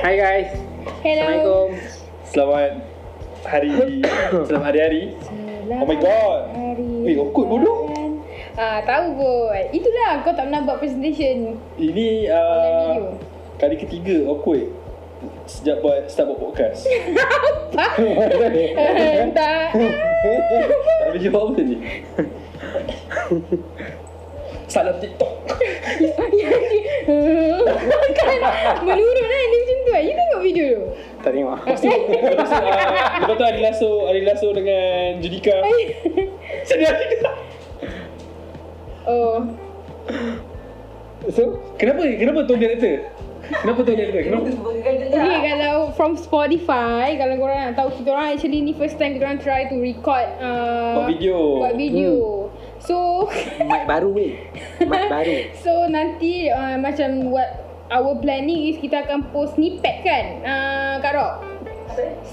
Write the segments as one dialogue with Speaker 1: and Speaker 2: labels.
Speaker 1: Hai guys.
Speaker 2: Hello.
Speaker 1: Assalamualaikum.
Speaker 3: Selamat hari Selamat hari-hari
Speaker 2: Assalamualaikum.
Speaker 3: Oh my god.
Speaker 2: Hari.
Speaker 3: Eh, awkward bodoh.
Speaker 2: Ah, tahu kot. Itulah kau tak pernah buat presentation.
Speaker 3: Ini
Speaker 2: Online
Speaker 3: uh, Kali ketiga awkward Sejak buat Start buat podcast
Speaker 2: video. tak.
Speaker 3: Tak boleh jawab apa ni Salam TikTok
Speaker 2: kan menurun kan dia macam tu kan. You tengok video tu.
Speaker 1: Tak tengok.
Speaker 3: Lepas tu, uh, lepas tu Ari Lasso Ari Lasso dengan Judika Sedih Ari
Speaker 2: Oh.
Speaker 1: So,
Speaker 3: Kenapa? Kenapa tone director? Kenapa tone director? Kenapa?
Speaker 2: Okay kalau from Spotify kalau korang nak tahu kita orang actually ni first time kita orang try to record uh,
Speaker 3: Buat video. Hmm.
Speaker 2: Buat video. So
Speaker 1: mic baru weh. Mic baru.
Speaker 2: So nanti uh, macam what our planning is kita akan post snippet kan uh, Kak Rock?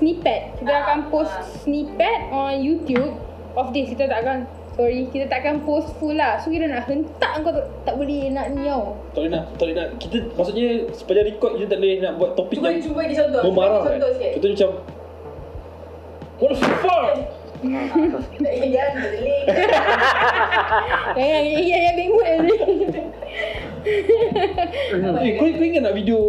Speaker 2: Snippet Kita akan post snippet on YouTube Of this kita tak akan Sorry kita tak akan post full lah So kita nak hentak kau tak, tak boleh nak niau
Speaker 3: Tak boleh nak, tak boleh nak Kita maksudnya sepanjang record kita tak boleh nak buat topik
Speaker 4: Cuba
Speaker 3: yang
Speaker 4: cuba dia contoh.
Speaker 3: memarah kan
Speaker 4: Contoh sikit.
Speaker 3: Contohnya macam What the fuck?
Speaker 4: Jangan berdelik.
Speaker 2: Yang yang yang, yang big mood ni.
Speaker 3: Eh, kau, kau ingat nak video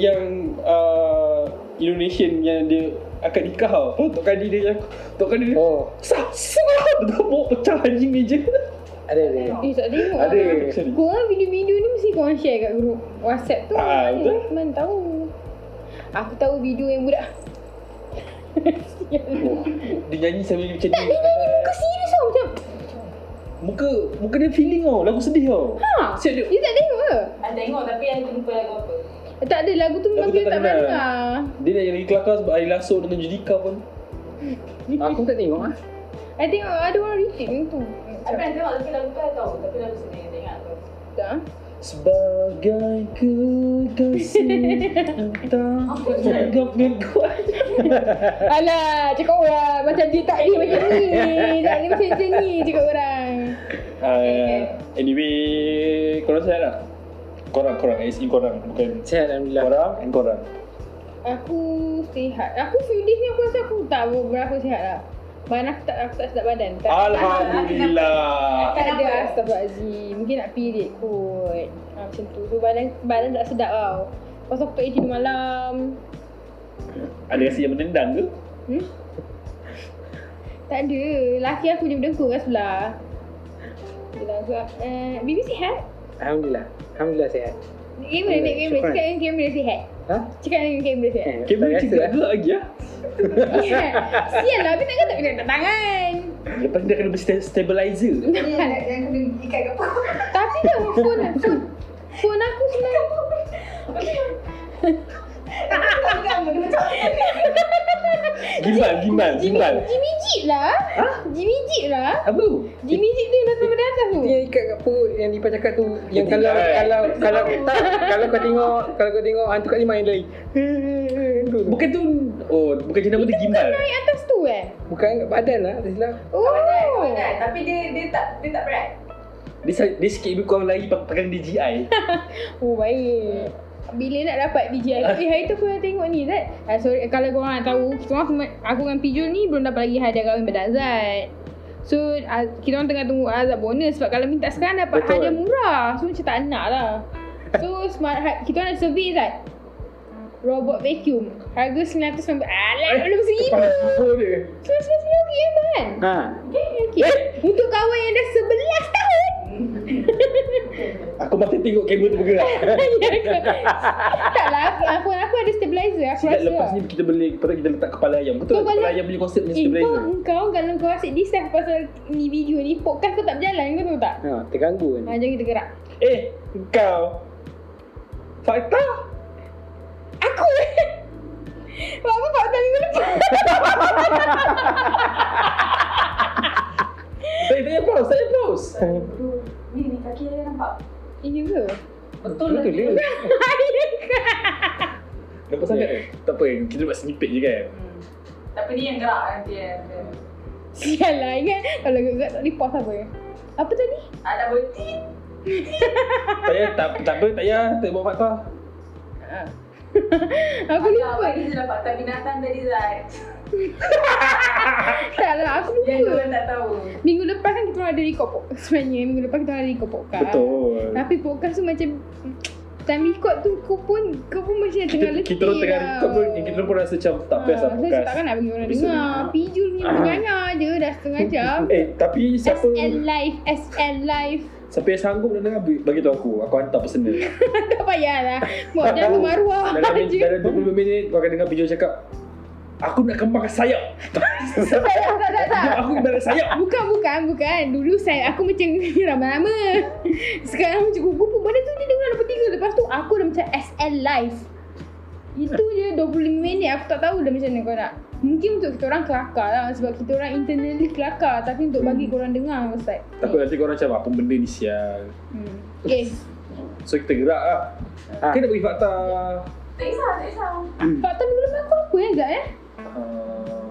Speaker 3: yang uh, Indonesian yang dia akad nikah tau Oh, Tok Kadi dia yang Tok Kadi dia
Speaker 1: Oh,
Speaker 3: Sah, sah Dia bawa pecah anjing meja
Speaker 1: ada ada.
Speaker 2: Eh tak tengok
Speaker 1: Ada.
Speaker 2: lah. Korang video-video ni mesti korang share kat grup Whatsapp tu
Speaker 3: Ah,
Speaker 2: mana
Speaker 3: betul.
Speaker 2: Mana tahu Aku tahu video yang budak
Speaker 3: Dia nyanyi sambil macam
Speaker 2: Tak
Speaker 3: ni
Speaker 2: ni ni ni muka serius tau macam
Speaker 3: Muka, muka dia feeling tau, lagu sedih tau
Speaker 2: Ha?
Speaker 3: Siap dia
Speaker 2: You tak tengok ke?
Speaker 4: Ah, Tengok tapi yang tu lupa lagu apa.
Speaker 2: Tak ada lagu tu memang
Speaker 3: Lagu
Speaker 2: kita
Speaker 3: tak
Speaker 2: tak pernah
Speaker 3: kenal.
Speaker 2: dengar.
Speaker 3: Dia dah yang lagi kelakar sebab Ari Lasso dengan Judika pun
Speaker 1: Aku tak tengok ah.
Speaker 2: I tengok ada orang retake yang tu.
Speaker 4: Apa yang tengok tapi lagu tu I tahu. Tapi lagu sendiri tak ingat apa.
Speaker 2: Tak.
Speaker 3: Sebagai kekasih Entah
Speaker 4: Apa je?
Speaker 3: Anggap dengan kuat
Speaker 2: Alah, cakap orang macam dia tak ada macam ni. Tak ada macam macam ni cakap orang.
Speaker 3: Uh, anyway, korang sihat tak? Korang, korang, as in korang, bukan
Speaker 1: Sihat alhamdulillah.
Speaker 3: korang and korang
Speaker 2: Aku sihat. Aku few days ni aku rasa aku tak berapa sihat lah. Badan aku tak aku tak sedap badan. Tak.
Speaker 3: Alhamdulillah
Speaker 2: tak ada astagfirullahalazim. Mungkin nak period kot. Ha, macam tu. So badan badan tak sedap tau. Lepas tu aku tak boleh tidur malam.
Speaker 3: Ada rasa yang menendang ke?
Speaker 2: Hmm? Tak ada. Laki aku je berdengkur kat sebelah. Bila aku, uh, Bibi sihat?
Speaker 1: Alhamdulillah. Alhamdulillah sihat.
Speaker 2: Kamera, naik kamera.
Speaker 1: Syukran.
Speaker 2: Cakap dengan kamera sihat.
Speaker 1: Ha?
Speaker 2: Cakap dengan kamera sihat.
Speaker 1: Eh,
Speaker 3: Kabel
Speaker 1: tak
Speaker 3: cakap
Speaker 1: rasa,
Speaker 3: gelap lagi lah
Speaker 2: Sihat. Sial lah. Habis nak kata kena angkat tangan.
Speaker 3: Lepas ni dia kena beli sta- stabilizer
Speaker 4: Yang kena ikat kat apa.
Speaker 2: Tapi tak phone, lah. phone. Phone aku senang.
Speaker 4: Pegang benda macam
Speaker 3: Gimbal, gimbal,
Speaker 2: Jimmy,
Speaker 3: gimbal
Speaker 2: Jimmy Jeep lah.
Speaker 1: Ha?
Speaker 2: Jimmy Jeep lah.
Speaker 1: Apa tu?
Speaker 2: Jimmy Jeep tu yang datang daripada atas tu.
Speaker 1: Dia ikat kat perut yang Lipa cakap tu Yang kalau
Speaker 3: tinggal.
Speaker 1: kalau kalau tak, kalau kau tengok kalau kau tengok hantu kat lima yang lari. Tu tu.
Speaker 3: Bukan tu Oh, bukan jenama dia gimbal
Speaker 2: Naik atas tu eh.
Speaker 1: Bukan kat badan lah tak silap.
Speaker 2: Oh.
Speaker 4: Kan? Tapi dia dia tak dia tak berat.
Speaker 3: Dia, sa- dia sikit lebih kurang lagi pak- pegang DJI
Speaker 2: Oh baik. Bila nak dapat DJI Eh hari tu aku dah tengok ni Zat ah, Sorry kalau korang nak tahu Kita orang aku- aku dengan Pijul ni Belum dapat lagi hadiah kahwin bedak Zat So ah, kita orang tengah tunggu azab bonus Sebab kalau minta sekarang dapat
Speaker 1: Betul.
Speaker 2: hadiah murah So macam tak nak lah So smart, ha- kita orang ada survey Zat Robot vacuum Harga RM990 Alah belum RM1,000
Speaker 1: Eh, Kepala dia.
Speaker 2: RM990 okey eh kan
Speaker 1: Ha.
Speaker 2: Okay, okay.
Speaker 1: Eh.
Speaker 2: Untuk kawan yang dah 11 tahun
Speaker 3: Aku mati tengok kabel tu bergerak Kan?
Speaker 2: Ya ke? Taklah aku, aku, aku ada stabilizer Aku
Speaker 3: Sekejap
Speaker 2: rasa lah.
Speaker 3: lepas ni kita beli Patut kita letak kepala ayam Betul
Speaker 2: Kau
Speaker 3: tak kepala
Speaker 2: kalau-
Speaker 3: ayam punya konsep macam
Speaker 2: Eh kau,
Speaker 3: stabilizer
Speaker 2: kau kalau kau asyik discuss pasal ni video ni Podcast kau tak berjalan kau tahu tak?
Speaker 1: Ha, terganggu ni.
Speaker 2: Ha, jangan kita gerak
Speaker 3: Eh, kau Fakta
Speaker 2: Aku Buat apa buat tadi minggu lepas
Speaker 3: Saya tanya pause, saya pause
Speaker 4: Ni ni kaki dia nampak.
Speaker 2: Eh ya ke?
Speaker 4: Betul lah.
Speaker 1: Betul dia.
Speaker 2: Ya ke?
Speaker 3: Nampak sangat yeah. Tak apa, kita buat snippet je kan
Speaker 4: Hmm. Tapi dia yang gerak nanti eh.
Speaker 2: Sial lah ingat Kalau gerak tak boleh pause apa Apa tadi?
Speaker 4: Ah, tak boleh tit.
Speaker 3: Tak payah, tak, tak apa, tak payah Tak buat fakta
Speaker 2: Ha. aku lupa.
Speaker 4: Dia dapat tak binatang dari Zat
Speaker 2: Tak lah, aku
Speaker 4: Yang
Speaker 2: lupa.
Speaker 4: korang tak tahu
Speaker 2: Minggu lepas kan kita orang ada record podcast. Sebenarnya minggu lepas kita orang ada kan. record podcast.
Speaker 3: Betul.
Speaker 2: Tapi podcast tu macam time record tu kau pun kau pun macam tengah
Speaker 3: Kita,
Speaker 2: letih.
Speaker 3: kita orang tengah
Speaker 2: tau.
Speaker 3: record pun kita pun lah. rasa macam tak best
Speaker 2: Ah,
Speaker 3: lah
Speaker 2: Saya
Speaker 3: podcast.
Speaker 2: takkan nak bagi orang
Speaker 3: Episode
Speaker 2: dengar.
Speaker 3: ni.
Speaker 2: Pijul punya pengangar je dah setengah jam.
Speaker 3: Eh tapi siapa
Speaker 2: SL Live, SL Live.
Speaker 3: siapa yang sanggup nak dengar bagi tahu aku. Aku hantar personal.
Speaker 2: tak payahlah. Buat jatuh maruah
Speaker 3: dalam,
Speaker 2: je.
Speaker 3: dalam 20 minit kau akan dengar video cakap Aku nak kembangkan sayap.
Speaker 2: Tak, tak, tak, tak.
Speaker 3: aku kembangkan sayap.
Speaker 2: Bukan, bukan, bukan. Dulu saya aku macam lama-lama. Sekarang macam kupu Benda tu dia dengar lepas tiga. Lepas tu aku dah macam SL live. Itu je 25 minit aku tak tahu dah macam mana kau nak. Mungkin untuk kita orang kelakar lah sebab kita orang internally kelakar tapi untuk bagi korang dengar Ustaz.
Speaker 3: Takut nanti korang macam apa benda ni sial.
Speaker 2: Hmm. Okay.
Speaker 3: So kita gerak lah.
Speaker 1: Ah.
Speaker 3: Kita nak bagi fakta.
Speaker 4: Tak kisah, tak kisah
Speaker 2: Fakta minggu lepas kau apa eh Zat eh?
Speaker 3: Uh,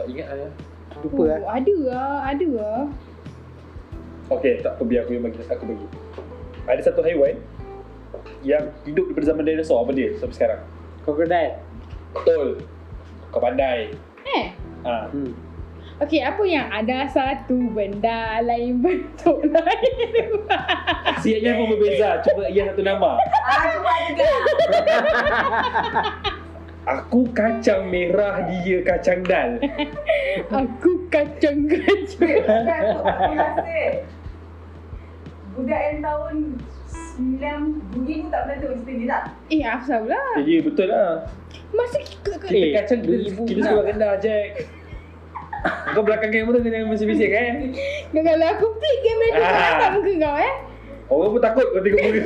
Speaker 3: tak ingat lah ya.
Speaker 1: Lupa lah.
Speaker 2: Oh, ada lah, ada lah.
Speaker 3: Okay, tak apa biar aku yang bagi. Aku bagi. Ada satu haiwan yang hidup daripada zaman dinosaur apa dia sampai sekarang.
Speaker 1: Krokodil.
Speaker 3: Betul. Kau pandai.
Speaker 2: Eh?
Speaker 3: Ha.
Speaker 1: Hmm.
Speaker 2: Okey, apa yang ada satu benda lain bentuk lain?
Speaker 3: Siapnya pun berbeza. Cuma ia satu nama.
Speaker 4: Aku buat juga
Speaker 3: Aku kacang merah, dia kacang dal.
Speaker 2: Aku kacang-kacang.
Speaker 4: Wait, bukan aku, aku rasa Budak yang tahun 9 Budi pun tak pernah tengok cerita ni tak?
Speaker 2: Eh, apa salah?
Speaker 3: Jadi betul lah.
Speaker 2: Masa kita...
Speaker 3: Kita
Speaker 1: Eh,
Speaker 3: kacang kita,
Speaker 1: beribu
Speaker 3: kita
Speaker 1: pula.
Speaker 3: sekolah rendah, Jack. Kau belakang kamera tu kena bisik-bisik kan?
Speaker 2: Kalau aku pelik kamera tu, kau
Speaker 3: Ah.
Speaker 2: nampak muka kau eh?
Speaker 3: Orang pun takut kau tengok muka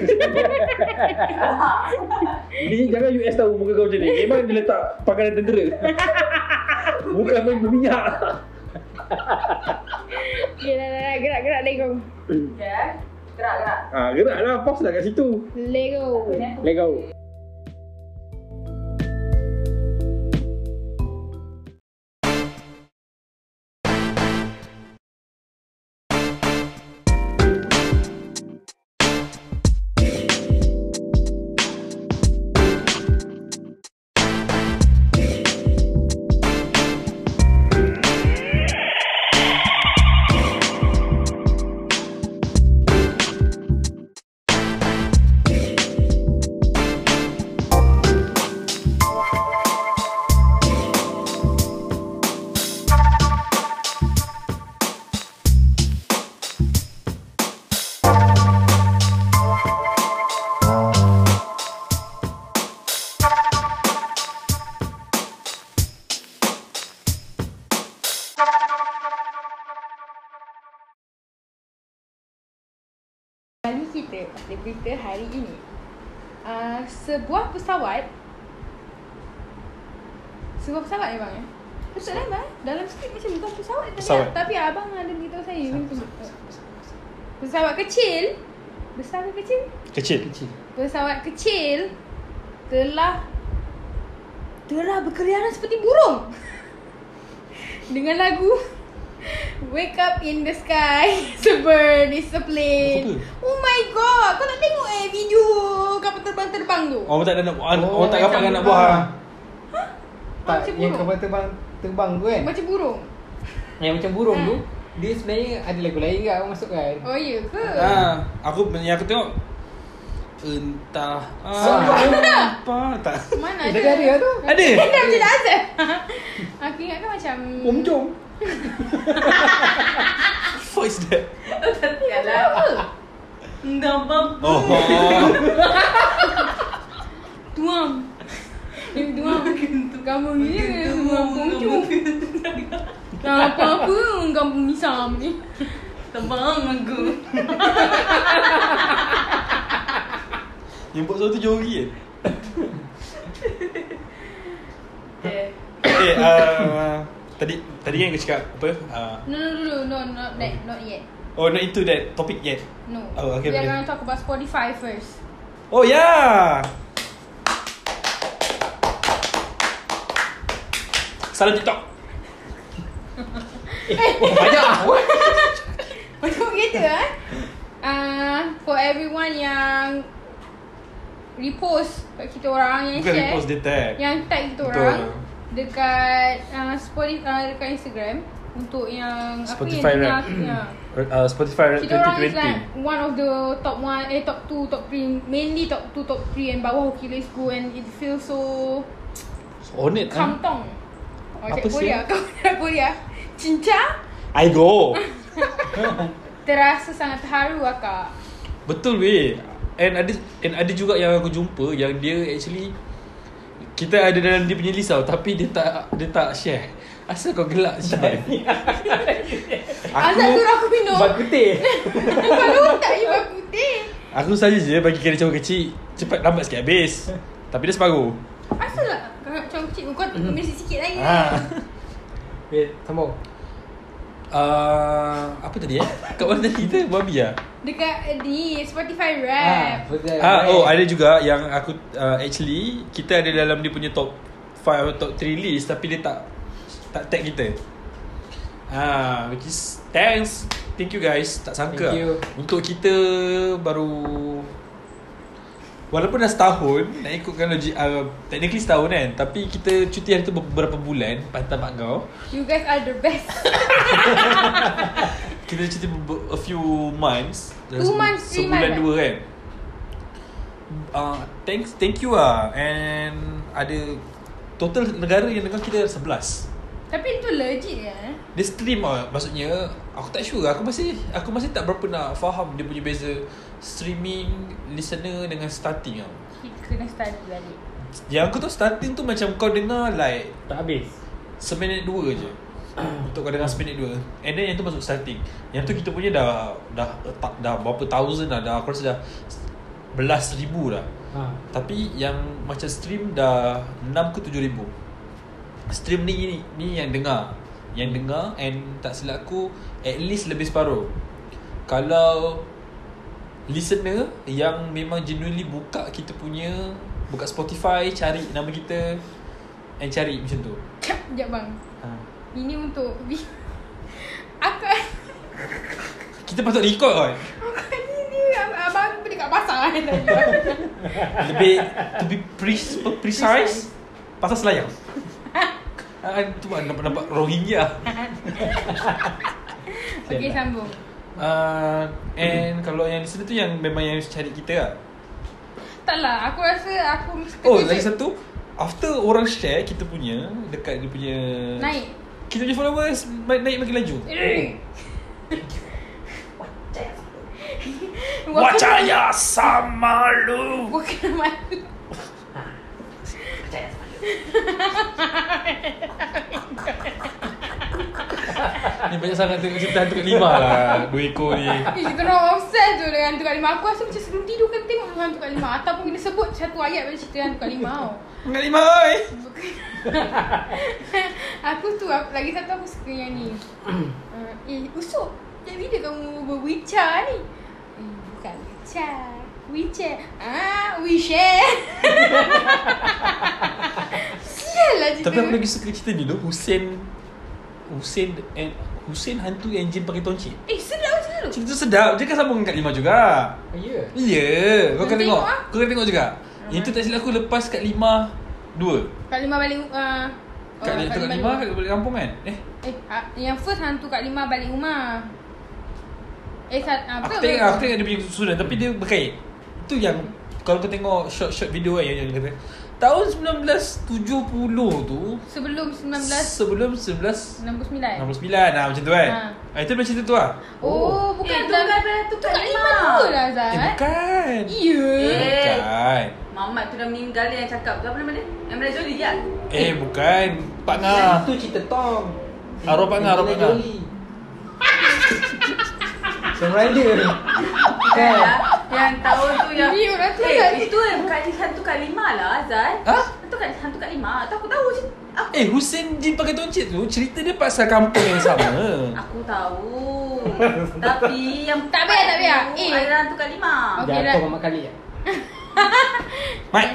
Speaker 3: Ni jangan US tahu muka kau macam ni Memang dia letak pakanan tentera Bukan main berminyak
Speaker 2: Okay, dah, dah, dah. Gerak-gerak Lego.
Speaker 4: Ya Gerak-gerak
Speaker 3: Ha, gerak lah, pause lah kat situ
Speaker 2: Lego.
Speaker 1: Lego.
Speaker 2: Kali kita pada berita hari ini. Uh, sebuah pesawat sebuah pesawat memang eh? Betul lah abang eh? Dalam skrip macam bukan pesawat,
Speaker 3: Pesawat.
Speaker 2: Tapi, tapi abang ada beritahu saya pesawat, pesawat kecil Besar ke kecil?
Speaker 3: Kecil
Speaker 2: pesawat kecil telah telah berkeliaran seperti burung dengan lagu Wake up in the sky Super discipline Oh my god Kau tak tengok eh video Kapal terbang-terbang tu oh,
Speaker 5: Orang tak ada nak orang,
Speaker 1: Oh,
Speaker 5: orang tak
Speaker 1: macam
Speaker 5: dapat kan nak
Speaker 1: buah.
Speaker 5: buah.
Speaker 1: Tak,
Speaker 2: macam
Speaker 1: yang
Speaker 2: burung
Speaker 1: kapal terbang terbang tu kan.
Speaker 2: Eh, Macam burung
Speaker 1: Yang macam burung
Speaker 2: Ha.
Speaker 1: tu, dia sebenarnya ada lagu lain ke kan? awak masukkan.
Speaker 2: Oh ya ke?
Speaker 5: Ha.
Speaker 3: Ah.
Speaker 5: aku yang aku tengok entah apa tak.
Speaker 2: Mana
Speaker 1: Eh,
Speaker 2: ada
Speaker 1: dah ada tu.
Speaker 5: Ada.
Speaker 2: Dah macam dah azab Aku ingat kan macam
Speaker 1: Om jom.
Speaker 5: Voice that.
Speaker 4: Yalah
Speaker 2: Apa?
Speaker 5: Oh.
Speaker 2: Tuang Dia tuang Kampung ni dia semua pungcung Tak apa-apa orang kampung misam ni Tebang aku
Speaker 5: yang buat suara tu Jory eh.
Speaker 4: Eh,
Speaker 5: eh uh, tadi tadi kan kau cakap apa? Uh,
Speaker 2: No no no no no not that not yet
Speaker 5: oh not into that topic yet.
Speaker 2: No
Speaker 5: Oh, okay,
Speaker 2: We
Speaker 5: okay.
Speaker 2: are gonna talk about Spotify first
Speaker 5: Oh yeah. Salam TikTok.
Speaker 2: Macam kita eh Ah, For everyone yang repost kat kita orang yang
Speaker 3: Bukan
Speaker 2: share
Speaker 3: repost dia tag
Speaker 2: yang tag kita
Speaker 3: Betul.
Speaker 2: orang dekat uh, Spotify uh, dekat Instagram untuk yang
Speaker 3: Spotify
Speaker 2: apa yang
Speaker 3: rap
Speaker 2: dengar, ya.
Speaker 3: uh, Spotify rap
Speaker 2: Kita orang is
Speaker 3: 2020
Speaker 2: like one of the top one, eh top two, top three, mainly top two, top three and bawah okay let's go and it feels so
Speaker 3: On
Speaker 2: Eh?
Speaker 3: it huh?
Speaker 2: kantong. Oh,
Speaker 3: Apa
Speaker 2: cakap Korea, kau nak Korea. Cincang
Speaker 5: eh?
Speaker 3: I go
Speaker 2: terasa sangat terharu lah kak.
Speaker 3: Betul weh And ada and ada juga yang aku jumpa Yang dia actually Kita ada dalam dia punya list tau Tapi dia tak dia tak share Asal kau gelak share
Speaker 2: Azat suruh aku minum.
Speaker 1: Bak putih
Speaker 2: Baru tak ibat putih.
Speaker 3: Aku saja je bagi kira cowok kecil Cepat lambat sikit habis Tapi dia separuh
Speaker 2: Asal lah kau nak macam kecil kau mesti sikit lagi.
Speaker 3: ha.
Speaker 1: Wait, Eh, sambung
Speaker 3: uh, Apa tadi eh? Kat mana tadi kita? Babi lah
Speaker 2: Dekat eh, ni Spotify
Speaker 1: Ah,
Speaker 2: rap.
Speaker 1: betul.
Speaker 3: Ah, oh ada juga yang aku uh, actually kita ada dalam dia punya top 5 atau top 3 list tapi dia tak tak tag kita. Ah, which is thanks. Thank you guys. Tak sangka.
Speaker 1: Thank you.
Speaker 3: Untuk kita baru Walaupun dah setahun Nak ikutkan logik uh, Technically setahun kan Tapi kita cuti hari tu beberapa bulan Pantai Mak Kau
Speaker 2: You guys are the best.
Speaker 3: Kita cuti be- a few months
Speaker 2: Two months, three
Speaker 3: Sebulan
Speaker 2: months,
Speaker 3: dua kan uh, Thanks, thank you lah And ada Total negara yang dengar kita 11
Speaker 2: Tapi itu legit ya. eh?
Speaker 3: Dia stream lah Maksudnya Aku tak sure Aku masih Aku masih tak berapa nak faham Dia punya beza Streaming Listener dengan starting tau
Speaker 2: Kita kena study balik.
Speaker 3: Yang aku tahu starting tu macam kau dengar like
Speaker 1: Tak habis
Speaker 3: Seminit dua je Untuk kau dengar seminit dua And then yang tu masuk starting Yang tu kita punya dah Dah dah, dah berapa thousand lah dah, Aku rasa dah Belas ribu dah
Speaker 1: ha.
Speaker 3: Tapi yang macam stream dah Enam ke tujuh ribu Stream ni, ni ni yang dengar Yang dengar and tak silap aku At least lebih separuh Kalau Listener yang memang genuinely buka kita punya Buka Spotify, cari nama kita And cari macam tu
Speaker 2: Cap, Sekejap bang.
Speaker 3: ha.
Speaker 2: Ini untuk vi- Aku
Speaker 3: Kita patut record kan
Speaker 2: Aku ni ni Abang aku beli kat pasar kan
Speaker 3: Lebih To be pre- pre- precise Pasal selayang Ah, tu ah, nampak, nampak Rohingya lah.
Speaker 2: Okay sambung
Speaker 3: uh, And kalau yang listener tu Yang memang yang cari kita lah
Speaker 2: Tak lah Aku rasa aku mesti
Speaker 3: Oh
Speaker 2: terkejut.
Speaker 3: lagi satu After orang share Kita punya Dekat dia punya
Speaker 2: Naik
Speaker 3: Kita punya followers ma- Naik makin laju
Speaker 2: Eh. Aku-
Speaker 3: Wacaya sama lu
Speaker 2: Gua kena mati
Speaker 3: Ni banyak sangat tengok cerita Hantu kat lima lah Dua ekor ni
Speaker 2: Eh, Kita orang obsessed tu dengan Hantu Kak Lima Aku rasa macam sebelum tidur kena tengok dulu Hantu Kak Lima Ataupun kena sebut satu ayat dari cerita Hantu Kak Lima tau
Speaker 3: Kat lima oi
Speaker 2: Aku tu, aku, lagi satu aku suka yang ni uh, Eh, Usop Sejak bila kamu berbicara ni? Eh, bukan bicara WeChat Ah, WeShare Sial lah cerita
Speaker 3: Tapi aku lagi suka cerita ni tu Hussein Hussein and Hussein hantu yang jin pakai toncik
Speaker 2: Eh, sedap macam tu
Speaker 3: Cerita tu sedap Dia kan sambung kat lima juga
Speaker 1: Oh, ya
Speaker 3: Ya
Speaker 2: Kena
Speaker 3: Kau kena tengok
Speaker 2: tengok, ah.
Speaker 3: Kau kena tengok juga Yang tu tak silap aku lepas kat lima Dua
Speaker 2: Kak Lima balik uh,
Speaker 3: Oh, Kat, oh, kat lima kat balik kampung kan Eh
Speaker 2: Eh, ah, yang first hantu Kak Lima balik rumah. Eh, sat, ah,
Speaker 3: Aku
Speaker 2: betul
Speaker 3: tengok
Speaker 2: ke?
Speaker 3: Aku tengok dia punya susunan Tapi dia berkait Itu yang Kalau kau tengok short-short video kan Yang, yang kata Tahun 1970 tu
Speaker 2: Sebelum 1969.
Speaker 3: Sebelum 19 69 lah macam tu kan
Speaker 2: Ha.
Speaker 3: ha. Itu macam cerita tu lah
Speaker 2: Oh, bukan
Speaker 6: Eh, tu
Speaker 2: Zat.
Speaker 6: bukan Hantu
Speaker 2: Tu
Speaker 6: Kak
Speaker 2: Kak Lima
Speaker 6: Lima.
Speaker 2: tu lah Zat.
Speaker 3: Eh bukan
Speaker 2: Ya.
Speaker 6: Eh.
Speaker 3: Bukan
Speaker 6: Mamat tu dah meninggal dia yang cakap tu apa nama dia? Yang Melayu Jolie ya?
Speaker 3: Eh bukan Pak Ngah
Speaker 1: Itu cerita Tom Eh,
Speaker 3: Arwah Pak Ngah, arwah Pak Ngah.
Speaker 1: Tom Rider Kan
Speaker 2: lah.
Speaker 6: Ya, yang tahun tu yang
Speaker 2: Ni orang tu
Speaker 6: eh,
Speaker 2: kan?
Speaker 6: itu yang kali hantu kat lima lah Azal.
Speaker 3: Ha?
Speaker 6: Hantu kat hantu kat lima. Tu aku tahu je. Aku,
Speaker 3: Eh Hussein Jin pakai toncik tu Cerita dia pasal kampung yang sama
Speaker 6: aku tahu. Tapi yang
Speaker 2: Tak payah, tak payah. Eh.
Speaker 6: Eh, ada hantu kat lima.
Speaker 2: Okay, lah.
Speaker 1: Jatuh
Speaker 2: right.
Speaker 1: mamak kali ya
Speaker 3: Mat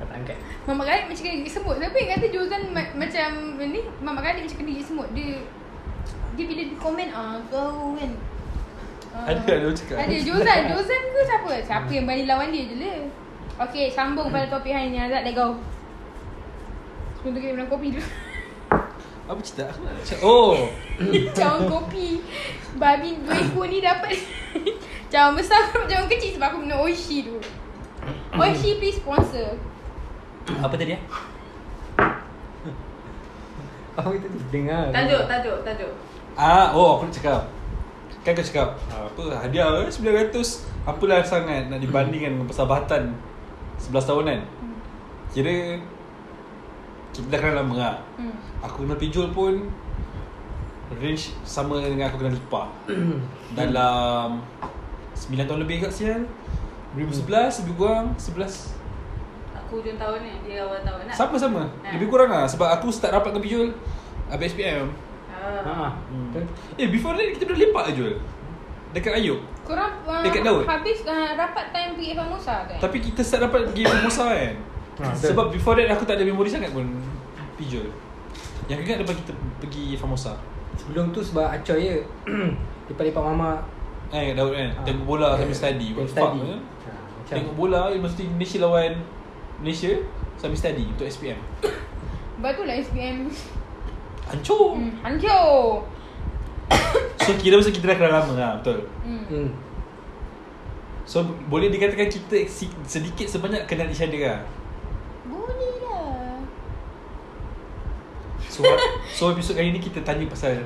Speaker 1: Tak angkat
Speaker 2: Mamat Khalid macam kena gigit semut. Tapi kata Jozan ma- macam ni, Mamat Khalid macam kena gigit semut. Dia dia bila dia komen ah kau kan
Speaker 3: Ada ada orang cakap Hmm.
Speaker 2: Ada Jozan Jozan ke siapa Siapa yang berani lawan dia je lah Okay sambung pada topik hari ni Azad let go Sebelum tu kita minum kopi dulu
Speaker 3: Apa cerita Aku nak cakap Oh
Speaker 2: Cawan kopi Babi dua ekor ni dapat Cawan besar ke cawan kecil Sebab aku minum Oishi dulu Oishi please sponsor
Speaker 3: Apa tadi ya
Speaker 1: Apa kita tu dengar Ha,
Speaker 6: Tajuk, tajuk, tajuk.
Speaker 3: Ah, oh aku nak cakap Kan kau cakap ah, Apa hadiah eh, 900 Apalah sangat Nak dibandingkan dengan persahabatan 11 tahun kan Kira Kita dah kenal lama lah
Speaker 2: hmm.
Speaker 3: Aku kenal Pijol pun Range sama dengan aku kenal Lipa Dalam 9 tahun lebih kat sial 2011 lebih kurang 11
Speaker 6: Aku hujung tahun ni, dia awal tahun nak.
Speaker 3: Sama-sama
Speaker 6: Nah.
Speaker 3: Lebih kurang lah Sebab aku start rapat dengan Pijol Habis SPM
Speaker 6: Ah.
Speaker 1: Ha.
Speaker 3: hmm. Eh before that kita dah lepak je Jul Dekat Ayub
Speaker 2: Korang uh,
Speaker 3: Dekat daun.
Speaker 2: habis uh, rapat time pergi Famosa tu kan?
Speaker 3: Tapi kita start dapat pergi Formosa kan
Speaker 1: Ha, betul.
Speaker 3: Sebab before that aku tak ada memori sangat pun Pijol Yang ingat lepas kita pergi Formosa
Speaker 1: Sebelum tu sebab acoy je Lepak-lepak mama
Speaker 3: Eh kat Daud kan
Speaker 1: Ah.
Speaker 3: Tengok bola sambil
Speaker 1: Yeah.
Speaker 3: study What
Speaker 1: Tengok
Speaker 3: the fuck
Speaker 1: study.
Speaker 3: kan?
Speaker 1: Ha, macam
Speaker 3: Tengok bola Lepas tu Indonesia lawan Malaysia Sambil study Untuk SPM
Speaker 2: Lepas tu lah SPM
Speaker 3: Hancur
Speaker 2: hmm. Hancur
Speaker 3: So kira masa kita dah kenal lama lah Betul
Speaker 2: hmm.
Speaker 1: Hmm
Speaker 3: So boleh dikatakan kita si- Sedikit sebanyak kenal each other lah
Speaker 2: Boleh lah
Speaker 3: So, so episod kali ni kita tanya pasal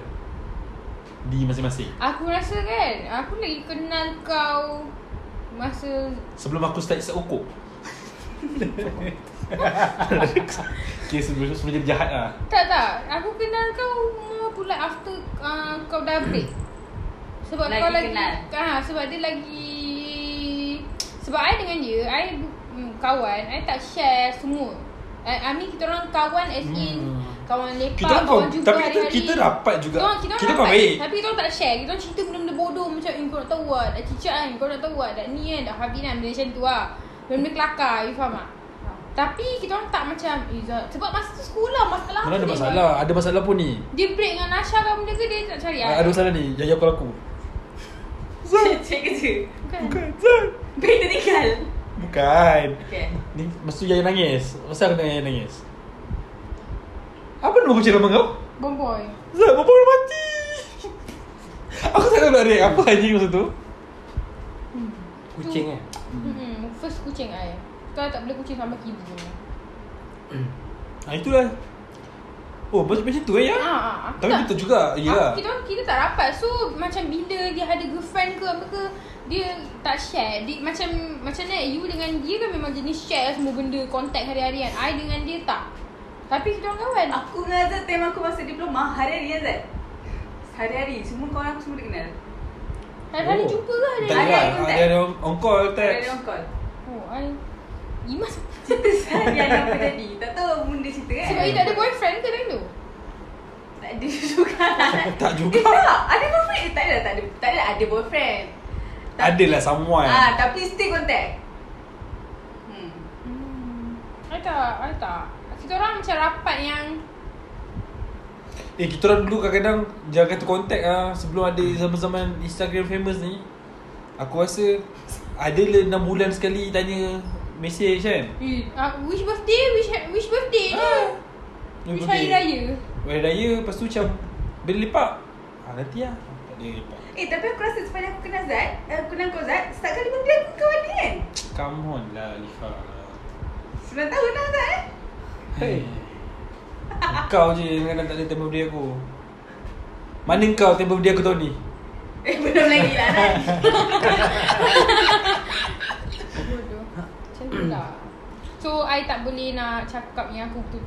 Speaker 3: Di masing-masing
Speaker 2: Aku rasa kan Aku lagi kenal kau Masa
Speaker 3: Sebelum aku start isap okok Okay sebelum sebelum jadi jahat lah
Speaker 2: Tak tak Aku kenal kau More pula after uh, Kau dah break Sebab
Speaker 6: Lagi
Speaker 2: kau lagi
Speaker 6: kenal.
Speaker 2: ha, Sebab dia lagi Sebab I dengan dia I bu- hmm, kawan I tak share semua I, I mean kita orang kawan as in
Speaker 3: Hmm.
Speaker 2: Kawan lepak
Speaker 3: Kita
Speaker 2: Kawan
Speaker 3: kawan-
Speaker 2: juga
Speaker 3: tapi kita-
Speaker 2: hari-hari
Speaker 3: kita rapat juga.
Speaker 2: Kita orang, kita orang
Speaker 3: Kita "Eh,
Speaker 2: rapat
Speaker 3: kawan baik.
Speaker 2: Tapi kita orang tak share Kita orang cerita benda-benda bodoh Macam eh, kau nak tahu lah Dah cicak kan Kau nak tahu lah Dah ni kan Dah habis kan Benda macam tu lah Benda-benda kelakar You faham tak tapi kita orang tak macam eh, Zat, Sebab masa tu sekolah Masalah
Speaker 3: Mana
Speaker 2: apa
Speaker 3: ada
Speaker 2: ni,
Speaker 3: masalah
Speaker 2: Zat?
Speaker 3: Ada masalah pun ni
Speaker 2: Dia break dengan Nasha kan benda ke Dia tak cari
Speaker 3: Ada masalah ni Yang aku laku
Speaker 6: Cik, cik kerja.
Speaker 2: Bukan
Speaker 3: Zul.
Speaker 6: Baik tertinggal.
Speaker 3: Bukan
Speaker 6: Okay.
Speaker 3: Ni Masa tu Yaya nangis Masa aku tengok Yaya nangis Apa nama kucing lama kau?
Speaker 2: Bomboy
Speaker 3: Zul Bapak orang mati Aku tak tahu nak react Apa anjing masa tu
Speaker 1: Kucing eh
Speaker 2: hmm. First kucing I Kau tak boleh kucing sampai kini
Speaker 3: Ha itulah Oh macam macam tu eh ya
Speaker 2: ah, ah, aku
Speaker 3: Tapi
Speaker 2: tak-
Speaker 3: betul juga
Speaker 2: Ah,
Speaker 3: Yelah
Speaker 2: kita orang- kita tak rapat So macam bila dia ada girlfriend ke apa ke Dia tak share dia, Macam macam mana you dengan dia kan memang jenis share semua benda Contact hari-harian I dengan dia tak Tapi kita orang kawan
Speaker 3: Ah.
Speaker 6: Aku dengan Azad time aku masa diploma hari-hari Azad. Hari-hari semua kawan aku semua dia kenal.
Speaker 2: Hari-hari
Speaker 3: Oh.
Speaker 2: jumpa lah ke
Speaker 3: Tak
Speaker 2: hari-hari
Speaker 3: ada
Speaker 6: Ada contact.
Speaker 3: Ada on call
Speaker 6: Ada
Speaker 3: text
Speaker 6: orang call.
Speaker 2: Oh I Imas
Speaker 6: Cerita seharian apa jadi. Tak tahu bunda cerita kan.
Speaker 2: Sebab you tak ada boyfriend ke time tu
Speaker 6: Tak ada juga.
Speaker 3: Tak
Speaker 6: Eh
Speaker 3: juga
Speaker 6: tak, ada boyfriend? Eh, tak ada, tak ada. Tak ada, ada boyfriend.
Speaker 3: Adalah someone
Speaker 6: Ah, tapi still contact. Hmm.
Speaker 2: hmm. I tak I tak Kita orang macam rapat yang
Speaker 3: Eh kita orang dulu kadang-kadang Jangan kata kontak ah Sebelum ada zaman-zaman Instagram famous ni Aku rasa Ada le 6 bulan sekali tanya Message kan
Speaker 2: eh, uh, Wish birthday Wish wish birthday je
Speaker 3: Ah.
Speaker 2: Wish hari raya
Speaker 3: Hari raya Lepas tu macam Bila lepak ah, Nanti lah Tak ada lepak
Speaker 6: Eh tapi aku rasa sepanjang aku kenal Zat eh, Aku kenal kau Zat Start kali benda aku kawan dia kan
Speaker 3: Come on lah Lifa
Speaker 6: 9 tahun dah Zat eh
Speaker 1: Hey.
Speaker 3: Kau je yang kadang tak ada time birthday aku Mana kau time birthday aku tahun ni
Speaker 6: Eh belum lagi lah Zat
Speaker 2: Bodoh Macam tu lah So I tak boleh nak cakap yang aku tu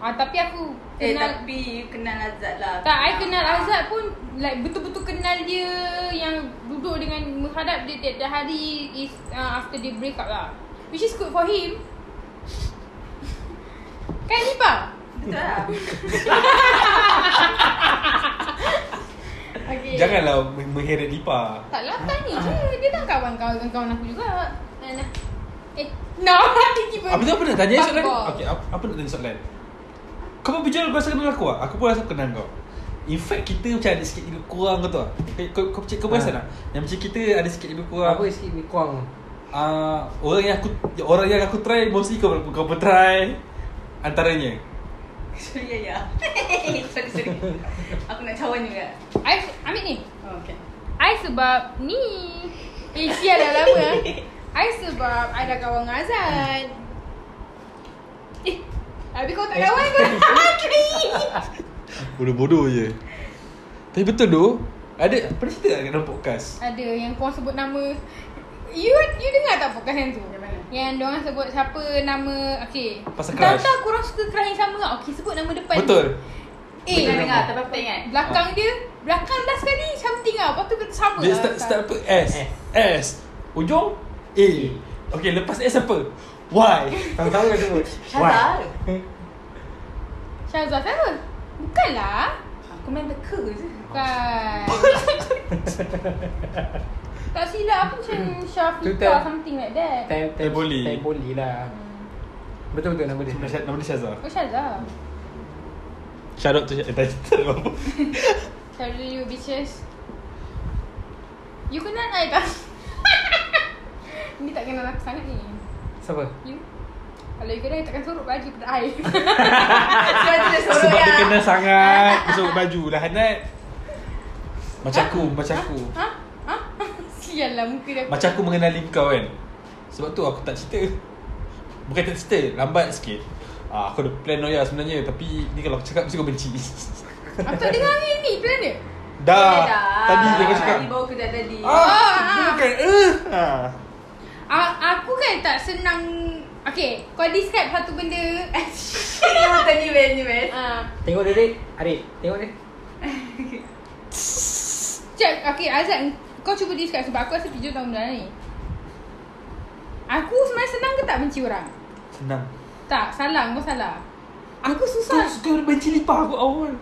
Speaker 2: Ah Tapi aku
Speaker 6: Eh
Speaker 2: kenal
Speaker 6: tapi you kenal Azat lah
Speaker 2: Tak I kenal Azad pun Like betul-betul kenal dia Yang duduk dengan Menghadap dia tiap-tiap hari Is uh, after dia break up lah Which is good for him Kan ni pa?
Speaker 6: Betul lah
Speaker 2: Okay
Speaker 3: Janganlah me- mengheret Lipa
Speaker 2: Tak lah
Speaker 3: Ah.
Speaker 2: tanya je Dia kan kawan kau dengan kawan aku juga And, Eh No Tiba-tiba
Speaker 3: Apa tu apa nak tanya soalan?
Speaker 2: Bug ball.
Speaker 3: Okay, apa, apa nak tanya soalan? Kau pun berjual kau rasa kenal aku ah? Aku pun rasa kenal kau. In fact kita macam ada sikit lebih kurang kau tahu tak? Kau, kau, kau, kau perasan tak? Yang macam kita ada sikit lebih kurang
Speaker 1: Apa sikit ni kuang
Speaker 3: Ah, orang yang aku orang yang aku try mostly kau kau pun try antaranya.
Speaker 6: Sorry ya ya. sorry sorry. Aku nak cawan juga.
Speaker 2: I ambil ni.
Speaker 6: Oh, okay.
Speaker 2: I sebab ni. Eh, sial dah lama. ah. I sebab I dah kawan dengan Azad. Eh, habis kau tak kawan ke?
Speaker 3: Bodoh-bodoh je. Tapi betul tu, ada pernah cerita tak dalam podcast?
Speaker 2: Ada yang kau sebut nama. You you dengar tak podcast yang tu?
Speaker 6: Yang mana?
Speaker 2: Yang diorang sebut siapa nama Okay
Speaker 3: Pasal
Speaker 2: Tak
Speaker 3: crush.
Speaker 2: tahu korang suka crush yang sama tak? Okay sebut nama depan
Speaker 3: Betul.
Speaker 2: Eh
Speaker 6: Pernah dengar tapi aku tak ingat.
Speaker 2: Belakang dia Belakang last kali something lah Lepas tu kena sama
Speaker 3: Dia
Speaker 2: lah
Speaker 3: start
Speaker 2: belakang.
Speaker 3: start apa? S. S. Ujung A. Okay, lepas S apa? Y.
Speaker 1: Tahu-tahu kau sebut
Speaker 6: Syazal.
Speaker 2: Syazwa siapa? Bukan lah
Speaker 6: Aku main teka je.
Speaker 2: Bukan Tak silap aku macam
Speaker 1: Tu
Speaker 2: Syafiqah
Speaker 1: time-
Speaker 2: something like that
Speaker 1: Time time
Speaker 3: Taboli.
Speaker 1: Time boli lah Betul-betul nama dia
Speaker 3: Nama dia- Nama dia lah. Syazah.
Speaker 2: Oh Syazwa
Speaker 3: Shout out to Syazah. Tak cerita apa.
Speaker 2: Sorry you bitches You kenal I tak? Ni tak kenal aku sangat ni
Speaker 1: Siapa?
Speaker 2: You Kalau you kenal you takkan suruh baju pada I
Speaker 6: Sebab tu dia sorok
Speaker 3: Sebab
Speaker 6: ya.
Speaker 3: dia kena sangat Masuk baju lah Hanat Macam aku Macam aku
Speaker 2: Ha? Ha? Sial lah muka dia aku
Speaker 3: Macam aku mengenali kau kan Sebab tu aku tak cerita Bukan tak cerita Lambat sikit ah, Aku ada plan Noya sebenarnya Tapi ni kalau aku cakap Mesti kau benci
Speaker 2: Aku tak dengar ni ni plan dia
Speaker 3: Dah
Speaker 6: Eh, dah.
Speaker 3: Tadi dia kau cakap
Speaker 6: Tadi bawa kerja tadi.
Speaker 3: Ah,
Speaker 2: ah.
Speaker 3: bukan eh. Ah.
Speaker 2: A- Aku kan tak senang Okay Kau describe satu benda
Speaker 6: Yang macam ni Ben, ni Ben.
Speaker 2: Ah,
Speaker 1: Tengok dia Rik Arik Tengok dia
Speaker 2: Cek Okay Azad Kau cuba describe Sebab aku rasa tujuh tahun dah ni Aku sebenarnya senang ke tak benci orang?
Speaker 3: Senang
Speaker 2: Tak salah Kau salah Aku susah
Speaker 3: Kau benci lipah aku awal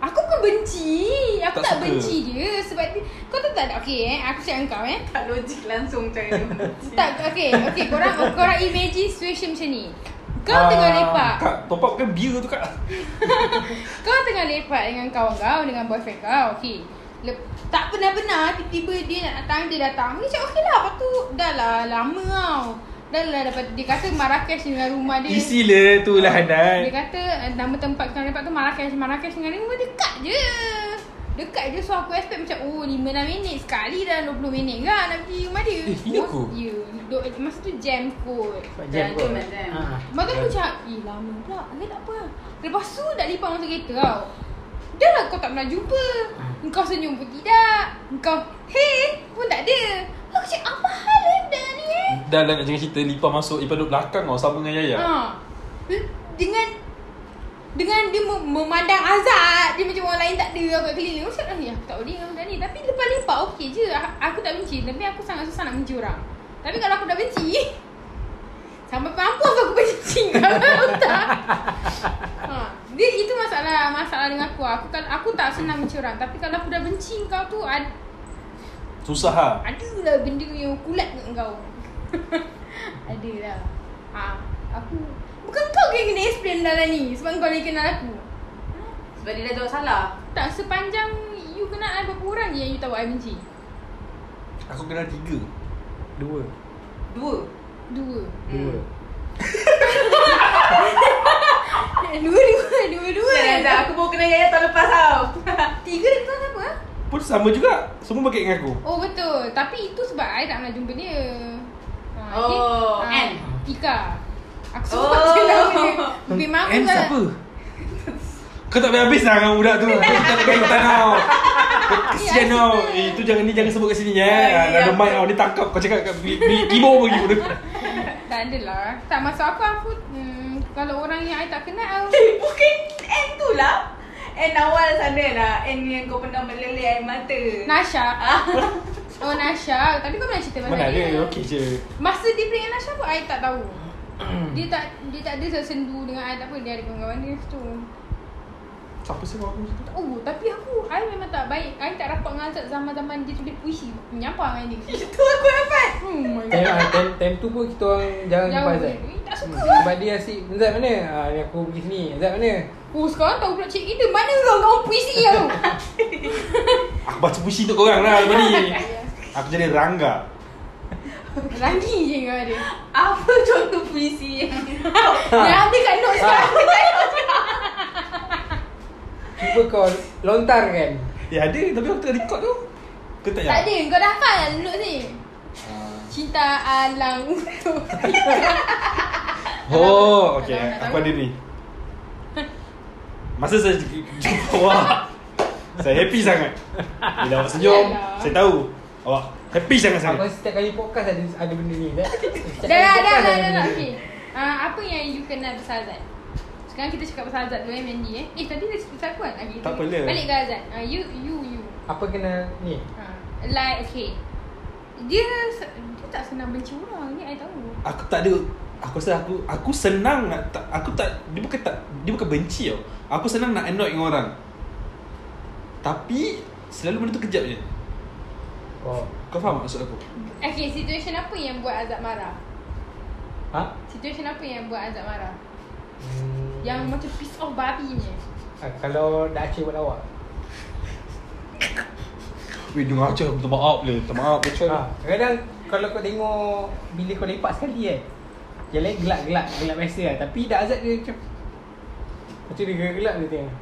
Speaker 2: Aku bukan benci Aku tak,
Speaker 3: Tak suka.
Speaker 2: benci dia Sebab dia Kau tahu tak Okay eh Aku cakap dengan kau eh
Speaker 6: Tak logik langsung cara dia macam
Speaker 2: Tak okay Okay korang Korang imagine situation macam ni Kau
Speaker 3: Ah,
Speaker 2: tengah lepak
Speaker 3: Kak top up kan beer tu kak
Speaker 2: Kau tengah lepak dengan kawan kau Dengan boyfriend kau Okay Lep- Tak benar-benar Tiba-tiba dia nak datang Dia datang Ni cakap okay lah Lepas tu Dah lah lama tau Dah lah dapat Dia kata Marrakesh dengan rumah dia
Speaker 3: Isi lah tu lah
Speaker 2: Dia
Speaker 3: Hanat
Speaker 2: kata eh, Nama tempat kita lepak tu Marrakesh Marrakesh dengan rumah dekat je Dekat je So aku expect macam Oh 5-6 minit Sekali dah 20 minit lah Nak pergi rumah dia
Speaker 3: Eh, ya ke?
Speaker 2: Ya Duk- Masa tu jam kot
Speaker 1: Sebab
Speaker 6: Dah,
Speaker 1: jam
Speaker 6: jom
Speaker 1: kot
Speaker 6: lah, jam.
Speaker 1: Ah.
Speaker 2: Lepas tu aku cakap Eh lama pula Okay tak apa Lepas tu dah lipat masuk kereta tau Dah lah kau tak pernah jumpa Kau senyum pun tidak Kau Hey Pun tak ada Aku cakap apa hal eh Dah ni eh
Speaker 3: Dah lah nak jangan cerita Lipah masuk Lipah duduk belakang tau Sama dengan Yaya
Speaker 2: ha. Dengan Dengan dia mem- memandang Azad Dia macam orang lain tak ada Aku kat keliling Aku cakap "Eh, Aku tak boleh dengan benda ni Tapi lepas lipat okey je A- Aku tak benci Tapi aku sangat susah nak benci orang Tapi kalau aku dah benci Sampai mampus aku benci kau Tahu tak ha. Dia itu masalah Masalah dengan aku Aku kan aku tak senang benci orang Tapi kalau aku dah benci kau tu ad,
Speaker 3: Susah lah
Speaker 2: Adalah benda yang kulat kat kau Adalah ha, Aku Bukan kau yang kena explain dalam ni Sebab kau yang kenal aku
Speaker 6: Sebab dia dah jawab salah.
Speaker 2: Tak sepanjang You kenal I berapa orang je yang you tahu I benci
Speaker 3: Aku kenal tiga
Speaker 1: Dua
Speaker 6: Dua.
Speaker 2: Dua
Speaker 1: Dua
Speaker 2: Dua dua Dua dua
Speaker 6: Dah, dah, Kan, aku baru kena Yaya tahun lepas tau.
Speaker 2: Tiga tu apa?
Speaker 3: Pun sama juga Semua pakai dengan aku
Speaker 2: ah? Oh betul Tapi itu sebab I tak pernah jumpa dia ha,
Speaker 6: Oh, Ann.
Speaker 2: dia, Tika Aku
Speaker 6: Oh.
Speaker 2: sebut je nama dia Lebih mampus
Speaker 3: M
Speaker 2: lah.
Speaker 3: siapa? Kau tak boleh habis lah dengan budak tu Tak ada kaitan tau Kesian
Speaker 2: Ya,
Speaker 3: tau
Speaker 2: kita-
Speaker 3: Eh, Itu jangan ni jangan sebut kat sini eh
Speaker 6: Ya,
Speaker 3: Dah ada
Speaker 6: ya.
Speaker 3: mic tau Dia tangkap kau cakap kat bilik bilik keyboard bagi budak
Speaker 2: Tak ada lah Tak masuk aku aku hmm, Kalau orang yang I tak kenal I,
Speaker 6: Eh, Bukan N tu lah. N awal sana lah. N yang kau pernah meleleh air mata.
Speaker 2: Nasha Oh Nasha Tadi kau pernah cerita pasal
Speaker 3: Mana ada okey je
Speaker 2: Masa dia break dengan Nasha pun I tak tahu Dia tak dia tak ada sendu dengan I tak apa Dia ada kawan-kawan dia tu
Speaker 3: Siapa sih kau aku
Speaker 2: Oh tapi aku I memang tak baik I tak rapat dengan Azad zaman-zaman dia tulis puisi Menyampah dengan dia
Speaker 6: Itu aku dapat.
Speaker 2: Oh my god
Speaker 1: Time, ah, time, time tu pun kita orang jarang jumpa
Speaker 2: Jauh
Speaker 1: Azad
Speaker 2: Eh, Tak suka lah
Speaker 1: Sebab dia asyik Zat mana? Ha, ni aku pergi sini Zat mana?
Speaker 2: Oh sekarang tahu pula cik kita Mana kau kau puisi kau
Speaker 3: Aku baca puisi untuk korang lah lepas ni Aku jadi rangga
Speaker 2: Rangi je kau ada
Speaker 4: Apa contoh puisi yang
Speaker 2: Yang ada kat notes
Speaker 3: Ah.
Speaker 2: sekarang
Speaker 1: Cuba kau lontarkan
Speaker 3: Ya ada tapi aku tengah record tu Ke tak
Speaker 2: Tak
Speaker 3: Ah. ya?
Speaker 2: ada kau dah hafal notes ni Cinta alang untuk
Speaker 3: Oh okay
Speaker 2: Kalau nak
Speaker 3: aku
Speaker 2: tahu.
Speaker 3: ada ni Masa saya j- jumpa awak Saya happy sangat Bila awak senyum
Speaker 2: Yalah.
Speaker 3: Saya tahu Awak happy sangat
Speaker 1: Apa
Speaker 3: sangat
Speaker 1: setiap kali podcast ada ada benda ni Zat Setiap kali
Speaker 2: Dah dah dah
Speaker 1: podcast
Speaker 2: dah
Speaker 1: ada
Speaker 2: dah,
Speaker 1: benda
Speaker 2: dah.
Speaker 1: ni.
Speaker 2: Okay Ah, Apa yang you kenal pasal Azad? Sekarang kita cakap pasal Azad dulu eh Mandy eh Eh tadi dah cakap pasal aku kan lagi
Speaker 3: Tak apa lah.
Speaker 2: Balik ke Azad Ah, You you you
Speaker 1: Apa kena ni?
Speaker 2: Ah, Like okay Dia Dia tak senang benci orang ni I tahu
Speaker 3: Aku tak ada Aku rasa aku Aku senang nak tak, Aku tak Dia bukan tak Dia bukan benci tau Aku senang nak annoy dengan orang Tapi Selalu benda tu kejap je
Speaker 1: Oh.
Speaker 3: Kau faham maksud aku?
Speaker 2: Okay, situasi apa yang buat Azad marah?
Speaker 1: Ha?
Speaker 2: Situasi apa yang buat Azad marah?
Speaker 1: Hmm.
Speaker 2: Yang macam piece of babi ni.
Speaker 1: Ah, kalau dah acik buat lawak.
Speaker 3: Weh dia ngaca Minta maaf le Minta maaf Macam
Speaker 1: Ha, kadang kalau kau tengok bila kau lepak sekali kan. Yang lain gelak-gelak, gelak biasa lah. Tapi dah azab dia macam macam dia gelak-gelak dia tengok.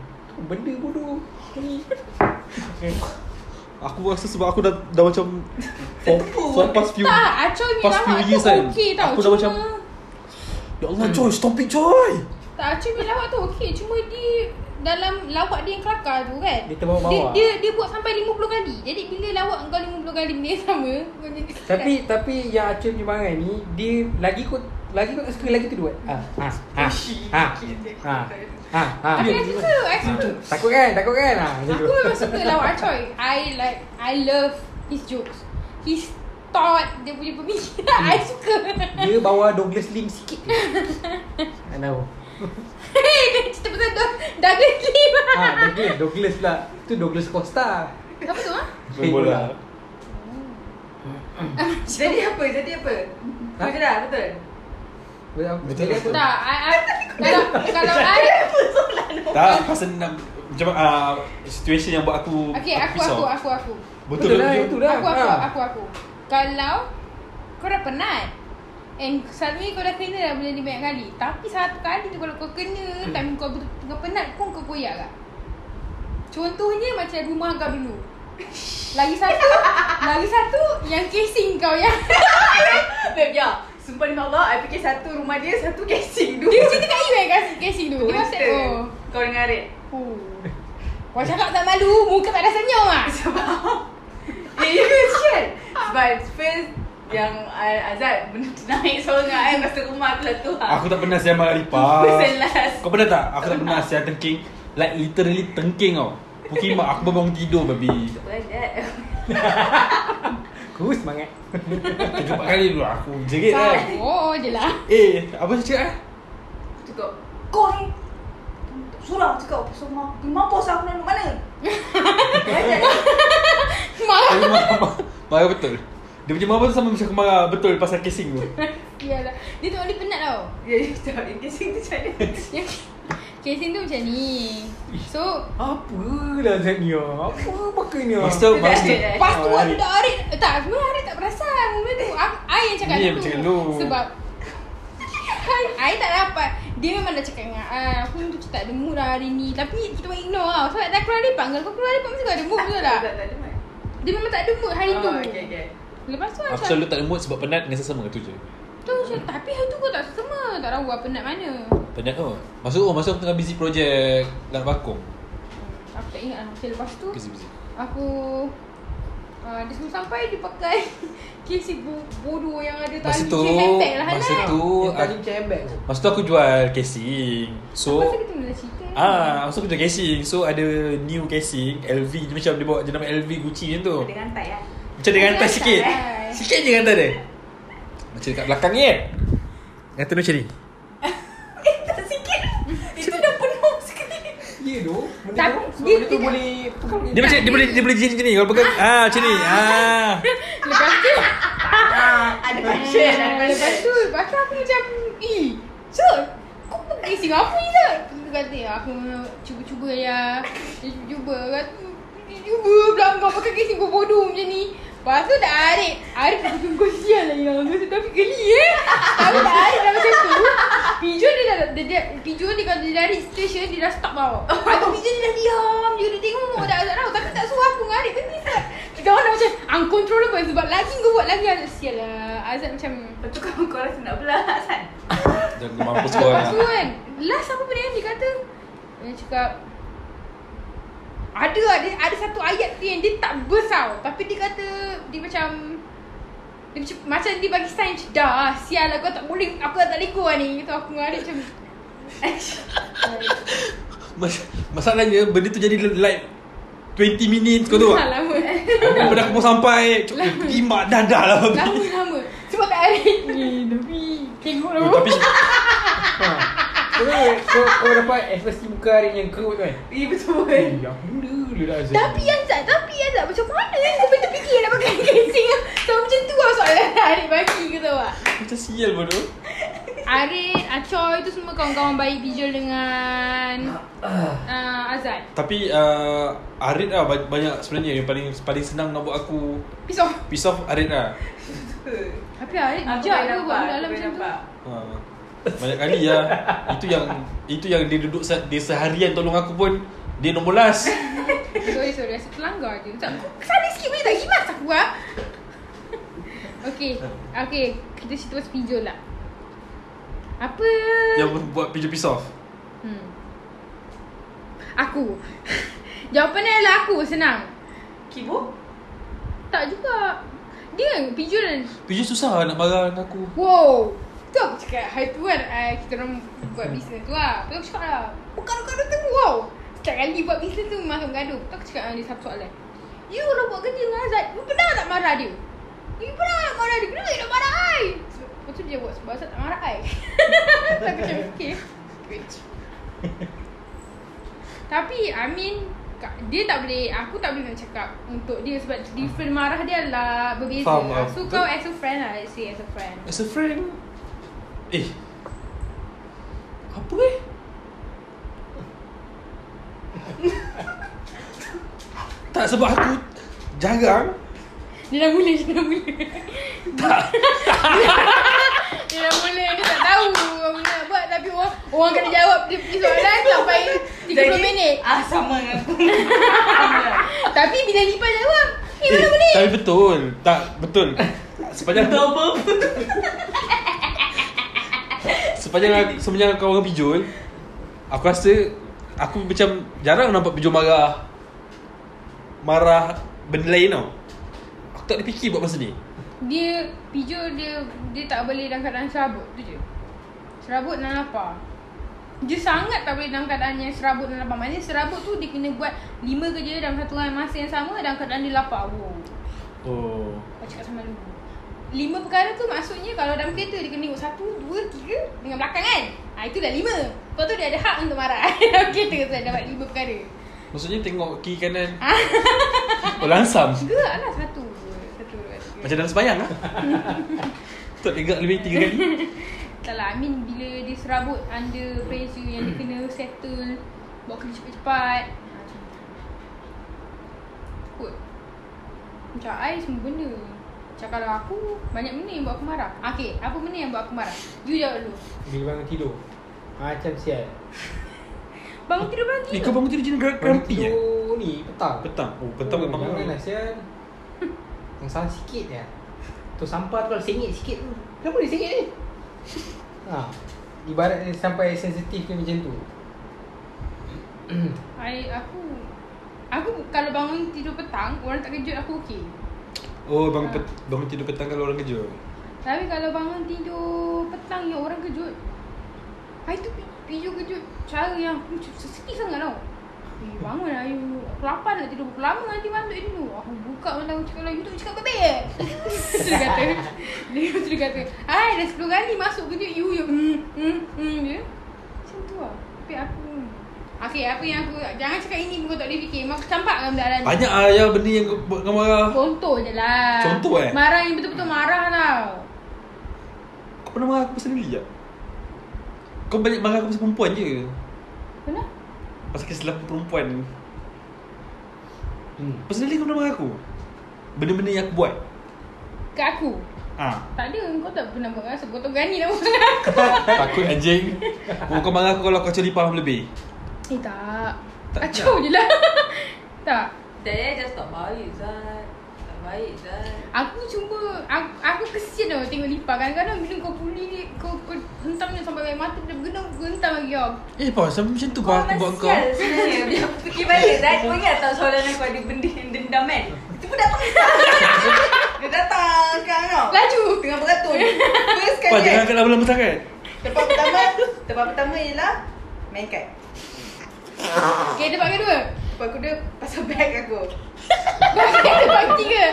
Speaker 1: Benda bodoh ni. Eh,
Speaker 3: Aku rasa sebab aku dah, dah macam for, for past few
Speaker 2: tak, Acoy ni
Speaker 3: past
Speaker 2: lawak
Speaker 3: few
Speaker 2: tu
Speaker 3: years kan,
Speaker 2: okey tau.
Speaker 3: aku dah
Speaker 2: cuma,
Speaker 3: macam- Ya Allah Joy Stop it Joy
Speaker 2: Tak, Acoy ni lawak tu okey. Cuma dia dalam lawak dia yang kelakar tu kan.
Speaker 1: Dia terbawa-bawa.
Speaker 2: Dia, dia, dia buat sampai 50 kali. Jadi bila lawak kau 50 kali benda yang sama. kau jadi
Speaker 1: tapi tapi yang acik punya barang ni dia lagi kot lagi kot suka lagi tu buat. Ha. Ha. Ha. Ha. Ha. Ha. ha.
Speaker 2: Tapi I suka, I suka.
Speaker 1: Takut kan? Takut kan? Ha. macam tu.
Speaker 2: Aku memang suka lawak Acoy. I like, I love his jokes. His thought, dia punya pemikiran.
Speaker 1: Hmm.
Speaker 2: I suka.
Speaker 1: Dia bawa Douglas Lim sikit je. Tak tahu
Speaker 2: Hei, dia cerita pasal Doug- Douglas Lim.
Speaker 1: ha, Douglas, Douglas pula Tu Douglas Costa
Speaker 2: Apa tu? Ha?
Speaker 3: Main bola
Speaker 6: Jadi apa? Jadi apa?
Speaker 1: Ha?
Speaker 6: Kau jelas betul?
Speaker 1: Betul apa?
Speaker 3: betul.
Speaker 2: Tak, I, I, kalau, kalau I
Speaker 3: Tak Aku rasa nak Macam uh, Situation yang buat aku
Speaker 2: Okay, aku, aku, aku, aku,
Speaker 1: Betul
Speaker 3: Betul,
Speaker 1: lah,
Speaker 3: betul,
Speaker 1: itu
Speaker 3: betul
Speaker 1: dah.
Speaker 2: aku, aku,
Speaker 1: ha.
Speaker 2: aku, aku. Kalau kau dah penat And satu ni kau dah kena dah benda ni banyak kali Tapi satu kali tu kalau kau kena Time kau betul- tengah penat pun kau koyak lah Contohnya macam rumah kau dulu Lagi satu Lagi satu yang casing kau yang
Speaker 6: Babe, ya. Sumpah demi Allah, I fikir satu rumah dia, satu casing dulu.
Speaker 2: Dia cerita kat you yang casing, casing tu Dia
Speaker 6: Coaster.
Speaker 2: WhatsApp oh
Speaker 6: Kau dengan Arik.
Speaker 2: Oh. Kau cakap tak malu, muka tak ada senyum ah.
Speaker 6: Sebab Ya you can share Sebab first Yang uh, Azad benda tu naik seorang kan Lepas tu rumah aku lah tu
Speaker 3: Aku tak pernah siam malam lipas
Speaker 6: First
Speaker 2: lah.
Speaker 6: and last
Speaker 3: Kau pernah tak? Aku tak pernah siam tengking Like literally tengking tau Mungkin mak aku baru bangun tidur babi
Speaker 6: Azad
Speaker 1: Ku semangat
Speaker 3: Tiga empat kali dulu aku jerit lah
Speaker 2: Oh, je lah.
Speaker 3: Eh apa cakap eh?
Speaker 6: Cakap Kau ni Surah cakap Pasal mak Mampus lah, aku nak duduk mana Azad
Speaker 2: Marah.
Speaker 3: Tapi marah, marah, marah betul Dia punya marah tu sama macam aku marah betul pasal casing tu
Speaker 2: Yalah. Dia tak boleh penat tau.
Speaker 6: Ya you cakap Yang casing tu macam mana
Speaker 2: Yang casing tu macam ni. So,
Speaker 1: Apalah Zat ni ah? Apa makannya
Speaker 3: Masa tu
Speaker 6: Dah,
Speaker 3: masa tu
Speaker 6: dah.
Speaker 2: lepas tu
Speaker 1: Oh,
Speaker 2: aku
Speaker 1: Arik.
Speaker 2: dah Arik. eh, Tak, sebenarnya Arik tak perasan. Benda tu. Aku- I yang cakap
Speaker 3: Dia yang
Speaker 2: dulu.
Speaker 3: cakap dulu.
Speaker 2: Sebab I tak dapat Dia memang dah cakap dengan I Aku tu tak ada mood lah hari ni Tapi kita orang ignore tau Sebab dah keluar lepak Kalau kau keluar lepak Mesti kau ada mood betul tak?
Speaker 6: Azad tak ada mic.
Speaker 2: Dia memang tak ada mood hari tu
Speaker 6: Oh,
Speaker 4: Ah,
Speaker 6: okay, okay.
Speaker 2: Lepas tu I
Speaker 3: Aku
Speaker 2: macam-
Speaker 3: selalu tak ada mood sebab penat dengan sesama tu je
Speaker 2: Tu macam tapi hari tu kau tak sesama Tak tahu apa nak mana
Speaker 3: Penat tu Masa tu oh, masa aku tengah busy projek Nak bakung
Speaker 2: Aku tak ingat lah Macam lepas tu
Speaker 3: Busy busy
Speaker 2: Aku uh, Dia sebelum sampai dia pakai Casing bo- bodoh yang ada tali
Speaker 3: Masa tu
Speaker 2: Macam handbag lah Hanan
Speaker 3: Masa tu
Speaker 1: Yang tadi
Speaker 3: aku-
Speaker 1: macam handbag tu
Speaker 3: Masa tu aku jual casing So
Speaker 2: Masa kita mula cerita
Speaker 3: Ah, masa aku jual casing So ada new casing LV Dia macam dia bawa dia nama LV Gucci macam tu
Speaker 6: Dengan tak ya
Speaker 3: Macam dia hantar sikit
Speaker 2: Hai.
Speaker 3: Sikit je hantar dia Macam dekat belakang ni kan Hantar dia macam ni
Speaker 6: Tak sikit Itu dah penuh sekali
Speaker 1: Ya tu Benda
Speaker 2: Tak,
Speaker 1: tu Sebab
Speaker 2: dia
Speaker 1: benda tu
Speaker 2: tidak-
Speaker 1: boleh pegang ni.
Speaker 3: Dia macam dia boleh dia boleh jadi macam ni kalau pegang ah macam ni. Ah.
Speaker 2: Lepas tu
Speaker 6: Ada passion Ada
Speaker 2: Lepas
Speaker 6: passion
Speaker 2: tu Lepas tu aku macam Eh Cun Kau pergi Singapura je Dia kata ya aku cuba-cuba ya Dia cuba-cuba Kata dia cuba pula kau pakai casing kau bodoh macam ni Lepas tu dah Arif Arif aku tunggu sial lah yang Kau tapi geli eh Aku tak Arif dah macam tu Pijon dia dah dia, dia, Pijon dia kalau dia dari station Dia dah stop tau Atau Pijon dia dah diam je Dia tengok dah tak tahu Tapi tak suruh aku Ah, dengan Arif Kena Izzat Kita orang lah. dah macam Uncontrollable Sebab lagi kau buat lagi Azat sial lah Azat macam
Speaker 4: Lepas tu kau, kau rasa nak pula San
Speaker 3: Jangan mampus kau
Speaker 2: Lepas
Speaker 3: orang
Speaker 2: tu kan Last apa benda yang dia kata Dia cakap Ada ada, ada satu ayat tu yang dia tak burst tau Tapi dia kata Dia macam dia macam, macam dia bagi sign macam, Dah sial lah kau tak boleh Aku dah tak lego lah ni Gitu aku dengan Arif macam
Speaker 3: Mas- Masalahnya benda tu jadi like 20 minit kau tu
Speaker 2: Lama
Speaker 3: Daripada aku pun sampai Cuk, eh, Pergi mak dadah lah
Speaker 2: Lama lama Sebab tak Arif Ni Nabi Tengok lah
Speaker 3: Oh, Tapi
Speaker 1: Ha. Kau, kau, kau dapat ekspresi muka hari yang kerut tu kan
Speaker 4: Eh betul
Speaker 1: Eh, yang benda lah, lu dah Azat
Speaker 2: Tapi Azat Tapi Azat Macam mana ni Kau boleh terfikir nak pakai casing So macam tu lah soalan Arif bagi Kau tahu tak
Speaker 3: Macam sial bodoh
Speaker 2: Arin, Acoy tu semua kawan-kawan baik Bijul dengan uh, Azad.
Speaker 3: Tapi uh, Arid lah ba- banyak sebenarnya Yang paling paling senang nak buat aku
Speaker 2: Peace off.
Speaker 3: Piece off Arid lah
Speaker 2: Tapi Arin lah,
Speaker 4: Aku
Speaker 2: bijak
Speaker 4: boleh
Speaker 2: ke buat
Speaker 4: nampak,
Speaker 2: benda lah macam
Speaker 4: aku boleh
Speaker 2: tu.
Speaker 4: nampak.
Speaker 3: ha. Banyak kali lah Itu yang Itu yang dia duduk se- Dia seharian tolong aku pun Dia nombor last
Speaker 2: Sorry, sorry. Rasa terlanggar je. Tak, kau kesana sikit boleh tak? Gimas aku lah. okay, okay. Kita situasi Bijul lah. Apa?
Speaker 3: Yang buat pijak piece off
Speaker 2: Hmm. Aku. Jawapannya adalah aku. Senang.
Speaker 4: Kibo?
Speaker 2: Tak juga. Dia kan Bijul dan
Speaker 3: Pijak susah nak marah dengan aku
Speaker 2: Wow Tu aku cakap Hari tu kan uh, Kita orang buat bisnes tu lah Tu aku cakap lah Bukan gaduh tu wow Setiap kali buat bisnes tu Masuk gaduh Tu aku cakap dengan dia satu soalan You dah buat kerja dengan Azad You pernah tak marah dia? You pernah tak marah dia? Kenapa you nak marah I? Sebab- Lepas tu dia buat sebab Azad tak marah I Tu aku macam okay Bitch Tapi I mean ka- dia tak boleh Aku tak boleh nak cakap Untuk dia Sebab different marah dia lah Berbeza
Speaker 3: Faham, faham.
Speaker 2: So kau as a friend lah Let's say as a friend
Speaker 3: As a friend Eh Apa eh Tak sebab aku Jarang
Speaker 2: Dia dah mula, dia dah mula. dia dah mula, dia tak tahu apa benda nak buat tapi orang orang kena jawab dia punya soalan sampai 30 minit.
Speaker 4: Ah sama dengan aku Sama
Speaker 2: Tapi bila Lipa jawab, eh
Speaker 3: Ah. eh,
Speaker 2: mana boleh?
Speaker 3: Tapi betul Tak betul Sepanjang
Speaker 4: Tahu apa
Speaker 3: Sepanjang aku- Semenjang kau orang pijol Aku rasa Aku macam Jarang nampak pijol marah Marah Benda lain tau Aku tak ada fikir buat masa ni
Speaker 2: Dia pijul dia dia tak boleh dalam keadaan serabut tu je. Serabut dan lapar. Dia sangat tak boleh dalam keadaan yang serabut dan lapar. Maksudnya serabut tu dia kena buat lima kerja dalam satu hari masa yang sama dalam keadaan dia lapar. Wow.
Speaker 3: Oh
Speaker 2: Kau cakap sama dulu Lima perkara tu maksudnya Kalau dalam kereta dia kena tengok Satu, dua, tiga Dengan belakang kan ha, Itu dah lima Lepas tu dia ada hak untuk marah Dalam kereta tu dah dapat lima perkara
Speaker 3: Maksudnya tengok kiri kanan Oh langsam
Speaker 2: Gerak lah satu Satu, dua, tiga
Speaker 3: Macam dalam sebayang lah Tak tegak lebih tiga kali
Speaker 2: Tak lah I mean bila dia serabut Under pressure Yang dia kena settle Buat kerja cepat-cepat ha, macam tu. Kot Macam I semua benda Macam kalau aku Banyak benda yang buat aku marah Ah, Okay Apa benda yang buat aku marah You jawab dulu
Speaker 1: Bila bangun tidur Macam sial
Speaker 2: Bangun tidur bangun tidur
Speaker 3: Eh kau bangun tidur jenis ger-
Speaker 1: Bangun
Speaker 3: grumpy eh
Speaker 1: tidur ni petang
Speaker 3: Petang Oh petang
Speaker 1: oh,
Speaker 3: memang
Speaker 1: Jangan lah sial Yang salah sikit je Tu sampah tu kalau sengit sikit tu Kenapa dia sengit ni? ha. Ibarat dia sampai sensitif dia macam tu
Speaker 2: I, aku Aku kalau bangun tidur petang Orang tak kejut aku okey
Speaker 3: Oh bangun, pet- bangun tidur petang kalau orang kerja
Speaker 2: Tapi kalau bangun tidur petang Yang orang kejut Hari tu pi- Piju kejut Cara yang aku macam sedih sangat tau Eh, bangun lah you Aku lapar nak tidur Aku lama nanti masuk dia dulu Aku buka malam aku cakap lah You tak cakap bebek Terus dia kata Dia terus dia kata Hai dah 10 kali masuk kejut you You hmm hmm hmm dia Macam tu lah Tapi aku Okay apa yang aku Jangan cakap ini pun kau tak boleh fikir Memang aku campak dalam keadaan ni.
Speaker 3: Banyak lah yang benda yang kau buat kau marah
Speaker 2: Contoh je lah
Speaker 3: Contoh, eh?
Speaker 2: Marah yang betul-betul marah tau
Speaker 3: Kau pernah marah aku pasal Lily tak? Kau balik marah aku pasal perempuan je
Speaker 2: Mana?
Speaker 3: Pasal kisah aku perempuan
Speaker 1: Hmm.
Speaker 3: Personally kau pernah marah aku Benda-benda yang aku buat
Speaker 2: Ke aku
Speaker 3: Ah,
Speaker 2: Tak ada Kau tak pernah buat rasa Kau gani dah maksud aku
Speaker 3: Takut anjing oh, Kau marah aku kalau kau curi faham lebih
Speaker 2: Eh tak
Speaker 3: Tak
Speaker 2: Kacau je lah Tak
Speaker 4: Daya just tak baik Zat Tak baik Zat
Speaker 2: Aku cuba Aku, aku kesian tau tengok Lipa Kadang-kadang bila kau puli dia Kau, kau hentam dia sampai air mata Dia bergenang Kau hentam lagi kau
Speaker 3: Eh pa, sampai macam tu pa aku buat kau
Speaker 4: sial sebenarnya Bila aku fikir balik Zat Kau ingat tak soalan aku ada benda yang dendam kan Itu pun datang Dia datang sekarang tau
Speaker 2: Laju.
Speaker 4: Tengah beratur Terus
Speaker 3: Pa,
Speaker 4: sekali
Speaker 3: jangan
Speaker 4: kan
Speaker 3: angkat lama-lama sangat
Speaker 4: Tempat pertama Tempat pertama ialah Main kad
Speaker 2: Okay tempat kedua
Speaker 4: Tempat kedua Pasal bag aku
Speaker 2: Bagi tempat ketiga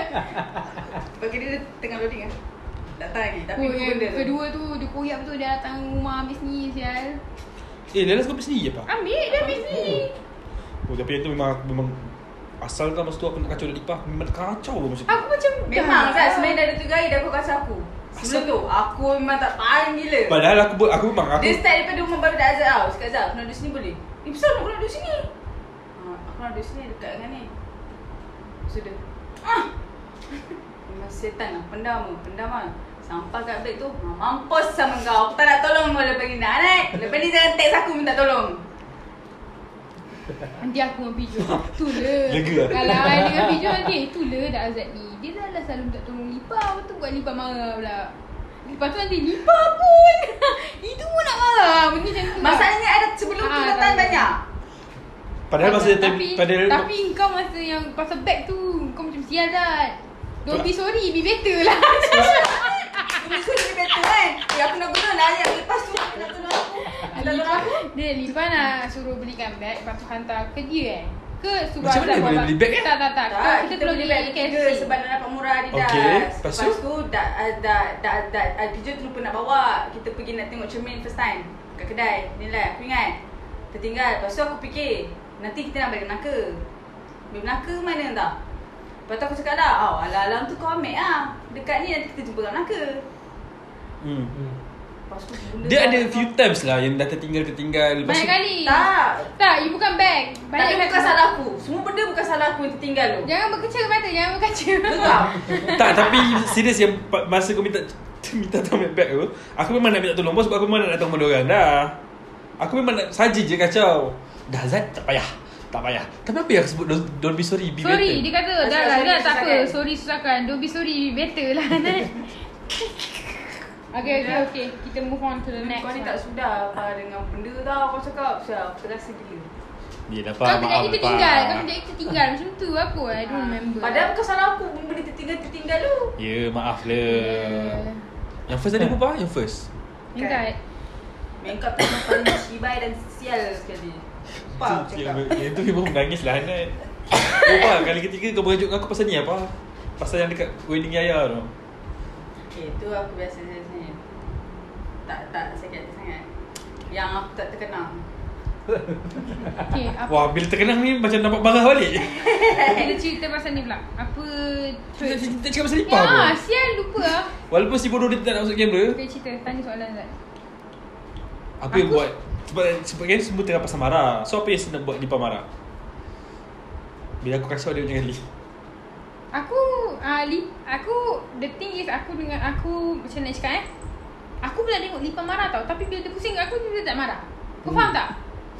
Speaker 4: Tempat kedua dia tengah loading lah Datang lagi Tapi
Speaker 2: Oh,
Speaker 4: oh,
Speaker 2: yang
Speaker 4: benda tu.
Speaker 2: kedua tu Dia koyak betul Dia datang rumah habis ni sial
Speaker 3: Eh, lelas kau pergi sendiri je pa
Speaker 2: Ambil dia habis ni
Speaker 3: Oh, tapi yang tu memang aku memang Asal kan masa tu aku nak kacau dekat Ipah Memang kacau lah masa tu
Speaker 2: Aku macam lah."
Speaker 4: Memang
Speaker 2: tak-
Speaker 4: kan sebenarnya dari tu guys dah kau kasih aku Sebelum tu aku memang tak tahan gila
Speaker 3: Padahal aku buat, aku memang aku
Speaker 4: Dia start daripada rumah baru dah Azad tau Cakap Azad aku nak duduk sini boleh Eh besar nak aku nak duduk sini ah, Aku nak duduk sini dekat dengan ni Sudah ah! Memang setan lah pendam lah pendam lah Sampai kat break tu ah, Mampus sama kau Aku tak nak tolong kau lepas ni nak anak Lepas ni jangan teks aku minta tolong
Speaker 2: Nanti aku dengan Pijo Tu lah
Speaker 3: Lega lah.
Speaker 2: Kalau I dengan Pijo nanti Tu lah dah Azad ni Dia dah lah selalu tak tolong Lipa Lepas tu buat Lipa marah pula Lepas tu nanti Lipa pun Itu pun nak marah Benda macam tu lah.
Speaker 4: Masalahnya ada sebelum tu
Speaker 2: Ah,
Speaker 4: dah tahan
Speaker 2: tahu.
Speaker 4: banyak
Speaker 3: Padahal masa
Speaker 2: tapi, tapi,
Speaker 3: tapi, padahal
Speaker 2: tapi kau masa yang Pasal bag tu Kau macam sial dah Don't be sorry Be better lah
Speaker 4: Ini aku lebih better kan Eh aku nak guna lah ayat Lepas tu aku nak tolong aku Nak tolong
Speaker 2: Lipa,
Speaker 4: aku
Speaker 2: dia Lipa nak suruh belikan bag Lepas tu hantar ke dia eh Ke suruh
Speaker 3: Macam
Speaker 2: Azad
Speaker 3: mana
Speaker 2: buat bag?
Speaker 3: boleh beli bag, eh?
Speaker 2: Tak tak tak,
Speaker 4: Tak,
Speaker 2: Kita,
Speaker 4: kita
Speaker 2: tolong
Speaker 4: beli
Speaker 2: beli
Speaker 4: bag ketiga
Speaker 2: KFC
Speaker 4: sebab dah dapat murah Adidas.
Speaker 3: Okey, lepas
Speaker 4: lepas,
Speaker 3: tu?
Speaker 4: tu dah eh, dah dah dah dah Pijo tu lupa nak bawa. Kita pergi nak tengok cermin first time kat kedai. Ni lah aku ingat. Tertinggal. Lepas tu aku fikir nanti kita nak balik Melaka. Balik Melaka mana tak? Lepas tu aku cakap dah, oh, alam-alam tu kau ambil lah. Dekat ni nanti kita jumpa kat Melaka.
Speaker 3: hmm.
Speaker 1: Hmm.
Speaker 4: Lepas tu benda
Speaker 3: Dia
Speaker 4: tu
Speaker 3: ada
Speaker 4: aku-
Speaker 3: few times lah yang dah tertinggal-tertinggal Lepas
Speaker 2: Banyak
Speaker 3: tu
Speaker 2: kali
Speaker 4: Tak.
Speaker 2: Tak, you bukan bag.
Speaker 4: Banyak
Speaker 2: kali.
Speaker 4: bukan salah aku. Semua benda bukan salah aku yang tertinggal tu.
Speaker 2: Jangan berkecil mata, jangan berkaca.
Speaker 4: Geram.
Speaker 3: Tak tapi serius yang pa- masa kau minta minta tolong bag aku Aku memang nak minta tolong bos sebab aku memang nak tolong orang dah Aku memang nak saja je kacau Dah Zat tak payah Tak payah Tapi apa yang aku sebut don't, don't be sorry be
Speaker 2: Sorry, dia
Speaker 3: better
Speaker 2: kata dah
Speaker 4: Pasal
Speaker 2: lah, dah
Speaker 4: sorry,
Speaker 2: tak apa.
Speaker 4: susahkan.
Speaker 2: Sorry susahkan. Don't be sorry, better lah. Nat. okay, okay, okay. Kita move on to the next
Speaker 4: Kau ni
Speaker 2: one.
Speaker 4: tak sudah apa dengan benda tau kau cakap. Sial, aku terasa gila.
Speaker 3: Dia dah
Speaker 2: Kau
Speaker 3: faham
Speaker 2: kejap
Speaker 3: maaf
Speaker 2: kita
Speaker 3: lah,
Speaker 2: tinggal,
Speaker 3: Pak.
Speaker 2: kau kejap kita tinggal. Macam tu apa, I don't
Speaker 4: Ah,
Speaker 2: remember.
Speaker 4: Padahal bukan salah aku benda tertinggal-tertinggal tu.
Speaker 3: Ya maaf le
Speaker 2: Yeah.
Speaker 3: Yang first tadi apa Pak? Yang first
Speaker 2: Ingat.
Speaker 4: Makeup tu memang paling cibai dan sial sekali. Apa
Speaker 3: Itu-
Speaker 4: cakap?
Speaker 3: Yang tu memang menangis lah Hanat Oh Pak kali ketiga kau merajuk dengan aku pasal ni apa? Pasal yang dekat wedding Yaya tu
Speaker 4: Eh, tu aku biasa biasanya. Tak tak sakit hati sangat. Yang aku tak terkenang.
Speaker 2: Okay, apa?
Speaker 3: Wah bila terkenang ni macam nampak marah balik
Speaker 2: Kita cerita pasal ni pula. Apa?
Speaker 3: Kita
Speaker 2: Cerita.
Speaker 3: kita cakap pasal Lipa apa?
Speaker 2: Ya, sial lupa ah.
Speaker 3: Walaupun si bodoh dia tak nak masuk kamera
Speaker 2: Okay, cerita. Tanya soalan Zat.
Speaker 3: Apa yang buat sebab, sebab kan semua tengah pasal marah So apa yang senang buat Lipa marah? Bila aku kacau dia macam kali
Speaker 2: Aku uh, li, aku the thing is aku dengan aku macam nak cakap eh. Aku pula tengok Lipa marah tau tapi bila dia pusing kat aku dia tak marah. Kau faham
Speaker 3: Hmm.
Speaker 2: tak?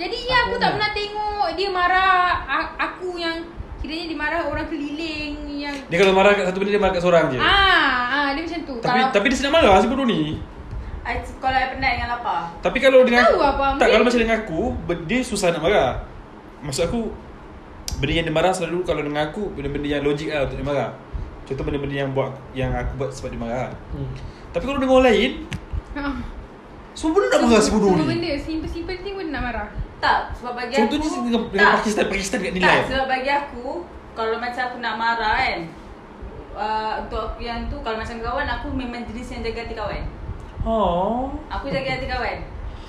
Speaker 2: Jadi ya aku tak pernah tengok dia marah A- aku yang kiranya dia marah orang keliling yang
Speaker 3: Dia kalau marah kat satu benda dia marah kat seorang je
Speaker 2: ah ah dia macam tu.
Speaker 3: Ya. Tapi
Speaker 2: Kalau
Speaker 3: tapi dia senang marah si bodoh ni
Speaker 4: I, kalau I penat dengan lapar.
Speaker 3: Tapi kalau dengan
Speaker 2: Tahu apa,
Speaker 3: Tak
Speaker 2: mungkin-
Speaker 3: kalau macam dengan aku ber- Dia susah nak marah Maksud aku Benda yang dia marah selalu Kalau dengan aku Benda-benda yang logik lah Untuk dia marah Contoh benda-benda yang buat Yang aku buat sebab dia marah
Speaker 1: Hmm.
Speaker 3: Tapi kalau dengan orang lain
Speaker 2: Ah.
Speaker 3: Semua benda nak marah si bodoh
Speaker 2: Semua
Speaker 3: ni
Speaker 2: benda simple-simple thing pun nak marah.
Speaker 4: Tak, sebab bagi aku
Speaker 3: Contohnya dengan, dengan
Speaker 4: Tak.
Speaker 3: Pakistan Pakistan kat lah. nilai
Speaker 4: Tak, sebab bagi aku Kalau macam aku nak marah kan uh, Untuk aku yang tu Kalau macam kawan Aku memang jenis yang jaga hati kawan
Speaker 3: Oh
Speaker 4: Aku jaga hati kawan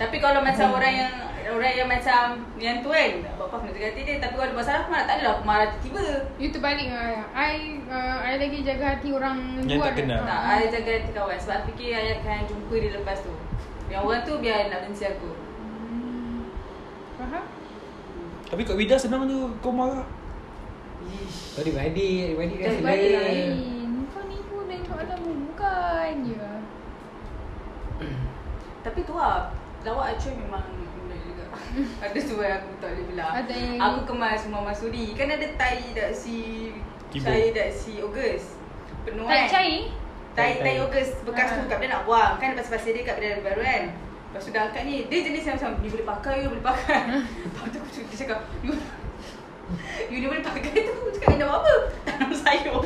Speaker 4: Tapi kalau macam orang yang Orang yang macam Yang tu kan Bapa aku nak jaga hati dia Tapi kalau dia buat salah Aku marah tak adalah aku marah tiba-tiba
Speaker 2: You terbalik ah. I uh, I lagi jaga hati orang
Speaker 3: Yang
Speaker 2: luar.
Speaker 3: tak kenal.
Speaker 4: Tak,
Speaker 2: Ah.
Speaker 4: I jaga hati kawan Sebab aku fikir I akan jumpa dia lepas tu Dia Yang orang tu biar nak benci aku
Speaker 2: Hmm. Faham?
Speaker 3: Tapi kat Wida senang je kau marah.
Speaker 4: Ish
Speaker 1: Kau adik-adik Adik-adik kan
Speaker 4: Adik-adik
Speaker 1: lain
Speaker 2: Lain. Kau ni pun tengok alam bukan je.
Speaker 4: Tapi tu lah Lawak acuan memang Menarik juga Ada tu yang aku tak boleh belah
Speaker 2: Ada yang-
Speaker 4: Aku kemas rumah Masuri Kan ada tai dat si
Speaker 3: Tibo.
Speaker 4: Saya dat si Ogos Penuh
Speaker 2: Tak
Speaker 4: kan
Speaker 2: cair?
Speaker 4: Tai tai Ogos Bekas
Speaker 2: Ah.
Speaker 4: tu kat bila nak buang Kan lepas pasir dia kat bila baru kan Lepas tu dah angkat ni Dia jenis yang macam Ni boleh pakai ke boleh pakai Lepas tu aku cakap- dia cakap You You ni boleh pakai tu Aku cakap ni nak buat apa Tanam sayur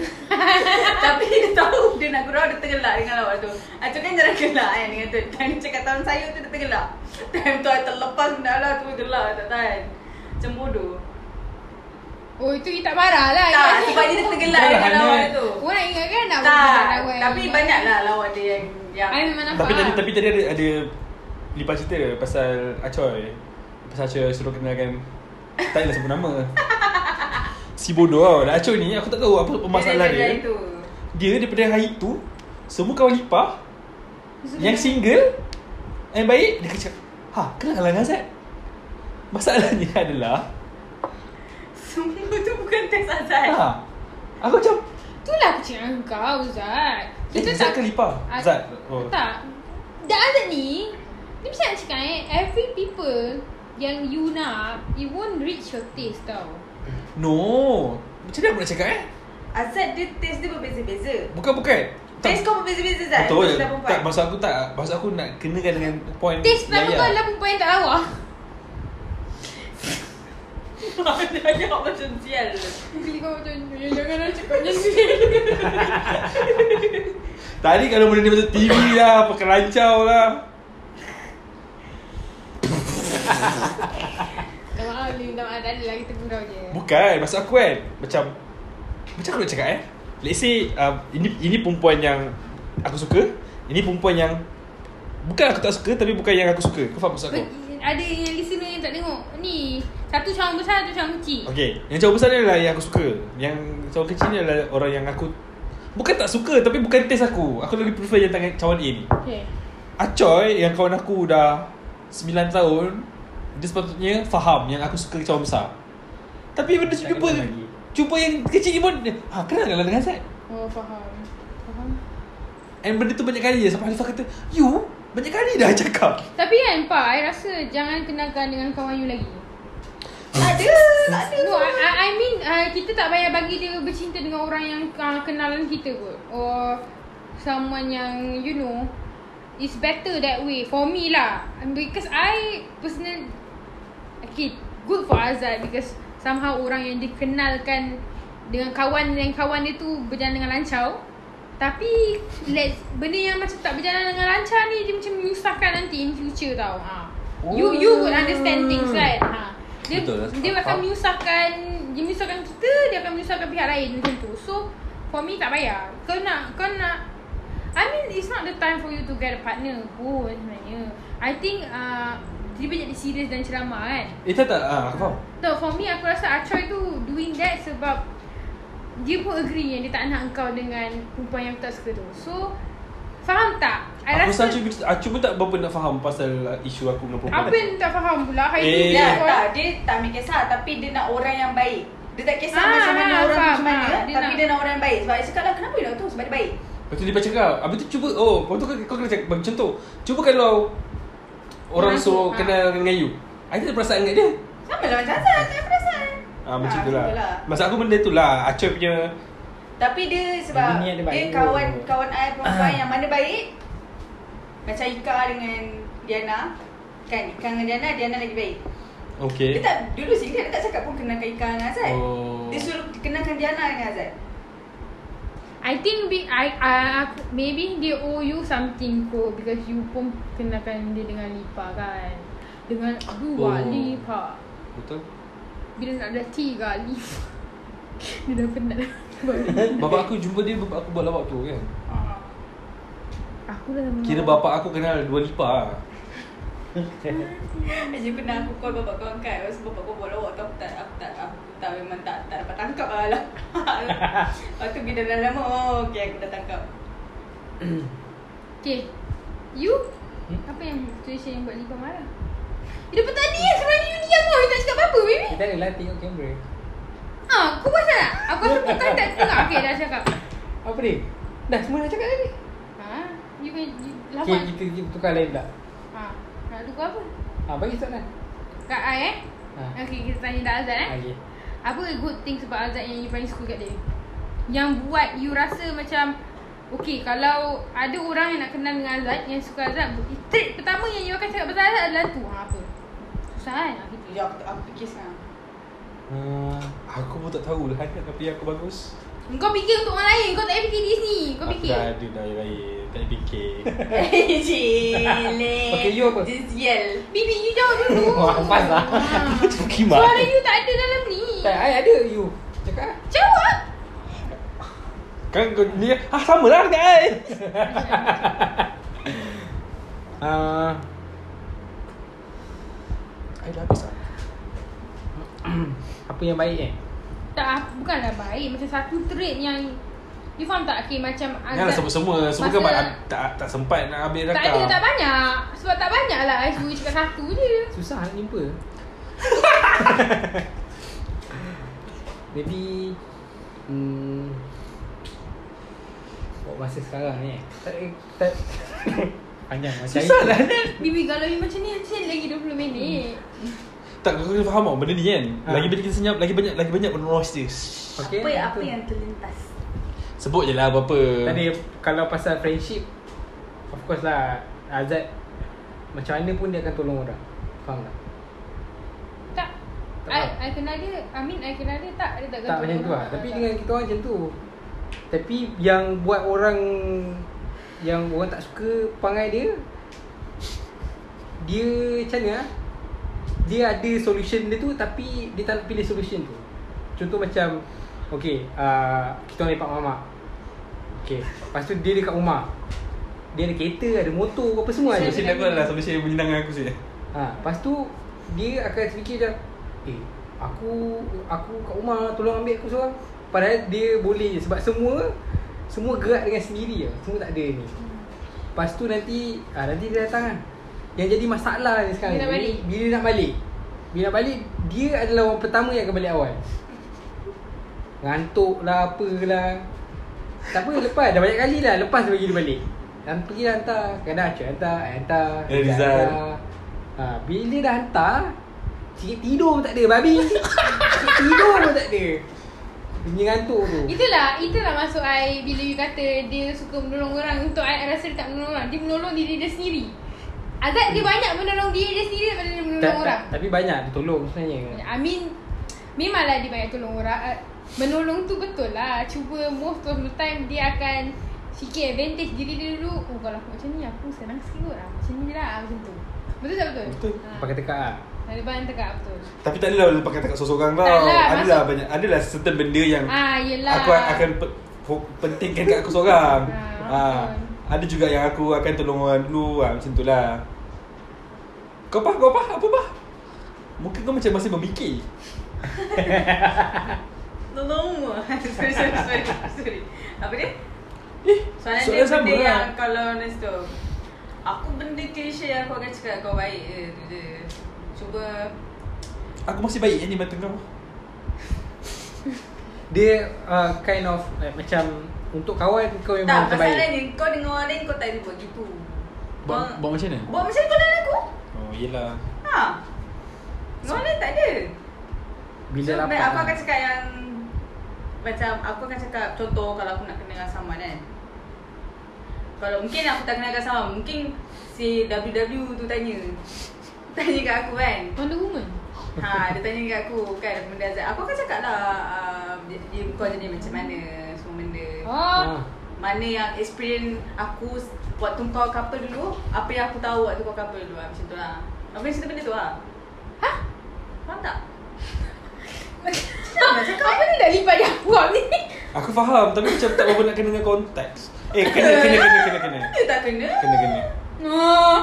Speaker 4: Tapi dia tahu Dia nak gurau Dia tergelak dengan lawak tu Acuk kan jarang gelak kan Dengan tu Time dia cakap tanam sayur tu Dia tergelak Time tu I terlepas benda lah Tu gelak tak tahan Macam bodoh
Speaker 2: Oh itu kita tak marah lah.
Speaker 4: Tak sebab dia tergelak dengan lawak tu
Speaker 2: Kau nak ingat kan nak
Speaker 4: Tak Tapi banyak lah lawak dia yang yang
Speaker 2: I memang nampak
Speaker 3: Tapi tadi
Speaker 2: lah.
Speaker 3: tapi tadi ada ada lipat cerita dia pasal Acoy. Pasal Acoy suruh kenalkan tak ada sebut nama. si bodoh tau. Lah Acoy ni aku tak tahu apa masalah
Speaker 4: Dia
Speaker 3: dia.
Speaker 4: itu
Speaker 3: Dia daripada hari tu semua kawan lipah yang single yang baik dia kecap. Ha, kenal dengan Azad. Masalahnya adalah
Speaker 4: Semua tu bukan teks azan
Speaker 3: ha, aku macam
Speaker 2: Itulah aku cakap dengan kau Zat
Speaker 3: eh, Zat ke lipah?
Speaker 2: Ah,
Speaker 3: Zat. Oh.
Speaker 2: Tak Dan Azad ni Dia macam nak cakap eh Every people Yang you nak It won't reach your taste tau
Speaker 3: No. Macam mana aku nak cakap eh?
Speaker 4: Azad dia teks dia berbeza-beza
Speaker 3: Bukan bukan. Tak-
Speaker 4: Teks kau berbeza-beza Zat
Speaker 3: Betul
Speaker 4: Lelaki dan perempuan.
Speaker 3: Tak maksud aku tak Maksud aku nak kenakan dengan Point
Speaker 2: Taste
Speaker 3: ya,
Speaker 2: pertama kau lah. adalah perempuan yang tak lawa
Speaker 4: Tanya awak macam sial
Speaker 2: Bila kau macam "Eh, Jangan nak cakap macam ni
Speaker 3: Tadi kalau benda ni macam TV lah Pakai rancau lah
Speaker 2: Minta maaf Lim Minta maaf Tak ada lah Kita gurau je
Speaker 3: Bukan Maksud aku kan Macam Macam aku nak cakap eh Let's say uh, ini, ini perempuan yang Aku suka Ini perempuan yang Bukan aku tak suka Tapi bukan yang aku suka Kau faham maksud aku?
Speaker 2: Ber- Ada yang listener yang tak tengok Ni Satu cawan besar Satu cawan kecil
Speaker 3: Okay Yang jauh besar ni adalah yang aku suka Yang cawan kecil ni adalah orang yang aku Bukan tak suka Tapi bukan taste aku Aku lagi prefer yang tangan cawan A ni
Speaker 2: Okay
Speaker 3: Acoy yang kawan aku dah 9 tahun Dia sepatutnya faham yang aku suka cawan besar Tapi benda
Speaker 1: Tak
Speaker 3: cuba
Speaker 1: kenal lagi.
Speaker 3: Cuba yang kecil ni pun dia, Ha kenal tak dengan Zat?
Speaker 2: Oh faham Faham
Speaker 3: And benda tu banyak kali je Sampai Hanifah kata You banyak kali dah cakap
Speaker 2: Tapi kan Pak I rasa Jangan kenalkan dengan kawan you lagi
Speaker 4: Tak ada Tak ada
Speaker 2: No, I, I I mean uh, kita tak payah bagi dia bercinta dengan orang yang uh, kenalan kita kot. Or someone yang you know it's better that way for me lah. And Because I personal okay, good for Azad because somehow orang yang dikenalkan dengan kawan yang kawan dia tu berjalan dengan lancar. Tapi let's, benda yang macam tak berjalan dengan lancar ni dia macam menyusahkan nanti in future tau. Ha. You you would understand things right. Ha. Dia
Speaker 3: Betul lah.
Speaker 2: dia akan menyusahkan dia menyusahkan kita, dia akan menyusahkan pihak lain macam tu. So for me tak payah. Kau nak kau nak I mean it's not the time for you to get a partner pun sebenarnya. I think uh, tiba jadi serius dan ceramah kan.
Speaker 3: Eh tak tak ha, Aku faham
Speaker 2: No, for me aku rasa Acoy tu doing that sebab dia pun agree yang dia tak nak engkau dengan perempuan yang aku tak suka tu. So faham tak? I
Speaker 3: Aku
Speaker 2: rasa
Speaker 3: rasa Acu, Acu pun tak berapa nak faham Pasal isu aku dengan perempuan
Speaker 2: apa yang tak faham pula hari tu
Speaker 3: Eh.
Speaker 2: dia
Speaker 4: Ya,
Speaker 2: call-
Speaker 4: tak, dia tak ambil kisah Tapi dia nak orang yang baik Dia tak kisah
Speaker 2: Ah,
Speaker 4: macam mana
Speaker 2: ah,
Speaker 4: orang
Speaker 2: faham,
Speaker 4: macam mana
Speaker 2: ah. Dia
Speaker 4: Tapi
Speaker 2: nak-
Speaker 4: dia nak orang yang baik Sebab dia cakap lah Kenapa you nak tu? Sebab dia baik
Speaker 3: Lepas tu dia cakap Habis tu cuba Oh lepas tu kau, kau kena cakap Bagi contoh Cuba kalau Orang
Speaker 2: Orang tu,
Speaker 3: suruh
Speaker 2: ha.
Speaker 3: kenal dengan you I tak ada perasaan kat dia
Speaker 4: Sama lah macam Azad Tak ada perasaan
Speaker 3: Ah, macam
Speaker 4: Ah,
Speaker 3: tu lah.
Speaker 4: macam tu lah.
Speaker 3: Masa aku benda tu lah. Aceh punya.
Speaker 4: Tapi dia
Speaker 1: Dia
Speaker 4: sebab
Speaker 1: ni ada
Speaker 4: Dia,
Speaker 1: baik.
Speaker 4: kawan Kawan saya perempuan yang mana baik Macam Ika dengan Diana Kan Ika dengan Diana Diana lagi baik
Speaker 3: Okay.
Speaker 4: Dia tak Dulu sih dia tak cakap pun Kenalkan Ika dengan Azad
Speaker 3: Oh.
Speaker 4: Dia suruh kenalkan Diana dengan Azad
Speaker 2: I think be, I, I aku, maybe they owe you something kot because you pun kenakan dia dengan lipa kan. Dengan aduh oh.
Speaker 3: Oh.
Speaker 2: lipa.
Speaker 3: Betul.
Speaker 2: Bila nak ada tiga lipa. dia dah penat dah.
Speaker 3: Bapak aku jumpa dia bapak aku buat lawak tu kan.
Speaker 1: Ah.
Speaker 2: aku dah
Speaker 4: Hmm.
Speaker 2: lama-
Speaker 3: Kira bapak aku kenal dua lipa lah.
Speaker 4: Macam pernah aku call bapak kau angkat Lepas tu bapak kau buat lawak tu Aku tak Aku tak Aku tak memang tak Tak dapat tangkap lah lah Lepas tu bila dah lama Oh okay aku dah tangkap
Speaker 2: Okay You Apa yang situation yang buat Liba marah? Eh, Daripada tadi kan sebenarnya you diam kau. You tak cakap apa-apa, baby.
Speaker 1: Kita adalah tengok kamera
Speaker 2: Ha, kau buat salah. Aku rasa kau kan tak tengok. Okay, dah cakap.
Speaker 1: Apa ni? Dah semua dah cakap tadi
Speaker 2: Ha, you kan you
Speaker 1: Okay,
Speaker 2: lawan.
Speaker 1: kita, kita tukar lain pula
Speaker 2: Ha, nak tukar apa?
Speaker 1: Ha, bagi soalan
Speaker 2: Kak I eh?
Speaker 1: Ha,
Speaker 2: Okay, kita tanya dah Azad eh.
Speaker 1: okay
Speaker 2: Apa good things about Azad yang you paling suka kat dia? Yang buat you rasa macam Okay, kalau ada orang yang nak kenal dengan Azad Yang suka Azad Trik pertama yang you akan cakap pasal Azad adalah tu ha, Apa? Susah kan? nak fikir.
Speaker 4: Ya, aku, aku fikir sekarang
Speaker 3: Uh, aku pun tak tahu lah kan apa yang aku bagus.
Speaker 2: Kau fikir untuk orang lain Kau tak payah fikir diri sendiri Kau
Speaker 3: aku
Speaker 2: fikir
Speaker 3: dah ada dah yang lain. Tak payah fikir.
Speaker 4: Eh, jelek
Speaker 1: Okay, you apa?
Speaker 4: Just yell
Speaker 2: Bibi you jawab dulu
Speaker 1: Wah, pas lah.
Speaker 2: Ha.
Speaker 3: Kimak.
Speaker 2: Suara you tak ada dalam ni
Speaker 1: Tak, I ada you Cakap lah
Speaker 2: Jawab
Speaker 3: Kan kau ni ah sama lah dengan ai. Ah. Ai dah habis ah.
Speaker 1: Apa yang baik eh
Speaker 2: Tak, bukanlah baik Macam satu trait yang You faham tak? Okay, macam
Speaker 3: Janganlah
Speaker 2: Azad
Speaker 3: semua-semua Semua kan
Speaker 2: Ah, Masa-
Speaker 3: tak, tak, tak sempat nak ambil
Speaker 2: Tak
Speaker 3: rakam
Speaker 2: ada, tak banyak Sebab tak banyak lah I suruh you cakap satu je
Speaker 1: Susah nak jumpa Maybe hmm, Buat masa sekarang ni eh. Tak, tak Panjang macam Susah lah Hmm.
Speaker 2: Bibi kalau you macam ni Nanti lagi 20 minit
Speaker 3: Tak kau kena faham tau benda ni kan
Speaker 1: Ha.
Speaker 3: Lagi banyak kita senyap Lagi banyak Lagi banyak noise dia Shhh.
Speaker 1: okay,
Speaker 4: Apa yang, apa yang terlintas
Speaker 3: Sebut je lah apa-apa
Speaker 1: Tadi kalau pasal friendship Of course lah Azad Macam mana pun dia akan tolong orang Faham tak? Tak
Speaker 2: Tak
Speaker 1: faham.
Speaker 2: I, I kenal dia I mean I kenal dia tak Dia tak
Speaker 1: tak
Speaker 2: gantung
Speaker 1: macam tu
Speaker 2: orang.
Speaker 1: lah Tapi
Speaker 2: Tak.
Speaker 1: dengan kita orang macam tu Tapi yang buat orang Yang orang tak suka Perangai dia Dia macam mana ah? Dia ada solution dia tu Tapi dia tak nak pilih solution tu Contoh macam Okay uh, Kita orang lepak mamak Okay Lepas tu dia dekat rumah Dia ada kereta Ada motor Apa semua ada
Speaker 3: Solution aku adalah Solution yang menyenangkan aku sih
Speaker 1: Ha, lepas tu dia akan fikir macam eh aku aku kat rumah tolong ambil aku seorang. Padahal dia boleh je sebab semua semua gerak dengan sendiri je. Semua tak ada ni. Lepas tu nanti ah nanti dia datang kan. Yang jadi masalah ni sekarang
Speaker 2: Bila
Speaker 1: ni,
Speaker 2: balik?
Speaker 1: Bila nak balik. Bila nak balik dia adalah orang pertama yang akan balik awal. Ngantuk lah apalah. Tak apa lepas dah banyak kali lah lepas dia bagi dia balik. Dan pergi dah hantar Kadang Acik hantar I hantar
Speaker 3: Eh,
Speaker 1: Rizal
Speaker 3: Rizal.
Speaker 1: hantar. ha, Bila dah hantar Sikit tidur pun tak ada babi Sikit tidur pun tak ada Bunyi ngantuk tu
Speaker 2: Itulah Itulah masuk I Bila you kata Dia suka menolong orang Untuk I, I rasa dia tak menolong orang Dia menolong diri dia sendiri Azad dia banyak menolong diri dia sendiri Daripada dia menolong
Speaker 1: tak,
Speaker 2: orang Ya
Speaker 1: tak, Tapi banyak dia tolong sebenarnya
Speaker 2: I mean Memanglah dia banyak tolong orang Uh, Menolong tu betul lah Cuba most of the time Dia akan Fikir advantage diri dia dulu Oh kalau aku macam ni Aku senang sikit kot lah Macam ni lah Macam tu Betul tak betul?
Speaker 3: Betul.
Speaker 2: ha.
Speaker 1: Pakai tekak lah
Speaker 2: Ada bahan tekak betul
Speaker 3: Tapi tak adalah lepas kata kat seorang-seorang tau
Speaker 2: Tak lah,
Speaker 3: Adalah
Speaker 2: maksud-
Speaker 3: banyak Adalah certain benda yang
Speaker 2: Ah yelah
Speaker 3: Aku akan pe- fo- pentingkan kat aku seorang
Speaker 2: Ah,
Speaker 3: ha. Ada juga yang aku akan tolong orang dulu ha, Macam tu lah Kau pah, kau pah, apa pah? Mungkin kau macam masih memikir
Speaker 4: Tolong Sorry, sorry, sorry, sorry Apa dia?
Speaker 3: Eh,
Speaker 4: Soalan,
Speaker 3: soalan
Speaker 4: dia
Speaker 3: sama
Speaker 4: benda
Speaker 3: lah.
Speaker 4: yang kalau nak tu Aku benda Keisha yang aku akan cakap kau baik je tu je Cuba
Speaker 3: Aku masih baik ni mata kau
Speaker 1: Dia uh, kind of like, Macam Untuk kawan kau memang tak,
Speaker 4: Tak,
Speaker 1: terbaik
Speaker 4: masalahnya kau dengan orang lain kau tak ada buat gitu
Speaker 2: Ah.
Speaker 3: Buat, buat macam mana?
Speaker 4: Buat macam tu dengan aku
Speaker 3: Oh yelah
Speaker 4: Ha Dengan orang lain tak ada
Speaker 1: Bila
Speaker 4: so,
Speaker 1: lapar ah.
Speaker 4: Aku akan cakap yang Macam aku akan cakap contoh kalau aku nak kenal sama kan Kalau mungkin aku tak kenal sama Mungkin si WW tu tanya Tanya kat aku kan
Speaker 2: Wonder Woman
Speaker 4: Ha, dia tanya kat aku kan benda Azad. Aku akan cakap lah uh, dia, dia, kau jadi macam mana semua benda.
Speaker 2: Oh
Speaker 1: ha.
Speaker 4: Mana yang experience aku s- waktu kau couple dulu, apa yang aku tahu waktu kau couple dulu lah. macam tu lah. Aku yang cerita benda tu lah.
Speaker 2: Hah?
Speaker 4: Faham tak?
Speaker 2: Apa ni dah lipat yang buat ni
Speaker 3: Aku faham tapi macam tak berapa nak kena dengan konteks Eh kena, kena, kena, kena, kena
Speaker 4: Dia tak kena.
Speaker 3: Kena, kena
Speaker 2: Oh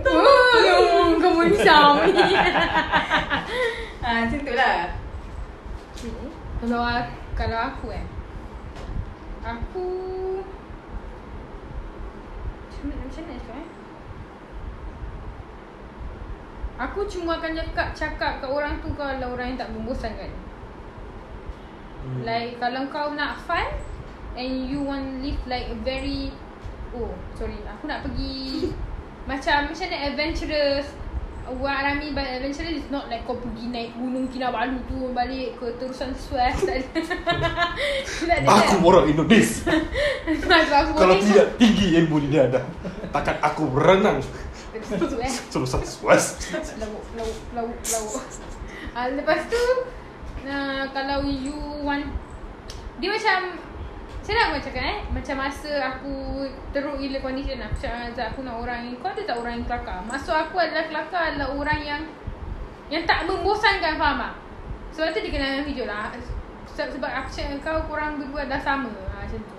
Speaker 2: Kau oh, Kau menisam ni
Speaker 4: Ha, macam tu lah.
Speaker 2: Kalau aku, kalau aku eh Aku Macam mana macam mana nak cakap eh Aku cuma akan cakap cakap kat orang tu kalau orang yang tak membosankan. Hmm. Like kalau kau nak fun and you want live like a very oh sorry aku nak pergi macam macam nak adventurous Wak Rami but adventurous is not like kau pergi naik gunung Kinabalu tu balik ke terusan Suez tak ada. tak ada. kan?
Speaker 3: Hmm. orang Indonesia
Speaker 2: Aku, aku boleh
Speaker 3: tinggi ilmu lidah dah Takkan aku berenang
Speaker 2: Lepas tu eh
Speaker 3: Sebesar suas
Speaker 2: Lauk, lauk, lauk, lauk uh, Lepas tu uh, Kalau you want Dia macam Macam mana aku nak cakap eh Macam masa aku Teruk gila condition lah Macam Azhar aku nak orang yang Kau ada tak orang yang kelakar Maksud aku adalah kelakar adalah orang yang Yang tak membosankan faham tak Sebab tu dia kenal dengan hijau lah sebab, sebab aku cakap dengan kau Korang berdua dah sama ha, Macam tu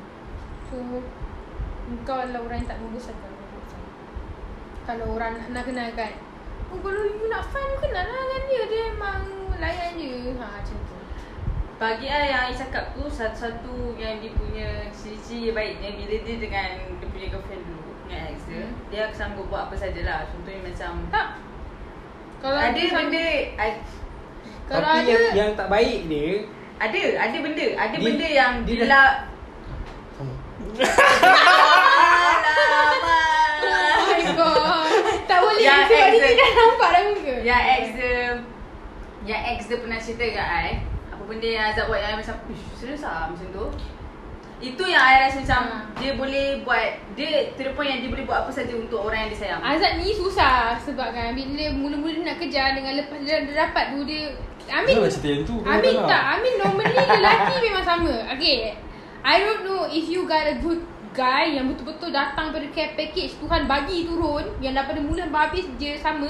Speaker 2: So Kau adalah orang yang tak membosankan Kalau orang nak, nak kenalkan Oh, kalau you nak fun, you kenal lah dengan dia. Dia memang layan je. Ha, macam tu.
Speaker 4: Bagi lah yang Ais cakap tu Satu-satu yang dia punya Ciri-ciri baiknya Bila dia dengan Dia punya girlfriend dulu Dengan ex dia
Speaker 2: Hmm.
Speaker 4: Dia akan sanggup buat apa sajalah Contohnya macam
Speaker 2: Tak. Kalau
Speaker 4: Ada
Speaker 2: dia sama-
Speaker 4: benda ad-
Speaker 2: Kalau
Speaker 1: Tapi
Speaker 2: ada,
Speaker 1: yang, yang tak baik dia
Speaker 4: Ada Ada benda Ada
Speaker 1: Dia-
Speaker 4: benda yang
Speaker 1: dia
Speaker 4: Dia
Speaker 1: dah-
Speaker 4: lah
Speaker 2: Oh my god. tak boleh
Speaker 4: Yang
Speaker 2: sebab
Speaker 4: ex
Speaker 2: dia
Speaker 4: dia-
Speaker 2: tidak nampak dah muka.
Speaker 4: Yang ex dia Yang ex dia pernah cerita kat I Apa benda yang Azab buat Yang I macam Ish serius lah macam tu Itu yang I rasa macam
Speaker 2: Ah.
Speaker 4: Dia boleh buat Dia to the point yang dia boleh buat apa saja Untuk orang yang dia sayang
Speaker 2: Azad ni susah sebab kan bila mula-mula dia nak kejar dengan lepas dia, dia dapat tu dia Amin
Speaker 3: Kenapa lah cerita yang tu? Kenapa
Speaker 2: Amin
Speaker 3: tak nak?
Speaker 2: tak Amin normally lelaki memang sama Okay I don't know if you got a good guy yang betul-betul datang pada care package Tuhan bagi turun yang daripada mula sampai habis dia sama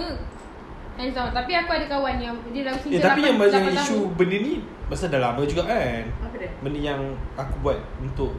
Speaker 2: Hands down Tapi aku ada kawan yang dia dah
Speaker 3: Eh
Speaker 2: single
Speaker 3: tapi
Speaker 2: lapan-
Speaker 3: yang macam
Speaker 2: lapan
Speaker 3: isu
Speaker 2: tahun.
Speaker 3: benda ni Pasal dah lama juga kan
Speaker 4: Apa dia? Oh.
Speaker 3: Benda yang aku buat untuk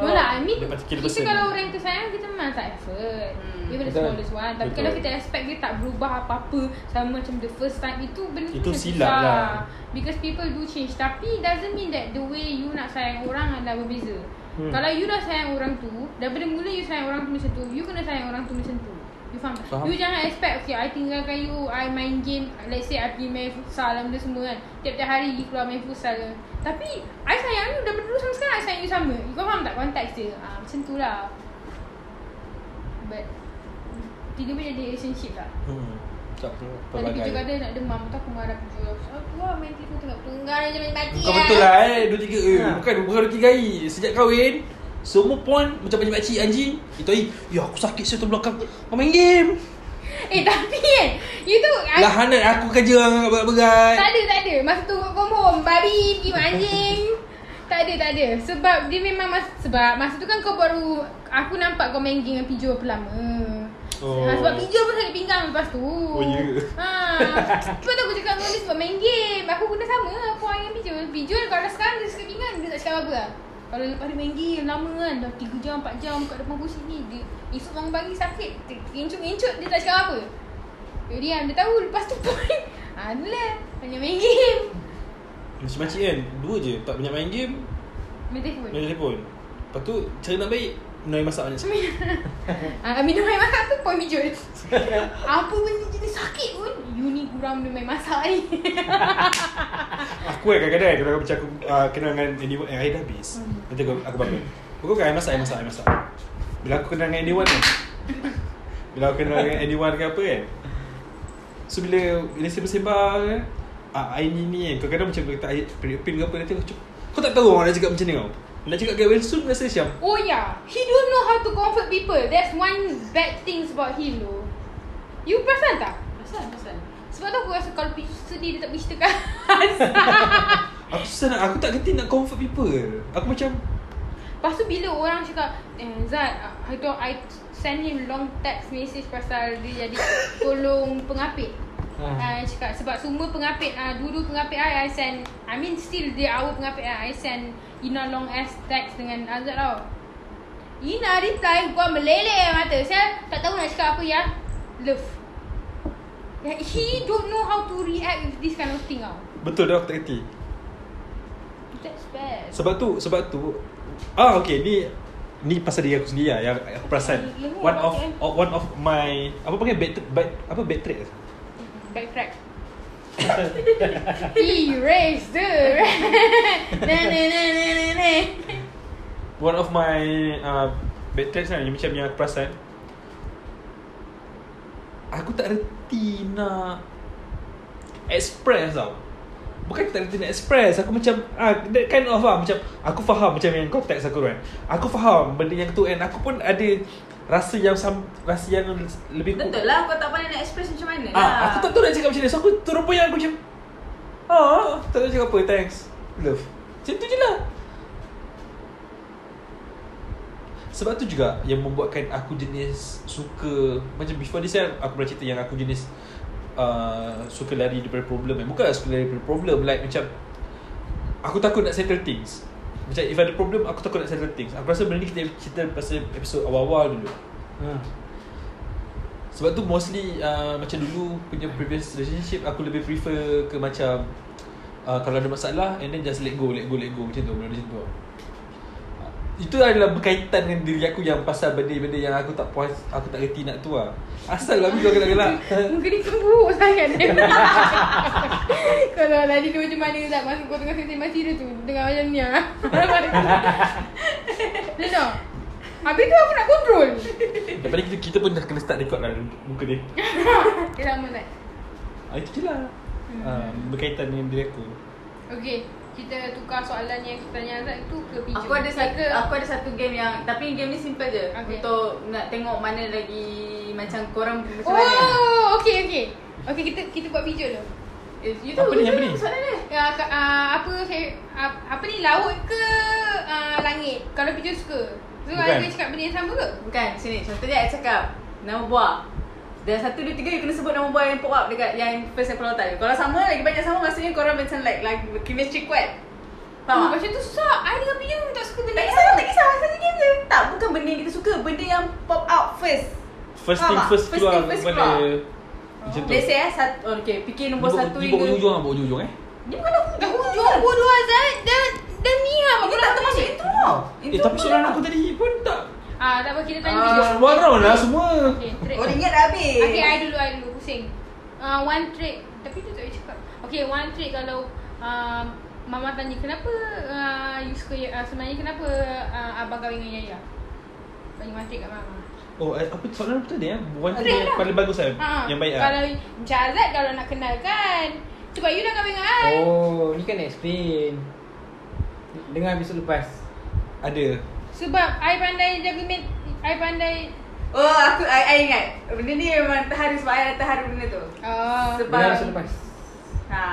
Speaker 2: No lah I mean
Speaker 3: Dia particular
Speaker 2: kita
Speaker 3: person.
Speaker 2: kalau orang yang tersayang kita memang tak effort
Speaker 4: Hmm.
Speaker 2: Even the
Speaker 3: Betul.
Speaker 2: smallest one Tapi
Speaker 3: Betul.
Speaker 2: kalau kita expect dia tak berubah apa-apa Sama macam the first time Itu benda tu
Speaker 3: Itu
Speaker 2: macam
Speaker 3: silap
Speaker 2: susah.
Speaker 3: lah.
Speaker 2: Because people do change Tapi it doesn't mean that the way you nak sayang orang adalah berbeza
Speaker 3: Hmm.
Speaker 2: Kalau you dah sayang orang tu Daripada mula you sayang orang tu macam tu You kena sayang orang tu macam tu You faham tak?
Speaker 3: Faham.
Speaker 2: You jangan expect Okay I tinggalkan you I main game Let's say I pergi main futsal dan Benda semua kan Tiap-tiap hari you keluar main futsal ke. Tapi I sayang you Daripada dulu sampai sekarang I sayang you sama You faham tak konteks dia ha, Macam tu lah But Tiga boleh jadi relationship tak
Speaker 3: hmm, Tak perlu
Speaker 2: Tadi kerja
Speaker 3: pelbagai
Speaker 2: kadang nak demam Tu aku marah kerja Aku cakap, Wah main tipu tengok Tunggal je main mati
Speaker 3: Kau betul lah eh Dua tiga eh,
Speaker 1: Ha.
Speaker 3: Bukan bukan dua tiga hari Sejak kahwin Semua pun Macam banyak makcik anjing Itu hari Ya aku sakit saya tu belakang Kau main game
Speaker 2: Eh tapi kan You tu I-
Speaker 3: Lahanat aku kerja dengan berat-berat
Speaker 2: Tak ada, tak ada. Masa tu work from home, babi pergi mak anjing. tak ada, tak ada. Sebab dia memang mas, sebab masa tu kan kau baru aku nampak kau main game dengan Pijo lama. Oh.
Speaker 3: Oh.
Speaker 2: Ha, sebab Pijo pun sakit pinggang lepas tu. Oh
Speaker 3: ya ke?
Speaker 2: Ha. Sebab tu aku cakap dengan dia sebab main game. Aku guna sama lah point dengan Pijo. Pijo kalau sekarang dia sakit pinggang dia tak cakap apa-apa lah. Kalau lepas dia main game lama kan Dah 3 jam 4 jam kat depan kursi ni dia, Esok bangun pagi sakit Kencuk-kencuk dia tak cakap apa Dia diam dia tahu Lepas tu point Adalah Banyak main game
Speaker 3: Makcik-makcik kan Dua je Tak banyak main game
Speaker 2: Main telefon
Speaker 3: Main telefon Lepas tu Cara nak baik Menaik masak banyak sekali
Speaker 2: Ah, Minum air masak tu point bijul Apa benda jenis sakit pun You ni kurang minum air masak ni
Speaker 3: Aku kan kadang-kadang Kalau macam aku uh, Kenal dengan anyone Eh air dah habis Nanti aku, aku bangun Pukul kan air masak Air masak Air masak Bila aku kenal dengan anyone kan Bila aku kenal dengan anyone ke apa kan So bila Bila sembah-sembah kan ah, Air ni ni kan Kadang-kadang macam Kita air Pin ke apa Nanti aku cakap, Kau tak tahu orang nak cakap macam ni kau Nak cakap dengan Wilson Rasa macam
Speaker 2: Oh yeah He don't know how to comfort people That's one bad things about him though You perasan tak?
Speaker 4: Pasal, pasal
Speaker 2: Sebab tu aku rasa kalau Pijo sedih dia tak boleh ceritakan
Speaker 3: Aku susah nak Aku tak kerti nak comfort people Aku macam
Speaker 2: Lepas tu bila orang cakap eh, Zat, I, don't, I send him long text message pasal dia jadi tolong pengapit I cakap sebab semua pengapit uh, Dulu pengapit I I send I mean still dia our pengapit I I send Ina long ass text dengan Azad tau Ina reply Gua meleleh eh mata Saya tak tahu nak cakap apa ya Love yeah, He don't know how to react with this kind of thing tau
Speaker 3: Betul dah aku tak kerti
Speaker 2: That's bad
Speaker 3: Sebab tu Sebab tu Ah okay ni Ni pasal diri aku sendiri lah Yang aku perasan
Speaker 2: Lemah
Speaker 3: One of
Speaker 2: sangat,
Speaker 3: One of my Apa panggil bad, bad Apa bad trait
Speaker 2: Back track Erase the Na na na na na na
Speaker 3: One of my uh, Bad tracks kan yang Macam yang aku perasan Aku tak reti nak Express tau Bukan tak reti nak express Aku macam ah, That kind of lah Macam Aku faham macam yang kau text aku kan Aku faham benda yang tu And aku pun ada Rasa yang sam, Rasa yang lebih ku-
Speaker 4: Betul lah kau tak pandai nak express macam mana lah
Speaker 3: Ah, aku tak tahu nak cakap macam mana. So aku turun pun yang aku macam Ah, tak tahu cakap apa. Thanks. Love. Macam tu je lah. Sebab tu juga yang membuatkan aku jenis suka Macam before this kan aku pernah cerita yang aku jenis uh, Suka lari daripada problem kan Bukan suka lari daripada problem Like macam Aku takut nak settle things Macam if ada problem aku takut nak settle things Aku rasa benda ni kita cerita pasal episod awal-awal dulu
Speaker 1: Ha.
Speaker 3: sebab tu mostly uh, macam dulu punya previous relationship aku lebih prefer ke macam uh, kalau ada masalah and then just let go, let go, let go macam tu, benda macam tu. Uh, Itu adalah berkaitan dengan diri aku yang pasal benda-benda yang aku tak puas, aku tak reti nak tu lah. Asal lah aku kena gelak.
Speaker 2: Muka ni cemburu sangat Kalau tadi tu macam mana tak Masa kau tengah sesi-masi dia tu Tengah macam ni ah. Dia nak Habis tu aku nak kontrol
Speaker 3: Daripada kita, kita pun dah kena start record lah muka dia.
Speaker 2: Dia lama tak
Speaker 3: Uh, itu je lah.
Speaker 2: Hmm.
Speaker 3: Uh,
Speaker 4: Hmm.
Speaker 3: berkaitan dengan diri aku.
Speaker 2: Okay Kita tukar soalan yang kita tanya Azad tu ke Pijo
Speaker 4: Aku ada satu aku ada satu game yang tapi game ni simple je
Speaker 2: Okay.
Speaker 4: untuk nak tengok mana lagi macam korang macam mana.
Speaker 2: Oh okay okay Okay kita kita buat Pijo dulu
Speaker 4: Eh, You
Speaker 3: Apa ni,
Speaker 4: tahu you
Speaker 3: apa ni?
Speaker 4: tahu soalan dia.
Speaker 2: Ya, ka- ah, apa saya ah, apa ni laut ke ah, langit? Kalau Pijo suka. So
Speaker 3: Bukan.
Speaker 2: ada cakap benda yang sama ke?
Speaker 4: Bukan sini contohnya aku cakap nama buah. Dan satu dua tiga you kena sebut nama buah yang pop up dekat yang first aku tak. Kalau sama lagi banyak sama maksudnya korang macam like like chemistry kuat.
Speaker 2: Oh,
Speaker 4: Faham? tak?
Speaker 2: macam tu susah. I dengan Pijo tak suka benda
Speaker 4: Tak
Speaker 2: yang
Speaker 4: kisah,
Speaker 2: sama.
Speaker 4: tak kisah. Satu game je. Tak, bukan benda yang kita suka. Benda yang pop out first.
Speaker 3: First
Speaker 4: Faham
Speaker 3: thing
Speaker 4: tak?
Speaker 3: first,
Speaker 4: First
Speaker 3: keluar
Speaker 4: thing first
Speaker 3: pada
Speaker 4: keluar.
Speaker 3: macam tu.
Speaker 4: Let's say eh, satu, oh, okay, fikir nombor
Speaker 3: Ni
Speaker 4: satu
Speaker 3: bawa- Ni bawa hujung lah, bawa hujung eh.
Speaker 4: Dia bukan dah
Speaker 2: Dah
Speaker 4: hujung.
Speaker 2: hujung bodoh Azad dan dan ni lah
Speaker 4: Ini tak termasuk intro.
Speaker 3: Eh tapi
Speaker 4: lah.
Speaker 3: soalan aku tadi pun tak
Speaker 2: Ah, tak apa kita tanya
Speaker 4: Ah,
Speaker 2: Pijo.
Speaker 3: One round lah semua
Speaker 2: Okay, trik.
Speaker 6: Orang ingat dah habis.
Speaker 2: Okay, I dulu, I dulu pusing. Uh, one trick. Tapi tu tak boleh cakap. Okay, one trick kalau uh, Mama tanya kenapa uh, you suka uh, sebenarnya kenapa uh, abang kahwin dengan Yaya? Bagi one trick kat Mama.
Speaker 3: Oh, eh, apa soalan apa tadi eh? Bukan tadi
Speaker 2: Trik
Speaker 3: yang
Speaker 2: lah.
Speaker 3: paling bagus kan?
Speaker 2: Ha,
Speaker 3: Yang baik
Speaker 2: Kalau
Speaker 3: lah.
Speaker 2: macam Azad kalau nak kenal kan. Sebab you dah kahwin dengan I. Oh.
Speaker 1: Oh, ni kan nak explain. Dengar episod lepas.
Speaker 3: Ada.
Speaker 2: Sebab I pandai jaga men I pandai
Speaker 4: Oh, aku I, I ingat. Benda ni memang terharu sebab I dah terharu benda tu.
Speaker 2: uh,
Speaker 4: Sebab
Speaker 1: Dengar episod lepas.
Speaker 4: Ha.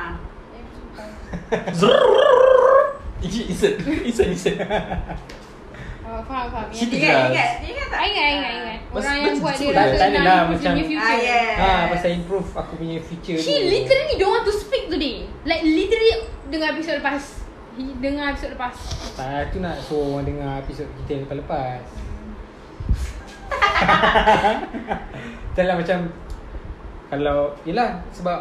Speaker 3: Ini insert. Insert, insert.
Speaker 2: uh, faham faham.
Speaker 3: Kita
Speaker 2: Yang-
Speaker 4: Ingat,
Speaker 3: jelas.
Speaker 4: ingat. Ingat tak?
Speaker 2: I ingat, I
Speaker 6: Ah.
Speaker 2: ingat, I ingat.
Speaker 3: Mas-
Speaker 2: Orang yang
Speaker 3: mas-
Speaker 2: buat dia
Speaker 3: mas-
Speaker 2: rasa
Speaker 1: tak ada
Speaker 2: nak
Speaker 1: lah
Speaker 2: you
Speaker 1: macam-
Speaker 2: punya future.
Speaker 4: Ah, yeah.
Speaker 1: Ha, pasal improve aku punya future
Speaker 2: She literally don't want to speak today. Like literally dengar episod lepas. He dengar episod lepas.
Speaker 1: Tak, tu nak suruh orang dengar episod kita yang lepas-lepas Macam lah macam Kalau, yelah sebab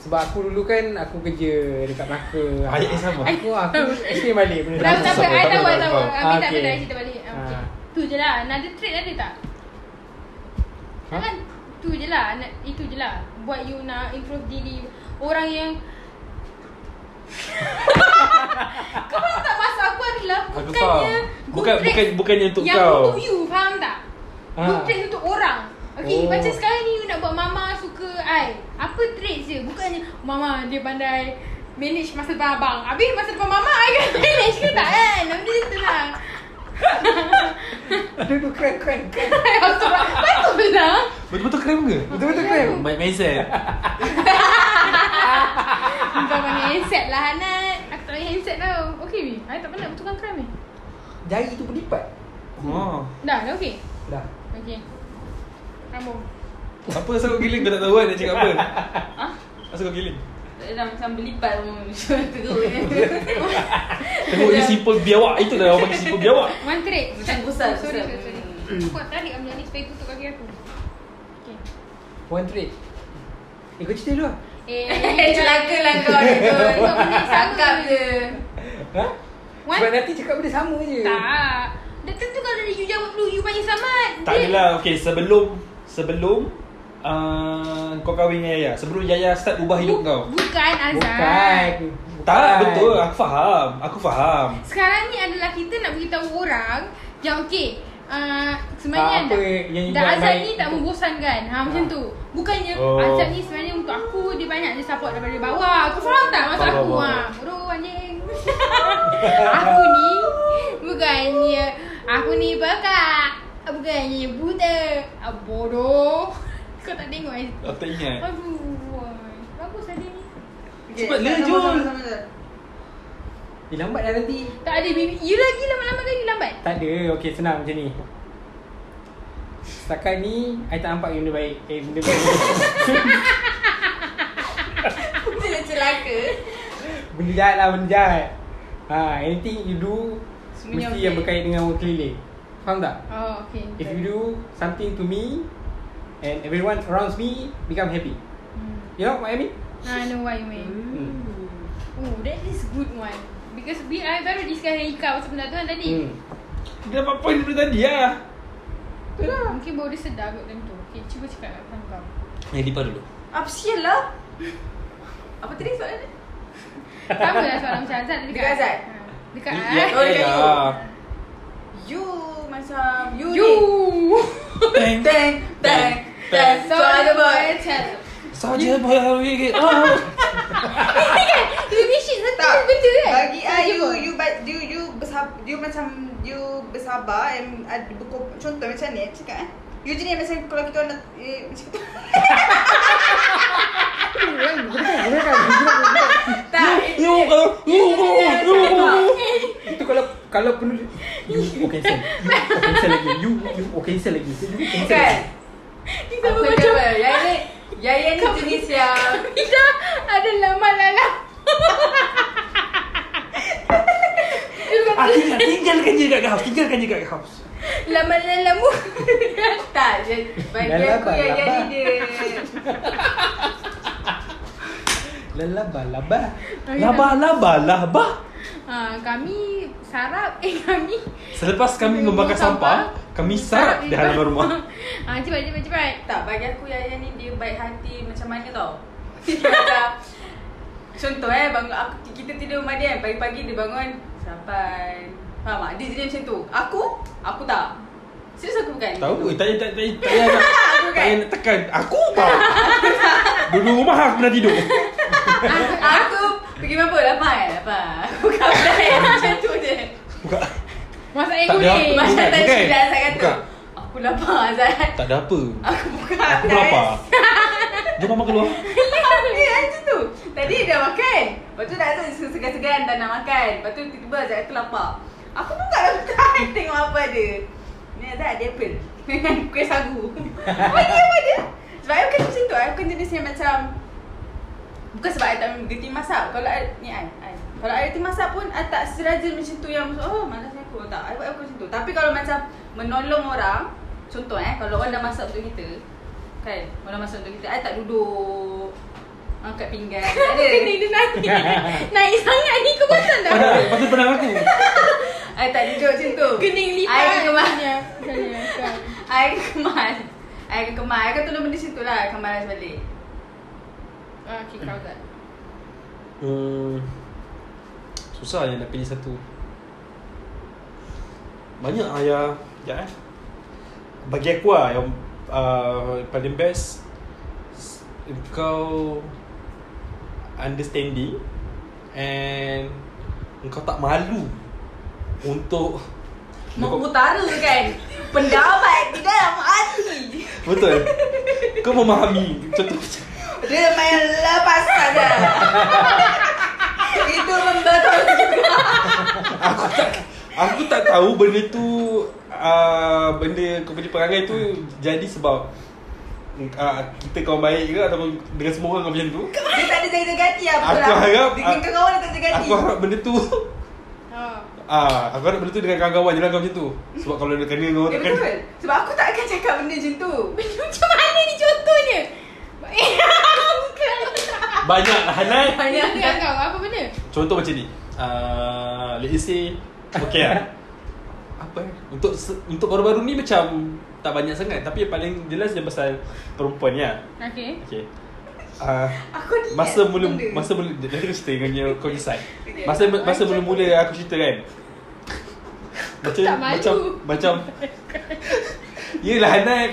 Speaker 1: Sebab aku dulu kan aku kerja dekat Melaka
Speaker 3: Ayat yang sama.
Speaker 1: Aku, aku explain balik benda
Speaker 2: Dah tak apa,
Speaker 3: sabar,
Speaker 2: I
Speaker 3: tak
Speaker 2: tahu,
Speaker 3: apa,
Speaker 2: I
Speaker 3: tak
Speaker 2: tahu.
Speaker 3: apa.
Speaker 2: Habis
Speaker 1: Ah,
Speaker 2: tak apa,
Speaker 1: okay.
Speaker 2: dah cerita balik. Ah, okay.
Speaker 1: Ah.
Speaker 2: Tu je lah. Another trade ada tak?
Speaker 1: Ha?
Speaker 2: Kan tu je lah. Nak- Itu je lah. Buat you nak improve diri. you. Orang yang Kau faham tak masa aku adalah
Speaker 3: Aku
Speaker 2: bukannya
Speaker 3: faham.
Speaker 2: good
Speaker 3: Bukan-
Speaker 2: tricks
Speaker 3: bukan- bukannya untuk
Speaker 2: yang
Speaker 3: kau. Ah.
Speaker 2: untuk you, faham tak?
Speaker 1: Ha.
Speaker 2: Good tricks untuk orang. Okay,
Speaker 1: Oh.
Speaker 2: macam sekarang ni you nak buat mama suka I. Apa traits dia? Bukannya mama dia pandai manage masa depan abang. Habis masa depan mama I kan manage ke tak kan? Benda tu lah.
Speaker 1: Duduk keren keren keren
Speaker 2: Betul lah. Betul lah.
Speaker 3: Betul-betul keren ke?
Speaker 1: Betul-betul keren
Speaker 3: Baik mindset.
Speaker 2: Kau panggil handset lah Hanat. Aku tak panggil handset tau. Okay weh. I tak pernah bertukar kram ni.
Speaker 1: Jari tu berlipat
Speaker 3: Oh.
Speaker 2: Dah, dah okay.
Speaker 1: Dah
Speaker 2: Okay. Rambung.
Speaker 3: Apa asal kau giling kau tak tahu kan nak cakap apa?
Speaker 4: Ha?
Speaker 2: Ah?
Speaker 3: Asal kau giling?
Speaker 4: Dah macam belibat pun macam teruk je.
Speaker 3: Tengok dia simple biawak. Itu dah orang panggil simple biawak.
Speaker 2: One trade.
Speaker 4: Macam gusar,
Speaker 2: Sorry,
Speaker 4: gusar.
Speaker 2: sorry, sorry. Aku nak tarik ambil ni supaya tutup kaki aku. Okay.
Speaker 1: One trade Eh kau cerita dulu lah
Speaker 2: Eh,
Speaker 4: Eh, celaka lah kau ni tu.
Speaker 2: Kau benda yang sama.
Speaker 4: Cakap je.
Speaker 1: Ha?
Speaker 2: One-
Speaker 1: Sebab nanti cakap benda sama je
Speaker 2: Tak. Dah tentu kalau dari you jawab dulu, you panggil selamat.
Speaker 3: Tak adalah. Okay, sebelum sebelum uh, kau kahwin dengan Yaya Sebelum Yaya start ubah hidup
Speaker 2: Bu-
Speaker 3: kau
Speaker 2: Bukan Azan
Speaker 1: Bukan. Bukan.
Speaker 3: Tak betul
Speaker 1: lah.
Speaker 3: aku faham Aku faham
Speaker 2: Sekarang ni adalah kita nak beritahu orang Yang okey
Speaker 1: Ah,
Speaker 2: uh, Sebenarnya
Speaker 1: apa
Speaker 2: dah,
Speaker 1: yang
Speaker 2: dah
Speaker 1: buat
Speaker 2: Azan
Speaker 1: baik
Speaker 2: ni tak
Speaker 1: untuk- Ah.
Speaker 2: membosankan ha, Macam tu Bukannya
Speaker 3: Oh.
Speaker 2: oh. Azan ni sebenarnya untuk aku Dia banyak je support daripada bawah Kau faham tak maksud
Speaker 3: Faham,
Speaker 2: aku
Speaker 3: faham.
Speaker 2: ha, Bodoh anjing Aku ni Bukannya Aku ni pekak Bukannya buta Ah, Bodoh Kau tak tengok eh
Speaker 3: Aku tak ingat
Speaker 2: Aduh Bagus tadi ni
Speaker 3: Cepat lah, Jul.
Speaker 1: Eh lambat dah nanti
Speaker 2: Tak ada baby You lagi lama-lama tadi lambat
Speaker 1: Tak ada Okay senang macam ni Setakat ni I tak nampak benda baik Eh benda baik
Speaker 4: Dia dah celaka
Speaker 1: Benda jahat lah Benda jahat ha, Anything you do Mesti
Speaker 4: Semuanya okey.
Speaker 1: yang berkait dengan orang keliling Faham tak?
Speaker 2: Oh okay
Speaker 1: If you do something to me And everyone around me Become happy
Speaker 2: Hmm. Ah,
Speaker 1: You know what I mean?
Speaker 2: I know what you
Speaker 4: Eh.
Speaker 2: mean.
Speaker 6: Hmm.
Speaker 1: Hmm.
Speaker 2: Oh, that is good one. Because we I baru discuss dengan Ika pasal benda tu kan tadi.
Speaker 1: Hmm.
Speaker 3: Dia dapat point daripada tadi lah
Speaker 2: Tu lah. Mungkin baru dia sedar kot time tu. Okay, cuba cakap kat kawan kau.
Speaker 3: Eh Dipa dulu
Speaker 4: Apa sial lah Apa tadi soalan dia?
Speaker 2: Sama lah soalan macam Azad tadi
Speaker 4: Dekat Azad?
Speaker 2: Ha, Dekat
Speaker 1: Ya,
Speaker 3: Y-
Speaker 2: Azad.
Speaker 4: Oh, dekat you.
Speaker 3: Yaya.
Speaker 4: You macam You,
Speaker 2: You!
Speaker 3: Teng
Speaker 4: Teng Teng Teng So ada boy
Speaker 2: macam.
Speaker 3: Saja boleh Ah.
Speaker 2: Relationship satu
Speaker 6: Tak.
Speaker 2: benda kan?
Speaker 6: Bagi
Speaker 2: Sama
Speaker 6: I
Speaker 2: je
Speaker 6: you
Speaker 2: kot.
Speaker 6: you but you you bersabar you macam you bersabar and ada berko- contoh macam ni I cakap eh. You jenis macam kalau kita nak eh, macam tu.
Speaker 1: kan?
Speaker 4: Tak
Speaker 3: You uh, you, uh, you, uh.
Speaker 1: Itu kalau kalau penuh You oh cancel You oh cancel lagi You you oh cancel lagi You oh cancel
Speaker 4: Kan
Speaker 1: lagi
Speaker 4: Ni sama macam Yaya ni Yaya ni jenis yang
Speaker 2: Ida adalah malala.
Speaker 3: Aku nak Ah, tinggalkan je kat house Tinggalkan je kat house
Speaker 2: Lama lalamu.
Speaker 4: Tak dia- Bagi
Speaker 1: Dah
Speaker 4: aku
Speaker 1: labar,
Speaker 4: Yaya ni
Speaker 1: labar.
Speaker 4: dia
Speaker 1: Lelabah labah
Speaker 4: Oh, ya.
Speaker 3: Labah labah labah
Speaker 2: Ha, kami sarap eh kami
Speaker 3: Selepas kami membakar sampah Kami sarap di halaman rumah
Speaker 2: ha, cepat cepat cepat.
Speaker 4: Tak, bagi aku Yaya ni dia baik hati macam mana tau Dia macam Contoh eh, bangun aku, kita tidur rumah dia kan Pagi-pagi dia bangun Sarapan Faham tak? Dia jenis macam tu Aku? Aku tak Serius aku bukan
Speaker 3: Tahu Eh, tak payah tak payah tak payah nak tak payah nak tekan aku tau. Dulu rumah aku pernah tidur.
Speaker 4: Ah, Aku pergi berapa? Lapan eh? Lapan Aku bukan budak macam tu je
Speaker 3: Bukan.
Speaker 2: Masak air
Speaker 3: Tak ada.
Speaker 2: kuning.
Speaker 3: Mas-
Speaker 4: Macam tak
Speaker 3: bukan.
Speaker 4: cinta Azad kata
Speaker 3: Bukan.
Speaker 4: Aku lapar Azad
Speaker 3: Tak ada apa.
Speaker 4: Aku bukan
Speaker 3: Aku berapa? Jom mama keluar.
Speaker 4: Eh, macam tu. Tadi dah makan. Lepas tu dah tu segan-segan dah nak makan. Lepas tu tiba-tiba Azad aku lapar. Aku buka lah bukan tengok apa ada. Ni Azad ada apple. Dengan kuih sagu. Bagi apa dia? Sebab aku bukan macam tu. Aku bukan jenis yang macam... Bukan sebab I tak minum getih masak. Kalau I, ni I, I. Kalau I getih masak pun, I tak seraja macam tu yang macam, oh malas aku. Tak, I buat aku macam tu. Tapi kalau macam menolong orang, contoh eh, kalau orang dah masak untuk kita, kan, orang dah masak untuk kita, I tak duduk angkat pinggan. Tak ada.
Speaker 2: Kuning dia naik. naik sangat ni kau pasal tak?
Speaker 3: Pada pada pernah aku.
Speaker 4: I tak duduk macam tu.
Speaker 2: Kuning lipat.
Speaker 4: Air kemas.
Speaker 2: Macamnya, macamnya, kan.
Speaker 4: I akan kemas. I akan kemas. I akan tolong benda situ lah. I akan balas balik.
Speaker 2: Ah, okay, kau tak.
Speaker 3: Hmm. Susah yang nak pilih satu. Banyak ayah. Ya. eh. Bagi aku lah yang uh, paling best s- kau understanding and kau tak malu untuk
Speaker 4: Mau utara kan. Pendapat di dalam hati.
Speaker 3: Betul Kau memahami Contoh macam
Speaker 6: Dia main lepas saja. Itu membetul.
Speaker 3: Aku tak tahu benda tu uh, Benda kau punya perangai tu Jadi sebab uh, Kita kawan baik ke Ataupun dengan semua orang kau macam tu
Speaker 6: Dia tak ada jaga-jaga hati apa
Speaker 3: Aku
Speaker 6: lah.
Speaker 3: harap-
Speaker 6: dengan
Speaker 3: aku-
Speaker 6: kawan dia tak jaga hati.
Speaker 3: Aku harap benda tu
Speaker 2: Ah.
Speaker 3: Ah, aku harap benda tu dengan kawan-kawan je lah kau macam tu Sebab kalau dia kena
Speaker 6: Eh,
Speaker 3: dengan
Speaker 4: Ya
Speaker 3: orang
Speaker 4: betul.
Speaker 3: kan
Speaker 4: Sebab aku tak akan cakap benda macam tu.
Speaker 2: Macam mana ni contohnya? Bukan.
Speaker 3: Banyak lah Hanai
Speaker 4: Banyak
Speaker 2: Bukan
Speaker 4: kan.
Speaker 2: kau. Apa benda?
Speaker 3: Contoh macam ni Ah, uh, Let's say Okay lah Apa eh Untuk se- untuk baru-baru ni macam tak banyak sangat Tapi yang paling jelas dia pasal perempuan ya
Speaker 4: Okay
Speaker 3: Okay uh,
Speaker 4: Aku ni
Speaker 6: eh,
Speaker 3: Masa
Speaker 4: kan,
Speaker 3: mula
Speaker 4: benda.
Speaker 3: Masa mula Dia dia cerita dengan dia Kau decide
Speaker 4: Okay.
Speaker 3: Masa masa mula-mula aku cerita kan Macam
Speaker 4: tak malu.
Speaker 3: Macam Macam Yelah Hanat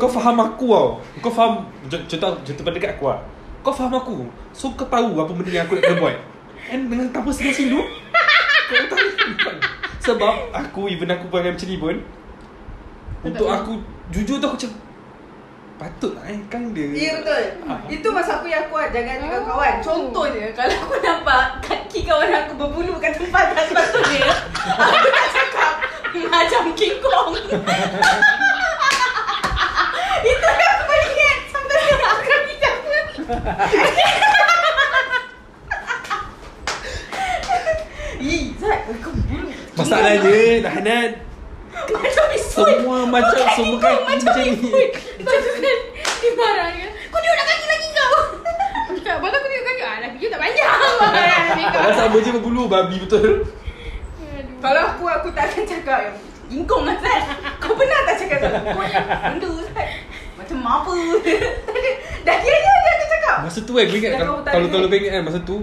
Speaker 3: Kau faham aku tau Kau faham co- Contoh Contoh pada dekat aku lah Kau faham aku So kau tahu apa benda yang aku nak kena buat And dengan tanpa selu-selu Kau tahu Sebab Aku even aku buat macam ni pun Untuk aku Jujur tu aku macam Patut lah eh Kan dia
Speaker 4: Ya betul
Speaker 3: Ah.
Speaker 4: Itu masa aku yang kuat Jangan dengan
Speaker 2: Oh.
Speaker 4: kawan Contohnya Kalau aku nampak Kaki kawan aku berbulu Kat tempat kat sepatu dia Aku nak cakap Macam King Kong Itu yang aku paling ingat Sampai sekarang aku nak bincang Ih, Zat, kau bulu
Speaker 3: Masalahnya Hanat
Speaker 4: Macam bisul
Speaker 3: Semua macam semua kan
Speaker 4: Bukan ikut, macam
Speaker 3: macam ni.
Speaker 4: ikut Lepas tu kan Dia marah dia Kau diulang kaki lagi kau Aku cakap Pasal aku tengok kaki
Speaker 2: Ah,
Speaker 4: Alah video tak panjang
Speaker 3: Kalau sama je berbulu babi betul.
Speaker 4: Kalau aku Aku tak akan cakap yang Ingkong lah Zat Kau pernah tak cakap tu Kau yang benda Zat Macam apa Tak ada. Dah kira dia dia aku cakap
Speaker 3: Masa tu kan kau ingat
Speaker 4: Dah
Speaker 3: kalau
Speaker 4: kau tak
Speaker 3: kalau
Speaker 4: ingat.
Speaker 3: kalau kau ingat kan masa tu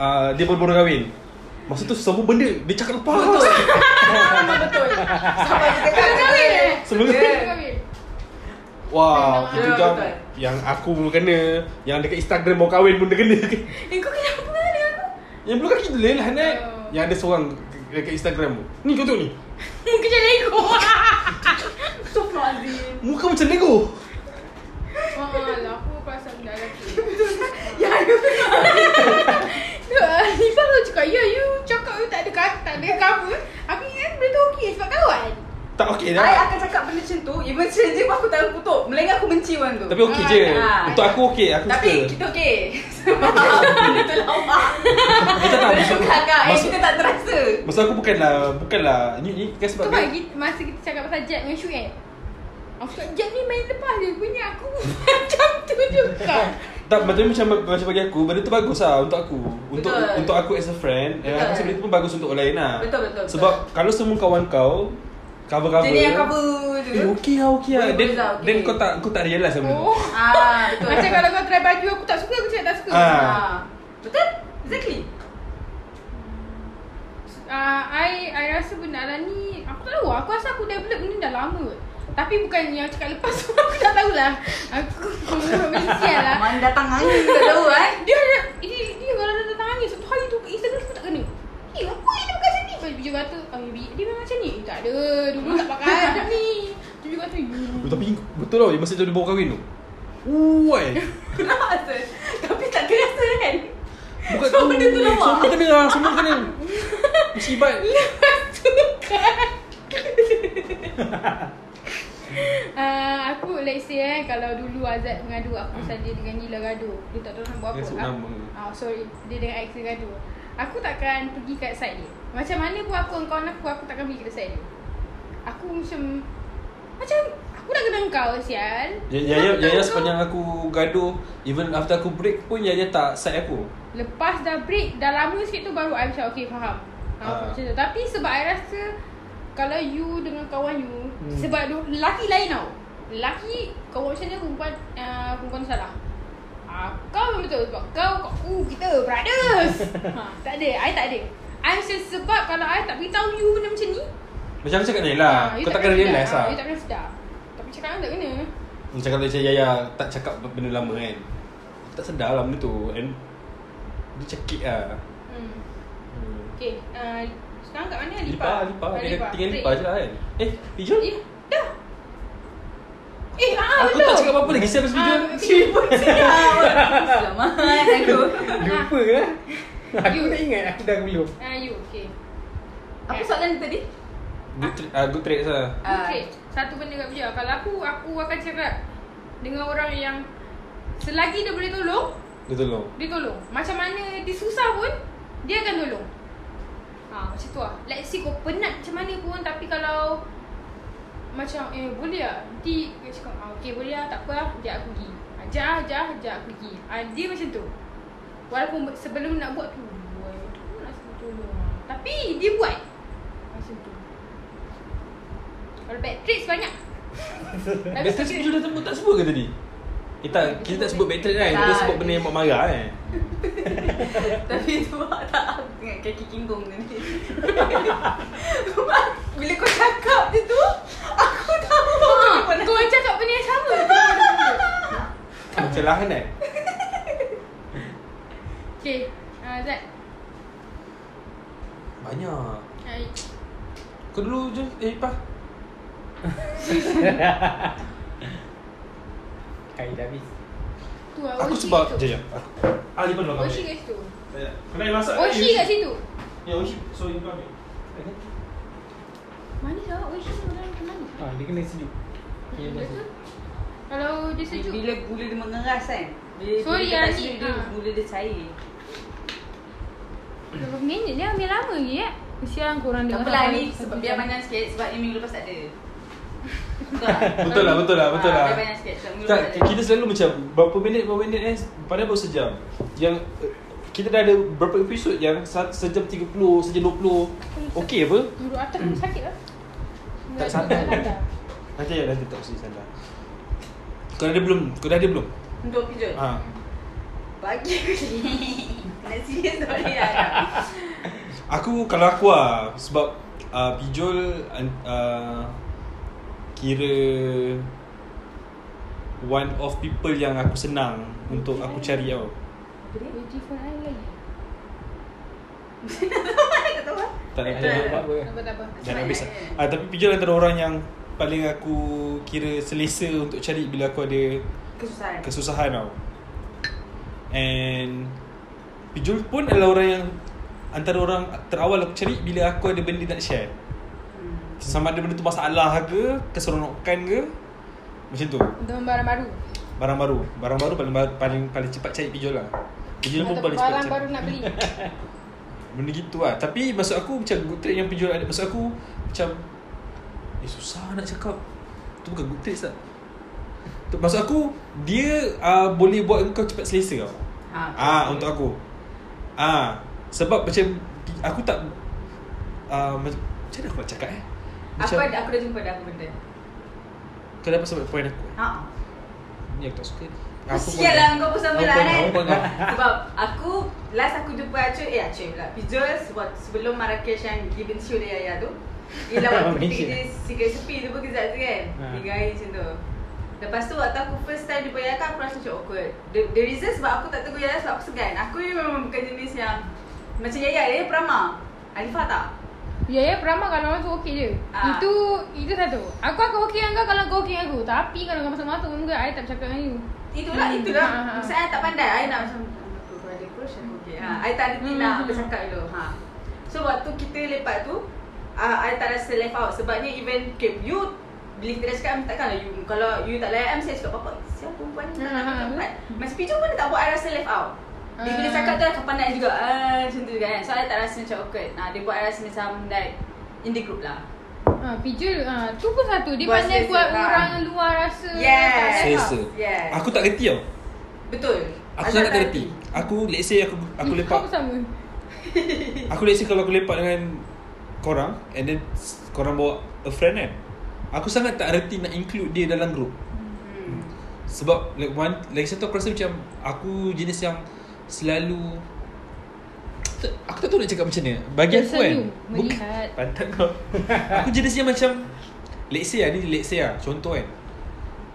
Speaker 3: ah, dia baru-baru kahwin. Masa tu semua benda dia cakap lepas.
Speaker 4: Betul Memang Ah, betul Sampai kita kan
Speaker 3: Sebelum Wah, itu
Speaker 4: Betul,
Speaker 3: jam
Speaker 4: betul.
Speaker 3: yang aku pun kena, yang dekat Instagram mau kahwin pun dia kena.
Speaker 4: Eh kau kenapa dengan aku
Speaker 3: yang belum kaki tu lelah nak.
Speaker 4: Oh.
Speaker 3: lah, Yang ada seorang dekat Instagram tu. Ni kau tengok ni.
Speaker 4: Muka macam Lego Astagfirullahaladzim
Speaker 3: Muka macam Lego.
Speaker 2: Alah, aku perasan dah lelaki.
Speaker 4: Ya
Speaker 2: Tu, ah, Nifah tu cakap, ya you cakap you tak ada kata, tak ada cover. Aku ingat benda tu okey sebab kawan.
Speaker 3: Tak okey
Speaker 4: I
Speaker 3: dah.
Speaker 4: akan cakap benda macam tu Even stranger pun aku tak akan kutuk Melainkan aku benci orang tu
Speaker 3: Tapi okey je.
Speaker 4: Ah.
Speaker 3: Untuk aku okey, aku
Speaker 4: Tapi
Speaker 3: suka.
Speaker 4: kita okey Sebab benda tu lama
Speaker 3: Kita tak
Speaker 4: Benda tu kakak Eh
Speaker 3: maksud-
Speaker 4: kita tak terasa
Speaker 3: Masa aku bukanlah bukanlah ni ni kan sebab
Speaker 2: Kau faham
Speaker 3: dia-
Speaker 2: kita, masa kita cakap pasal Jack dengan Shu kan? Aku cakap Jack ni main lepas je punya aku macam tu juga.
Speaker 3: Tak, maksudnya macam macam bagi aku, benda tu bagus lah untuk aku. Untuk
Speaker 4: Betul.
Speaker 3: untuk aku as a friend, dan aku
Speaker 4: Betul.
Speaker 3: rasa benda tu pun bagus untuk orang lain lah.
Speaker 4: Betul, betul, betul.
Speaker 3: Sebab kalau semua kawan kau cover-cover.
Speaker 4: Jadi yang cover je
Speaker 3: Eh, okey lah, okey lah.
Speaker 4: Boleh,
Speaker 3: Then,
Speaker 4: boleh lah, okey.
Speaker 3: then kau tak kau tak realise lah benda tu.
Speaker 2: Oh.
Speaker 4: Ah, betul
Speaker 2: Macam kalau kau try baju aku tak suka aku cakap tak suka.
Speaker 3: Ah.
Speaker 4: Ah. Betul? Exactly
Speaker 2: uh, I I rasa benda lah ni aku tak tahu aku rasa aku develop ni dah lama tapi bukan yang cakap lepas tu aku tak tahulah aku macam sial lah
Speaker 4: Mana datang angin tak tahu kan
Speaker 2: dia ada dia, dia kalau dah datang angin satu hari tu Instagram semua tak kena Eh, apa yang dia pakai macam ni? Lepas tu dia kata, ah, baby, dia memang macam ni. Eh, tak ada, dulu tak pakai macam ni. Tu dia kata, you.
Speaker 3: Oh, Tapi betul tau, masa dia bawa kahwin tu. Uai.
Speaker 4: Kenapa rasa? Tapi tak terasa kan
Speaker 3: Bukan
Speaker 4: Semua benda tu lawak.
Speaker 3: Semua kena lah, semua kena. Musibat.
Speaker 2: Uh, aku, let's say eh, kalau dulu Azad mengadu aku pasal dia dengan Nila gaduh. Dia tak tahu nak buat apa.
Speaker 3: Dia sebut
Speaker 2: Ah,
Speaker 3: nama.
Speaker 2: Ah, sorry, dia dengan ex dia gaduh. Aku takkan pergi kat side dia. Macam mana pun aku dengan kawan aku, aku takkan pergi kat side dia. Aku macam, macam aku nak kena kau, sial.
Speaker 3: Ya ya ya
Speaker 2: Aku
Speaker 3: ya
Speaker 2: nak kau.
Speaker 3: sepanjang aku gaduh, even after aku break pun Yaya tak side aku.
Speaker 2: Lepas dah break Dah lama sikit tu Baru I macam Okay faham ha,
Speaker 3: Ah.
Speaker 2: Macam tu Tapi sebab I rasa Kalau you dengan kawan you hmm. Sebab du- lelaki lain tau Lelaki Kau buat macam ni Perempuan uh, Perempuan tu salah uh, Kau memang betul Sebab kau kau aku, Kita brothers ha, Tak ada I tak ada I macam sebab Kalau I tak beritahu you Benda macam ni
Speaker 3: Macam aku cakap ni
Speaker 2: ah,
Speaker 3: lah,
Speaker 2: you
Speaker 3: kau takkan
Speaker 2: kena
Speaker 3: realise
Speaker 2: sedar.
Speaker 3: lah.
Speaker 2: Ah, You tak kena sedar Tapi cakap I tak kena
Speaker 3: Macam kalau macam Yaya tak cakap benda lama kan Aku tak sedar lah benda tu And Dia cekik lah
Speaker 2: hmm. Okay uh, Sekarang kat mana
Speaker 3: Lipa, Lipa,
Speaker 2: Ah,
Speaker 3: Dia tinggal
Speaker 2: Break.
Speaker 3: Lipa je lah kan Eh, Pijul?
Speaker 2: Eh, dah. Eh, ah,
Speaker 3: Aku
Speaker 2: betul.
Speaker 3: tak cakap apa-apa lagi Siapa Pijul?
Speaker 2: Ah, Pijul.
Speaker 4: Selamat aku
Speaker 1: Lupa lah Aku
Speaker 2: You.
Speaker 1: tak ingat Aku dah belum
Speaker 2: Ah, you, okay.
Speaker 4: Apa soalan dia tadi?
Speaker 3: Good, tra- ah, good traits lah
Speaker 4: Ah.
Speaker 2: Okay, satu benda kat Pijak. Kalau aku, aku akan cakap dengan orang yang selagi dia boleh tolong,
Speaker 3: Dia tolong
Speaker 2: dia tolong. Macam mana dia susah pun, dia akan tolong. Ha, macam tu lah. Let's say kau penat macam mana pun tapi kalau macam eh boleh lah nanti dia cakap ah, okay boleh lah tak apa lah sekejap aku pergi ajak lah ajak lah ajak aku pergi ah, dia macam tu walaupun sebelum nak buat tu boy aku nak suruh tolong lah." tapi dia buat macam tu kalau bad traits banyak
Speaker 3: Battle speech tu dah sebut tak sebut ke tadi? Eh tak, kita tak sebut battle kan? Kita
Speaker 4: Tak.
Speaker 3: sebut benda yang buat marah kan?
Speaker 4: Tapi tu mak tak aku Ingat kaki kinggong tadi Mak, Bila kau cakap je tu Aku tahu
Speaker 2: Ha, kau orang cakap benda yang sama.
Speaker 3: Macam lahan kan?
Speaker 2: Okey. Ah, Zat.
Speaker 3: Banyak.
Speaker 2: Ah,
Speaker 3: Kau dulu je, eh Pah.
Speaker 1: Hai dah habis
Speaker 2: Tu lah,
Speaker 3: Aku
Speaker 2: Oshi kat
Speaker 3: sebab,
Speaker 2: situ.
Speaker 3: jap jap. Aku- Ah, Lipan dulu
Speaker 2: Oshi kat situ.
Speaker 3: Kau nak masak?
Speaker 2: Oshi kat situ.
Speaker 3: Ya, Oshi. So, Lipan ambil.
Speaker 2: Manis lah Oshi tu orang kemana?
Speaker 1: ha, Dia kena sejuk Ya,
Speaker 2: Lepas tu,
Speaker 1: masuk.
Speaker 2: Kalau dia sejuk.
Speaker 4: Bila gula dia mengeras kan Bila,
Speaker 2: Sorry,
Speaker 4: bila dia tak
Speaker 2: Ani.
Speaker 4: sejuk, dia,
Speaker 2: Ha.
Speaker 4: Gula dia cair
Speaker 2: Berapa minit dia ambil lama lagi ya? Kesian korang
Speaker 4: Tak
Speaker 2: dengar.
Speaker 4: apalah
Speaker 2: sampai
Speaker 4: ni sebab
Speaker 2: satu
Speaker 4: biar
Speaker 2: jam.
Speaker 4: banyak sikit sebab ni minggu lepas tak ada. Betul tak?
Speaker 3: Betul lah, betul lah, betul
Speaker 4: Ah,
Speaker 3: lah.
Speaker 4: Biar banyak sikit sebab minggu lepas
Speaker 3: Tak,
Speaker 4: tak ada.
Speaker 3: kita selalu macam berapa minit, berapa minit eh Padahal baru sejam Yang eh, kita dah ada berapa episod yang sa- sejam 30, sejam 20 Okey apa?
Speaker 2: Duduk atas pun sakit lah.
Speaker 3: Tak
Speaker 2: Duduk
Speaker 3: sampai.
Speaker 2: atas.
Speaker 3: Nanti ya, nanti tak mesti salah Kau dah ada belum? Kau dah ada belum?
Speaker 4: Untuk pijut.
Speaker 3: Ha.
Speaker 4: Bagi aku ni. Nak serius tak boleh lah.
Speaker 3: Aku kalau aku lah Sebab uh, Pijol uh, Kira One of people yang aku senang Untuk aku cari tau
Speaker 2: Beautiful eye lagi.
Speaker 4: Tak tahu lah.
Speaker 3: Tak
Speaker 1: Tak
Speaker 3: nak tak nak
Speaker 1: ada
Speaker 3: apa
Speaker 1: apa-apa.
Speaker 2: Apa tak apa.
Speaker 3: Dah nak habis
Speaker 4: Macam mana?
Speaker 3: ah, Tapi Pijol antara orang yang Paling aku kira selesa untuk cari Bila aku ada
Speaker 4: Kesusahan.
Speaker 3: kesusahan tau And Pijul pun adalah orang yang Antara orang terawal aku cari Bila aku ada benda nak share
Speaker 4: Hmm.
Speaker 3: Sama ada benda tu masalah ke Keseronokan ke Macam tu
Speaker 2: Dengan barang baru.
Speaker 3: Barang baru Barang baru paling paling, paling cepat cari Pijol lah Pijol pun
Speaker 2: Atau
Speaker 3: paling cepat
Speaker 2: barang
Speaker 3: cari
Speaker 2: baru nak beli.
Speaker 3: Benda gitu lah Tapi maksud aku macam good trade yang penjual ada Maksud aku macam Eh susah nak cakap Tu bukan good trade tak tu, Maksud aku Dia uh, boleh buat kau cepat selesa tau
Speaker 4: Ha.
Speaker 3: Ah untuk aku. Ah sebab macam aku tak ah macam macam mana aku nak cakap eh?
Speaker 4: Aku
Speaker 3: Macam
Speaker 4: ada aku dah jumpa dah aku benda.
Speaker 3: kau dapat sampai point aku. eh?
Speaker 4: Ha.
Speaker 3: Ni aku tak suka. ni.
Speaker 4: Kesian lah kau pun sama
Speaker 3: Aku
Speaker 4: lah
Speaker 3: pun-
Speaker 4: kan
Speaker 3: aku pun-
Speaker 4: Sebab aku Last aku jumpa Acun Eh Acun pula Pijol sebab, Sebelum Marrakesh yang Given show dia Yaya tu Ialah waktu
Speaker 1: Malaysia.
Speaker 4: kita dia Sikai sepi tu pun kezat tu kan
Speaker 1: Ha.
Speaker 4: Tiga hari macam tu Lepas tu waktu aku first time jumpa Yaya kan Aku rasa macam awkward the, the reason sebab aku tak tegur Yaya Sebab aku segan Aku ni memang bukan jenis yang Macam Yaya Yaya peramah Alifah tak?
Speaker 2: Ya ya peramah kalau orang tu okey je.
Speaker 4: Ah.
Speaker 2: Itu itu satu. Aku akan okey dengan kau kalau kau okey dengan aku. Tapi kalau kau masuk mata muka, I tak bercakap dengan you.
Speaker 4: Itulah,
Speaker 2: Hmm.
Speaker 4: itulah
Speaker 2: Ha, ha, ha.
Speaker 4: Maksud saya tak pandai I nak macam Apa kau ada approach Aku okay ha, I tak
Speaker 2: Hmm.
Speaker 4: ada nak bercakap dulu ha. So waktu kita lepak tu uh, I tak rasa left out Sebabnya even okay, You Bila kita dah cakap I Takkanlah you Kalau you tak layan I Mesti I cakap Bapak Siapa perempuan ni Tak nak
Speaker 2: Ha, ha.
Speaker 4: cakap tempat Macam Pijun pun dia tak buat I rasa left out dia bila
Speaker 2: Hmm.
Speaker 4: cakap tu aku pandai juga ah, Macam tu juga kan So I tak rasa macam awkward ha, Dia buat I rasa macam like In the group lah
Speaker 2: Ha, pijul ha, tu pun satu. Dia
Speaker 4: Buat
Speaker 2: pandai
Speaker 4: selesa,
Speaker 2: buat
Speaker 4: ha.
Speaker 2: orang luar rasa Hmm,
Speaker 4: Yes.
Speaker 2: tak lah. rasa.
Speaker 3: Selesa.
Speaker 4: Yes.
Speaker 3: Aku tak reti tau.
Speaker 4: Betul
Speaker 3: Aku
Speaker 4: Azhar
Speaker 3: sangat tak reti. Aku let's say aku aku
Speaker 2: Hmm,
Speaker 3: lepak
Speaker 2: Kau pun sama.
Speaker 3: Aku let's say kalau aku lepak dengan korang And then korang bawa a friend kan Aku sangat tak reti nak include dia dalam group
Speaker 4: hmm.
Speaker 3: Sebab like one, lagi satu aku rasa macam Aku jenis yang selalu Tak- Aku tak tahu nak cakap macam mana Bagi aku kan
Speaker 2: Tersenyum,
Speaker 3: bukan-
Speaker 2: melihat.
Speaker 3: Pantat kau Aku jenis yang macam Let's say lah ni let's say lah Contoh kan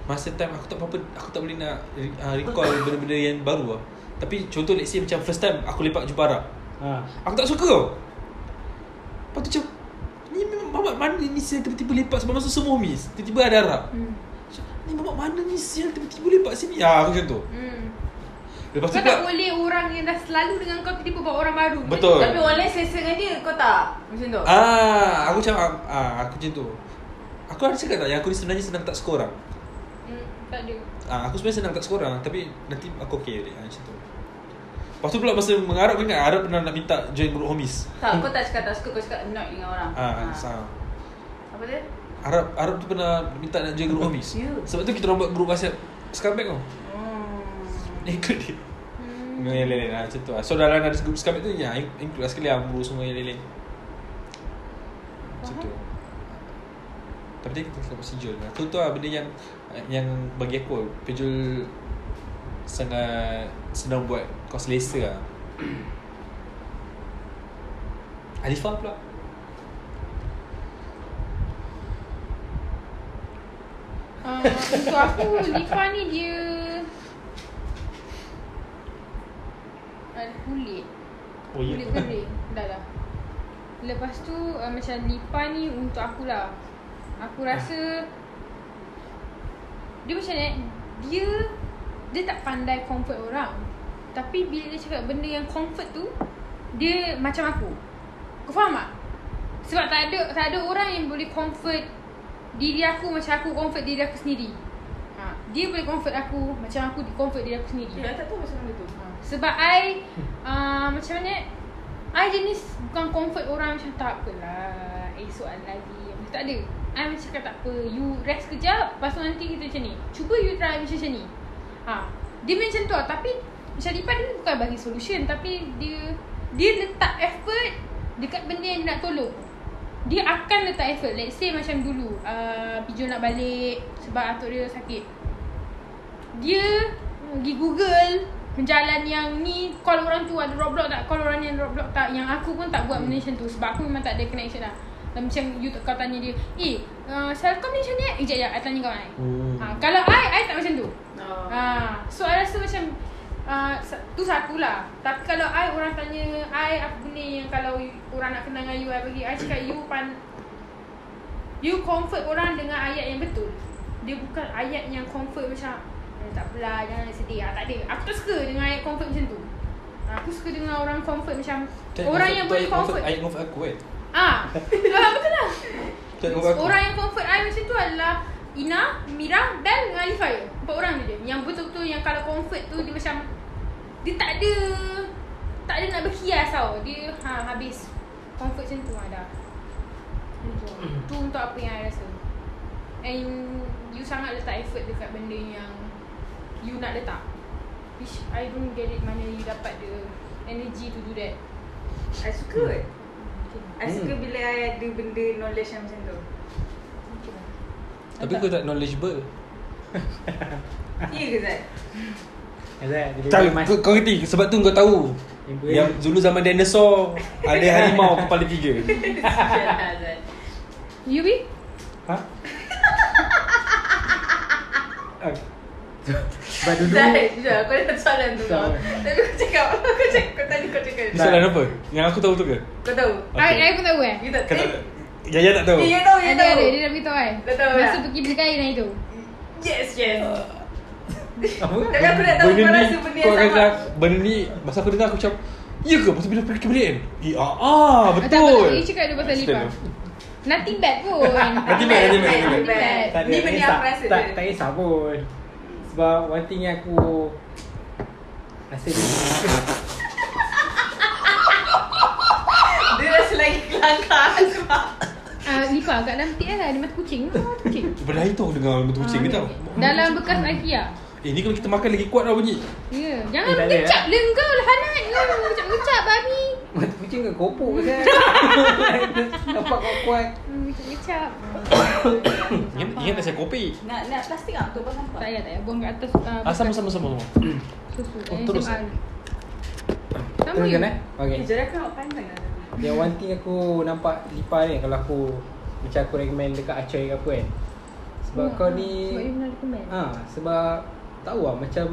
Speaker 3: Masa time aku tak apa-apa Aku tak boleh nak uh, recall benda-benda yang baru lah Tapi contoh let's say macam first time aku lepak jumpa Arab
Speaker 1: ha.
Speaker 3: Aku tak suka tau Lepas tu macam Ni memang babat mana ni sial tiba-tiba lepak Sebab masa semua miss Tiba-tiba ada Arab
Speaker 2: Hmm.
Speaker 3: Macam, Ni babat mana ni sial tiba-tiba lepak sini Ah aku macam tu
Speaker 2: Hmm.
Speaker 3: Lepas tu
Speaker 2: Kau tak boleh orang yang dah selalu dengan kau tiba-tiba bawa orang baru.
Speaker 3: Betul
Speaker 4: Tapi orang lain selesa dengan dia Kau tak? Macam tu
Speaker 3: Ah, aku macam ah, aku macam tu Aku ada cakap tak yang aku ni sebenarnya senang tak suka orang
Speaker 2: Hmm, tak ada.
Speaker 3: ah, Aku sebenarnya senang tak suka orang Tapi nanti aku okay balik ah, macam tu Lepas tu pula masa mengarap kau ingat Arab pernah nak minta join group homies
Speaker 4: Tak, kau tak cakap tak suka, kau cakap annoyed dengan orang.
Speaker 3: Ah,
Speaker 4: Ha.
Speaker 3: ha.
Speaker 4: Apa dia?
Speaker 3: Arab Arab tu pernah minta nak join group homies
Speaker 4: Ya.
Speaker 3: Sebab tu kita orang buat group WhatsApp Scumbag kau
Speaker 4: Hmm.
Speaker 3: Ikut dia
Speaker 2: Hmm.
Speaker 3: Dengan yang lain-lain lah, macam tu lah So dalam ada group scumbag tu ya, Include lah sekali Amru semua yang lain-lain Macam tu Tapi dia kita dapat sijil Aku tu lah benda yang Yang bagi aku Pejul Sangat Senang buat Kau selesa lah Alifah pula
Speaker 2: Uh, untuk aku Lifa ni dia Ada kulit
Speaker 3: Oh
Speaker 2: Kulit kering Dah lah Lepas tu uh, Macam Lipa ni Untuk akulah Aku rasa Dia macam ni Dia Dia tak pandai comfort orang Tapi bila dia cakap benda yang comfort tu Dia macam aku Kau faham tak? Sebab tak ada tak ada orang yang boleh comfort Diri aku macam aku comfort diri aku sendiri ha, Dia boleh comfort aku Macam aku comfort diri aku sendiri
Speaker 4: Ya, I tak tahu pasal benda tu.
Speaker 2: sebab I uh, Macam mana I jenis bukan comfort orang macam tak apalah Esok ada lagi Macam tak ada I macam cakap tak apa You rest kejap Lepas tu nanti kita macam ni Cuba you try macam macam ni ha. Dia macam tu lah Tapi Macam Lipan dia bukan bagi solution Tapi dia Dia letak effort Dekat benda yang dia nak tolong dia akan letak effort Let's say macam dulu uh, Pijo nak balik Sebab atuk dia sakit dia pergi Google Jalan yang ni Call orang tu ada Roblox tak Call orang yang Roblox tak Yang aku pun tak buat benda macam tu Sebab aku memang tak ada connection lah dan macam you kau tanya dia Eh uh, Selcom ni macam ni eh? Eh jap jap I tanya kau I
Speaker 3: Hmm.
Speaker 2: ha, Kalau I I tak macam tu
Speaker 4: Ah.
Speaker 2: ha, So I rasa macam uh, sa- Tu satu lah Tapi kalau I orang tanya I apa benda yang Kalau you, orang nak kenal dengan you I bagi I cakap you pan You comfort orang dengan ayat yang betul Dia bukan ayat yang comfort macam eh, Tak apalah jangan sedih ah, Tak ada Aku tak suka dengan ayat comfort macam tu Ah, Aku suka dengan orang comfort macam
Speaker 3: Tak,
Speaker 2: Orang
Speaker 3: comfort-
Speaker 2: yang
Speaker 3: tu
Speaker 2: boleh
Speaker 3: ayat
Speaker 2: comfort
Speaker 3: Ayat comfort aku kan
Speaker 2: Ah, ah betul lah
Speaker 3: Tu ayat comfort aku
Speaker 2: Orang yang comfort I macam tu adalah Ina, Mira dan dengan Alifah je Empat orang tu je Yang betul-betul yang kalau comfort tu dia macam Dia tak ada Tak ada nak berkias tau Dia ha, habis Comfort macam tu ha, dah Macam tu. tu untuk apa yang I rasa And you sangat letak effort dekat benda yang You nak letak Which I don't get it mana you dapat the energy to do that
Speaker 4: I suka kot.
Speaker 3: Hmm.
Speaker 2: Macam
Speaker 4: I suka bila I ada benda knowledge yang macam tu.
Speaker 2: macam mana?
Speaker 3: Tapi kau tak knowledgeable
Speaker 4: Ya ke Zat?
Speaker 1: Azat dia
Speaker 3: tak,
Speaker 1: boleh mas-
Speaker 3: kau, kau kerti sebab tu kau tahu
Speaker 1: Yang boleh-
Speaker 3: Yang dulu zaman dinosaur Ada harimau kepala tiga
Speaker 4: Sialah Zat.
Speaker 2: You be?
Speaker 1: Ha? Ah. Sebab dulu
Speaker 4: Zat, Zat, kau ada soalan tu
Speaker 1: Tak.
Speaker 4: tau. Tapi kau cakap, kau cakap, kau tadi kau cakap.
Speaker 3: Ni soalan apa? Yang aku tahu tu ke?
Speaker 4: Kau tahu?
Speaker 3: Okay.
Speaker 2: I, I pun tahu eh
Speaker 4: You tak
Speaker 3: Kau tak
Speaker 4: tahu?
Speaker 3: Yaya tak tahu
Speaker 4: Ya, you tahu, you
Speaker 2: Ada
Speaker 4: tahu.
Speaker 2: ada dia dah beritahu kan
Speaker 4: Dah tahu
Speaker 2: Masa
Speaker 4: dah.
Speaker 2: pergi berkaya hari itu
Speaker 4: Yes, yes.
Speaker 1: apa?
Speaker 4: Tapi aku nak tahu kau rasa benda yang
Speaker 3: kau akan
Speaker 4: sama.
Speaker 3: bilang, Benda ni Masa aku dengar aku macam Ya ke? Masa bila aku pergi balik kan? Ya ah, ah,
Speaker 2: Tak apa
Speaker 3: betul
Speaker 2: tak dia cakap dia pasal
Speaker 3: Accident
Speaker 2: lipat Nothing bad pun
Speaker 3: Nothing bad, nothing bad, nothing
Speaker 4: bad.
Speaker 1: Tak ada
Speaker 4: Ni
Speaker 1: tak
Speaker 4: benda
Speaker 1: kisah.
Speaker 4: aku rasa
Speaker 1: tak,
Speaker 4: je.
Speaker 1: tak kisah pun Sebab one thing yang aku Rasa dia
Speaker 4: Dia rasa lagi kelakar sebab
Speaker 2: Ah, Lipa kat dalam tiak lah Ada mata kucing Ah, mata kucing
Speaker 3: tu Pada hari tu aku dengar Mata
Speaker 2: Ah,
Speaker 3: kucing ke tau
Speaker 2: Dalam bekas IKEA
Speaker 3: Eh ni kalau kita makan lagi kuat tau bunyi
Speaker 1: Eh,
Speaker 2: Ya
Speaker 1: tak
Speaker 2: Jangan
Speaker 1: ada,
Speaker 2: ngecap lah kau lah Hanat Kau ngecap-ngecap babi
Speaker 1: Mata kucing ke kopok ke kan Nampak kuat-kuat
Speaker 2: Hmm, Ngecap-ngecap
Speaker 3: Ingat,
Speaker 2: Ah.
Speaker 3: ingat nasi kopi
Speaker 4: nak nak plastik ah untuk buang
Speaker 2: Tak
Speaker 4: sampah.
Speaker 2: payah tak payah Buang kat atas ah,
Speaker 3: Ah sama
Speaker 2: bekas
Speaker 3: sama sama sama.
Speaker 2: Susu
Speaker 3: Oh,
Speaker 2: eh,
Speaker 3: terus.
Speaker 2: SMR. Sama you
Speaker 1: Teruskan eh Okay
Speaker 4: Eh, jadi aku nak pandang lah.
Speaker 1: Yang one thing aku nampak Lipa ni Kalau aku Macam aku recommend dekat Acoy ke apa kan Sebab
Speaker 2: Ya,
Speaker 1: kau
Speaker 2: ah,
Speaker 1: ni
Speaker 2: Sebab you pernah recommend
Speaker 1: Ha, sebab tahu lah macam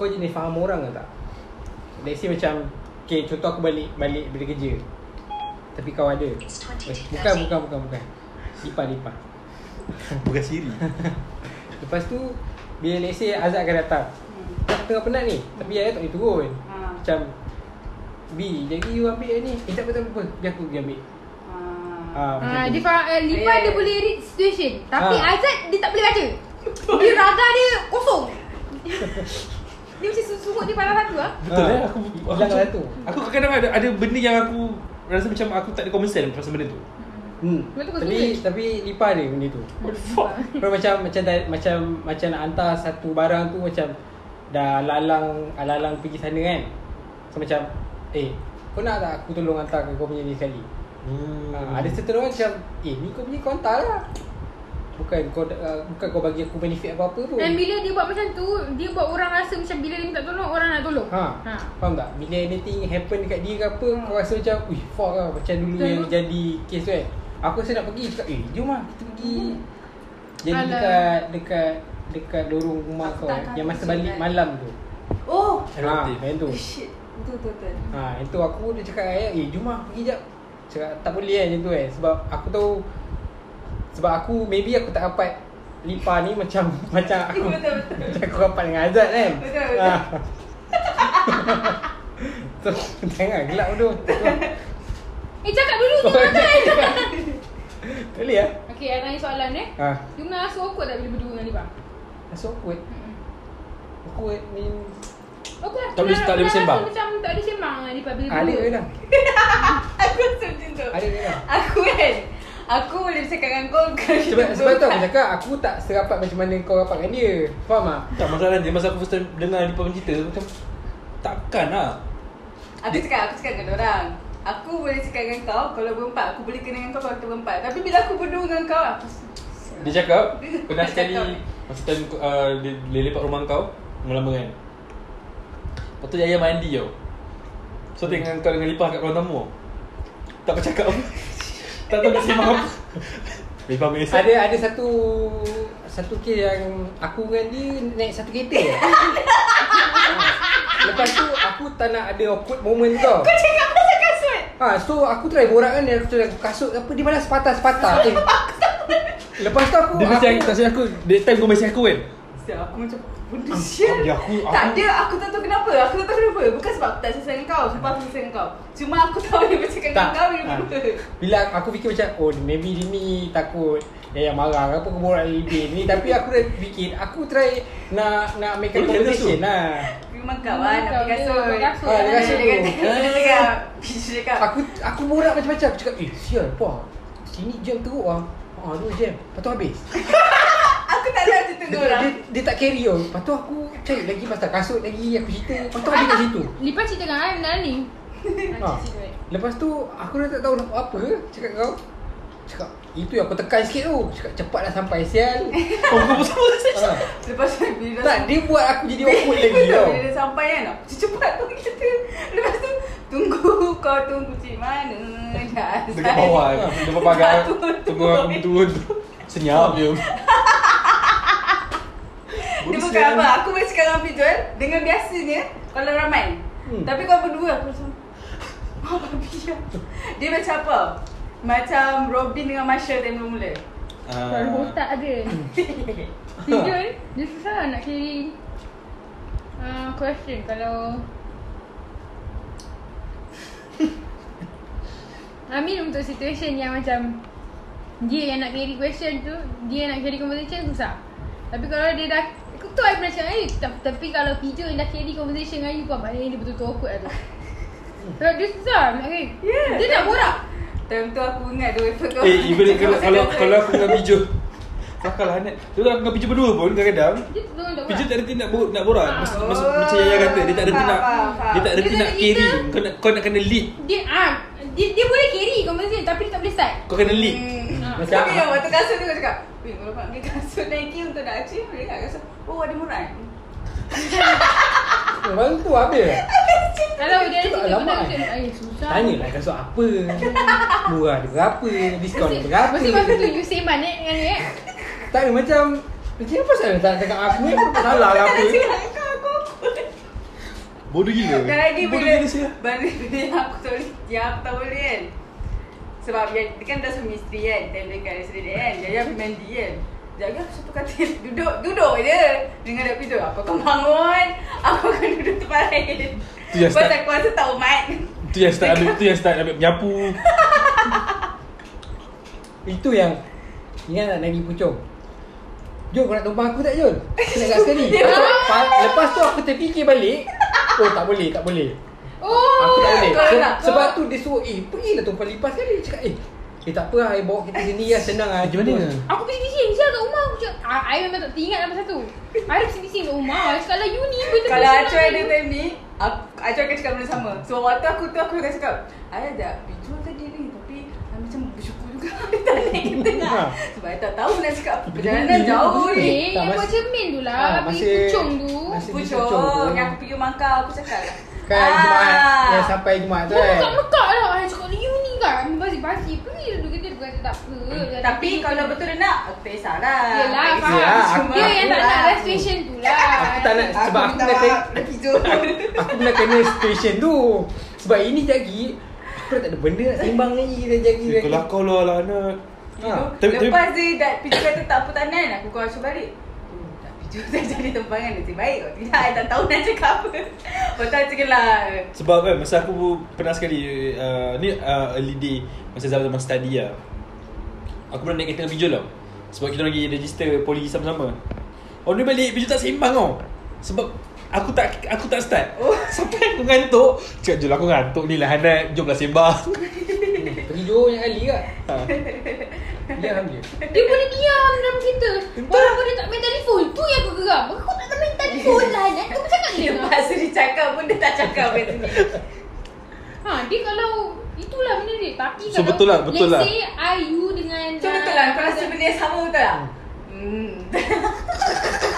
Speaker 1: kau jenis faham orang ke tak? Let's say macam Okay, contoh aku balik balik dari kerja Tapi kau ada eh, Bukan, bukan, bukan, bukan Lipat, lipat
Speaker 3: Bukan siri
Speaker 1: Lepas tu Bila let's say Azad akan datang Aku tengah penat ni Tapi ayah tak boleh turun
Speaker 4: Ha.
Speaker 1: Macam B, jadi you ambil yang ni Eh tak apa, tak apa Biar aku pergi ambil ha, macam
Speaker 2: Ah,
Speaker 1: tu.
Speaker 2: dia faham, uh, Lipa
Speaker 4: Ya,
Speaker 2: dia
Speaker 4: ya.
Speaker 2: boleh read situation Tapi
Speaker 1: Ah.
Speaker 2: Aizat dia tak boleh baca Dia raga dia kosong Dia macam surut dia pada satu lah
Speaker 3: Betul
Speaker 1: Ha.
Speaker 3: eh aku aku
Speaker 1: Hilang
Speaker 3: macam-
Speaker 1: satu.
Speaker 3: Aku kadang-kadang ada ada benda yang aku rasa macam aku tak ada common sense pasal benda tu.
Speaker 1: hmm.
Speaker 2: Lepas tu kau
Speaker 1: Tapi,
Speaker 2: sendiri.
Speaker 1: tapi Lipa ada benda tu
Speaker 3: What the fuck?
Speaker 1: Kau macam macam dah- macam macam nak hantar satu barang tu macam dah lalang lalang pergi sana kan. So macam eh kau nak tak aku tolong hantar ke kau punya ni sekali. Ah,
Speaker 3: Hmm.
Speaker 4: Ah,
Speaker 1: Hmm. Ha, ada certain orang macam eh ni kau punya kau hantar lah. Bukan kau uh, bukan kau bagi aku benefit apa-apa pun.
Speaker 2: Dan bila dia buat macam tu, dia buat orang rasa macam bila dia minta tolong, orang nak tolong.
Speaker 1: Ha. ha.
Speaker 2: Ha.
Speaker 1: Faham tak? Bila anything happen dekat dia ke apa, hmm. kau rasa macam, "Uish, fuck lah macam dulu
Speaker 2: Betul.
Speaker 1: yang jadi kes tu kan." Aku rasa nak pergi cakap, "Eh, jom lah kita pergi." Jadi
Speaker 2: Alah.
Speaker 1: dekat dekat dekat dorong rumah
Speaker 4: Aku
Speaker 1: kau
Speaker 4: tak
Speaker 1: eh,
Speaker 4: akan
Speaker 1: yang masa
Speaker 4: tunjuk
Speaker 1: balik
Speaker 4: kan.
Speaker 1: malam tu.
Speaker 4: Oh
Speaker 1: Ha,
Speaker 3: Eruptive.
Speaker 1: yang tu.
Speaker 4: Oh shit Betul betul betul
Speaker 1: Ha, yang tu aku dia cakap ayat, "Eh, jom lah pergi jap." Cakap tak boleh kan macam tu kan sebab aku tahu sebab aku maybe aku tak rapat Lipa ni macam macam aku
Speaker 4: Betul betul
Speaker 1: macam aku rapat dengan Azad kan.
Speaker 4: Betul, betul.
Speaker 1: Ha. so, jangan gelap tu.
Speaker 2: Eh, cakap dulu je
Speaker 1: Kau-
Speaker 2: makan.
Speaker 1: Tak boleh Oh, ah.
Speaker 2: Okey, ada lagi soalan eh.
Speaker 1: Ha.
Speaker 2: Jumlah rasa awkward tak bila berdua dengan Libah?
Speaker 1: So awkward. Awkward means
Speaker 2: Okey.
Speaker 3: Tak boleh- tak boleh bersembang.
Speaker 2: lah. Macam tak boleh sembang dengan Libah bila
Speaker 1: ada
Speaker 2: berdua.
Speaker 1: ke dah?
Speaker 4: Aku rasa macam tu
Speaker 1: Ada ke dah?
Speaker 4: Aku kan Aku boleh bercakap dengan kau Kau
Speaker 1: Sebab, sebab tu aku cakap aku tak serapat macam mana kau rapat dengan dia. Faham tak?
Speaker 3: Tak masalah dia masa aku first time dengar Lipa punya cerita macam takkan lah.
Speaker 4: Aku cakap Aku cakap dengan orang Aku boleh cakap dengan kau Kalau berempat Aku boleh kena dengan kau Kalau kita berempat Tapi bila aku berdua dengan kau Aku
Speaker 3: Dia cakap pernah
Speaker 4: Dia
Speaker 3: sekali
Speaker 4: cakap.
Speaker 3: masa time uh, dia, dia lepak rumah kau lama-lama kan. Lepas tu Yaya mandi tau. So tengok kau dengan Lipa kat ruang tamu. Tak bercakap apa. tak tahu nak sembang apa. Lipa punya set.
Speaker 1: Ada ada satu satu kes yang aku dengan dia naik satu kereta. ha. Lepas tu aku tak nak ada awkward moment tau.
Speaker 4: Kau cakap pasal kasut
Speaker 1: Ha, so aku try borak kan dia aku cakap kasut apa dia malas patah-patah. Eh. Lepas tu aku
Speaker 3: Dia mesti aku, tak silap aku, that time kau mesti aku kan.
Speaker 4: Siap aku macam Benda sial
Speaker 3: Ya, aku-
Speaker 4: Tak
Speaker 3: aku-
Speaker 4: ada aku tak tahu kenapa Aku tak tahu kenapa Bukan sebab aku tak selesai dengan kau Sebab aku selesai dengan kau Cuma aku tak boleh bercakap dengan
Speaker 1: Tak.
Speaker 4: kau
Speaker 1: Ha.
Speaker 4: Bila
Speaker 1: Bila aku fikir macam Oh maybe dia ni takut Yang yang marah ke apa Kau borak lebih ni Tapi aku dah fikir Aku try Nak nak make a
Speaker 3: Boleh kata
Speaker 1: conversation
Speaker 3: tu.
Speaker 1: lah
Speaker 4: Memang kau lah nak
Speaker 2: Kau
Speaker 4: pergi kasut
Speaker 2: dia buat kasut.
Speaker 1: Ah, dia kasut Ah.
Speaker 4: Dia
Speaker 1: tu.
Speaker 4: kata Dia cakap Dia cakap
Speaker 1: Aku aku borak macam-macam Aku cakap Eh sial apa Sini jam teruk lah Haa tu jam Lepas tu habis
Speaker 4: Aku tak tahu cerita
Speaker 1: dia,
Speaker 4: tu
Speaker 1: dia,
Speaker 4: orang
Speaker 1: dia, dia tak carry tau Lepas tu aku cari lagi pasal kasut lagi Aku cerita Lepas tu habis kat situ
Speaker 2: Lipa cerita dengan Alan dan ni.
Speaker 1: ha. Lepas tu aku dah tak tahu nak buat apa Cakap kau Cakap Itu yang aku tekan sikit tu Cakap cepatlah sampai sial
Speaker 3: Kau Oh, kau pun sama
Speaker 1: ha.
Speaker 3: rasa.
Speaker 4: Lepas tu bila dah
Speaker 1: Tak dia buat aku jadi awkward lagi
Speaker 4: Betul,
Speaker 1: tau
Speaker 4: Bila dia sampai kan Aku cepat tu kita Lepas tu Tunggu kau tunggu cik mana Dah
Speaker 3: Dekat bawah
Speaker 1: Ha.
Speaker 3: Dekat pagar
Speaker 4: Aku
Speaker 3: Tunggu aku turun Senyap dia
Speaker 4: Dia bukan apa Aku boleh cakap dengan Fizul Dengan biasanya Kalau ramai
Speaker 1: Hmm.
Speaker 4: Tapi kalau berdua Aku macam Ah babi lah." Dia macam apa Macam Robin dengan Marshall Time mula
Speaker 3: Ah.
Speaker 2: Kalau otak ada. Jujur, dia susah nak carry uh, question kalau Amin untuk situation yang macam dia yang nak carry question tu, dia yang nak carry conversation susah. Tapi kalau dia dah Aku tu I pernah cakap eh, ta- Tapi kalau video yang dah carry conversation dengan you Kau maknanya dia betul-betul awkward lah tu Sebab dia susah nak carry
Speaker 4: Yeah,
Speaker 2: Dia nak borak
Speaker 4: Time tu aku ingat Dua effort kau
Speaker 3: Eh even kalau
Speaker 4: Kau
Speaker 3: kalau
Speaker 4: cakap
Speaker 3: kalau aku dengan Pijo Kelakar lah Nat Dulu aku dengan Pijo berdua pun kadang-kadang
Speaker 2: Dia betul nak borak
Speaker 3: Pijo tak reti nak borak, nak borak. Mas,
Speaker 4: Oh.
Speaker 3: mas, macam Yaya kata dia tak reti
Speaker 4: Faham,
Speaker 3: nak
Speaker 4: faham, faham.
Speaker 3: dia tak reti
Speaker 2: Dia
Speaker 3: nak
Speaker 2: kena
Speaker 3: carry.
Speaker 2: kita-
Speaker 3: Kau nak kau nak kena lead.
Speaker 2: Dia ah, dia, dia boleh carry conversation tapi dia tak boleh start.
Speaker 3: Kau kena lead.
Speaker 4: Hmm.
Speaker 1: Macam-
Speaker 4: Tapi yang waktu kasut tu kau cakap Weh kalau nak beli kasut Nike untuk nak achieve Boleh tak kasut Oh ada murah eh?"
Speaker 1: Baru tu habis lah
Speaker 2: Kalau dia ada
Speaker 1: Tak
Speaker 2: cerita
Speaker 1: lama
Speaker 2: benda
Speaker 1: kan?
Speaker 2: macam eh susah.
Speaker 1: Tanyalah kasut apa Murah dia berapa Diskaun dia berapa
Speaker 2: Mesti masa tu you say mana dengan ni eh.
Speaker 1: Tak ada macam Macam apa pasal tak cakap aku ni Aku tak salah lah apa
Speaker 4: Kau aku
Speaker 3: Bodoh gila.
Speaker 4: Dan lagi
Speaker 3: Bodoh
Speaker 4: bila
Speaker 3: gila saya.
Speaker 4: Benda yang aku tak boleh Yang aku tak boleh kan Sebab yang, dia kan dah suami isteri kan Time dekat resident dia kan Yaya pergi mandi kan Jaga aku satu katil Duduk Duduk je Dengan dia tidur Apa kau bangun Aku akan duduk tempat lain
Speaker 3: Tu yang
Speaker 4: Pasal
Speaker 3: start.
Speaker 4: aku rasa tak umat
Speaker 3: Tu yang start ambil tu yang start ambil menyapu.
Speaker 1: Itu yang Ingat tak Nagi Pucung Jom kau nak tumpang aku tak Jom Aku nak kat sekali Lepas tu- pa- Lepas tu aku terfikir balik Oh tak boleh tak boleh Aku
Speaker 2: Oh.
Speaker 1: tak boleh
Speaker 4: kau
Speaker 1: Se-
Speaker 4: nak.
Speaker 1: Sebab tu dia suruh Eh pergilah tumpang lipas sekali Dia Cakap eh Eh tak apa lah I bawa kita sini lah Senang lah
Speaker 3: Macam mana?
Speaker 2: Aku bising-bising je kat rumah aku cakap ah, I memang tak teringat nombor satu I bising-bising kat rumah I cakap lah you lah." ni benda
Speaker 4: Kalau
Speaker 2: personal
Speaker 4: Acu ada
Speaker 2: you.
Speaker 4: time ni aku- Acu akan cakap benda sama So waktu aku tu aku akan cakap I ada bijul tadi ni Tapi I ah, macam bersyukur juga tak naik ke tengah
Speaker 1: Ha.
Speaker 4: Sebab I tak tahu nak cakap apa Perjalanan
Speaker 1: Berdiri,
Speaker 4: jauh
Speaker 1: berdiri.
Speaker 4: ni
Speaker 2: Eh,
Speaker 1: Tak,
Speaker 2: yang
Speaker 1: mas-
Speaker 2: buat cermin tu
Speaker 1: Ah,
Speaker 2: lah. Pergi
Speaker 1: masih-
Speaker 2: pucung tu.
Speaker 1: masih- Dia
Speaker 4: Pucuk
Speaker 1: cucuk tu.
Speaker 4: Yang aku pergi Mekah Aku cakap lah
Speaker 1: Kan
Speaker 4: Ah.
Speaker 1: Jumaat Yang sampai Jumaat tu
Speaker 2: Dia
Speaker 1: kan
Speaker 2: mekak-mekak lah. Saya cakap ni you ni kan. Basi-basi. Pergi duduk kerja. Dia kata tak apa.
Speaker 4: Tapi kalau betul dia nak Aku tak kisahlah
Speaker 2: Yelah,
Speaker 4: Tak kisah.
Speaker 1: faham.
Speaker 4: Cuma
Speaker 2: Dia yang tak
Speaker 4: aku
Speaker 2: nak
Speaker 4: lah.
Speaker 2: reservation tu lah.
Speaker 1: Ya, Aku tak nak Sebab aku nak kena Ah,
Speaker 4: Lagi jauh
Speaker 1: Aku pernah kena station tu Sebab ini jadi Aku dah tak ada benda nak sembang lagi Kita jadi
Speaker 3: Eh, Kalau kau lah lah nak
Speaker 1: ha.
Speaker 3: Tapi- tapi-
Speaker 4: Lepas dia dah Pijak kata tak apa tak nak Aku kau acuh balik Oh, tak pijak tak jadi tempangan Nanti baik Kalau tidak I tak tahu nak cakap apa Lepas tu I cakap lah
Speaker 3: Sebab kan masa aku pernah sekali uh, Ni uh, early day Masa zaman-zaman study lah Aku pernah naik kereta dengan Pijol tau Sebab kita orang pergi register poli sama-sama Oh dia balik Pijol tak seimbang tau Sebab aku tak aku tak start oh. Sampai aku ngantuk Cakap Jol aku ngantuk ni lah Hanat Jom lah sembang
Speaker 1: Pergi Johor yang kali lah. Ya, kat
Speaker 3: ha.
Speaker 1: Diam je
Speaker 2: Dia boleh diam dalam kereta. Walaupun dia tak main telefon. Tu yang aku geram. Aku tak main telefon lah. Nak kau macam kat dia.
Speaker 4: Lepas tu dia cakap pun Dia tak cakap Lepas tu
Speaker 2: Ha, dia kalau itulah benda dia. Tapi
Speaker 3: So,
Speaker 2: kalau
Speaker 3: betul lah, betul lah.
Speaker 2: let's say I you dengan
Speaker 4: Macam betul lah Kau rasa benda yang sama betul tak? Hmm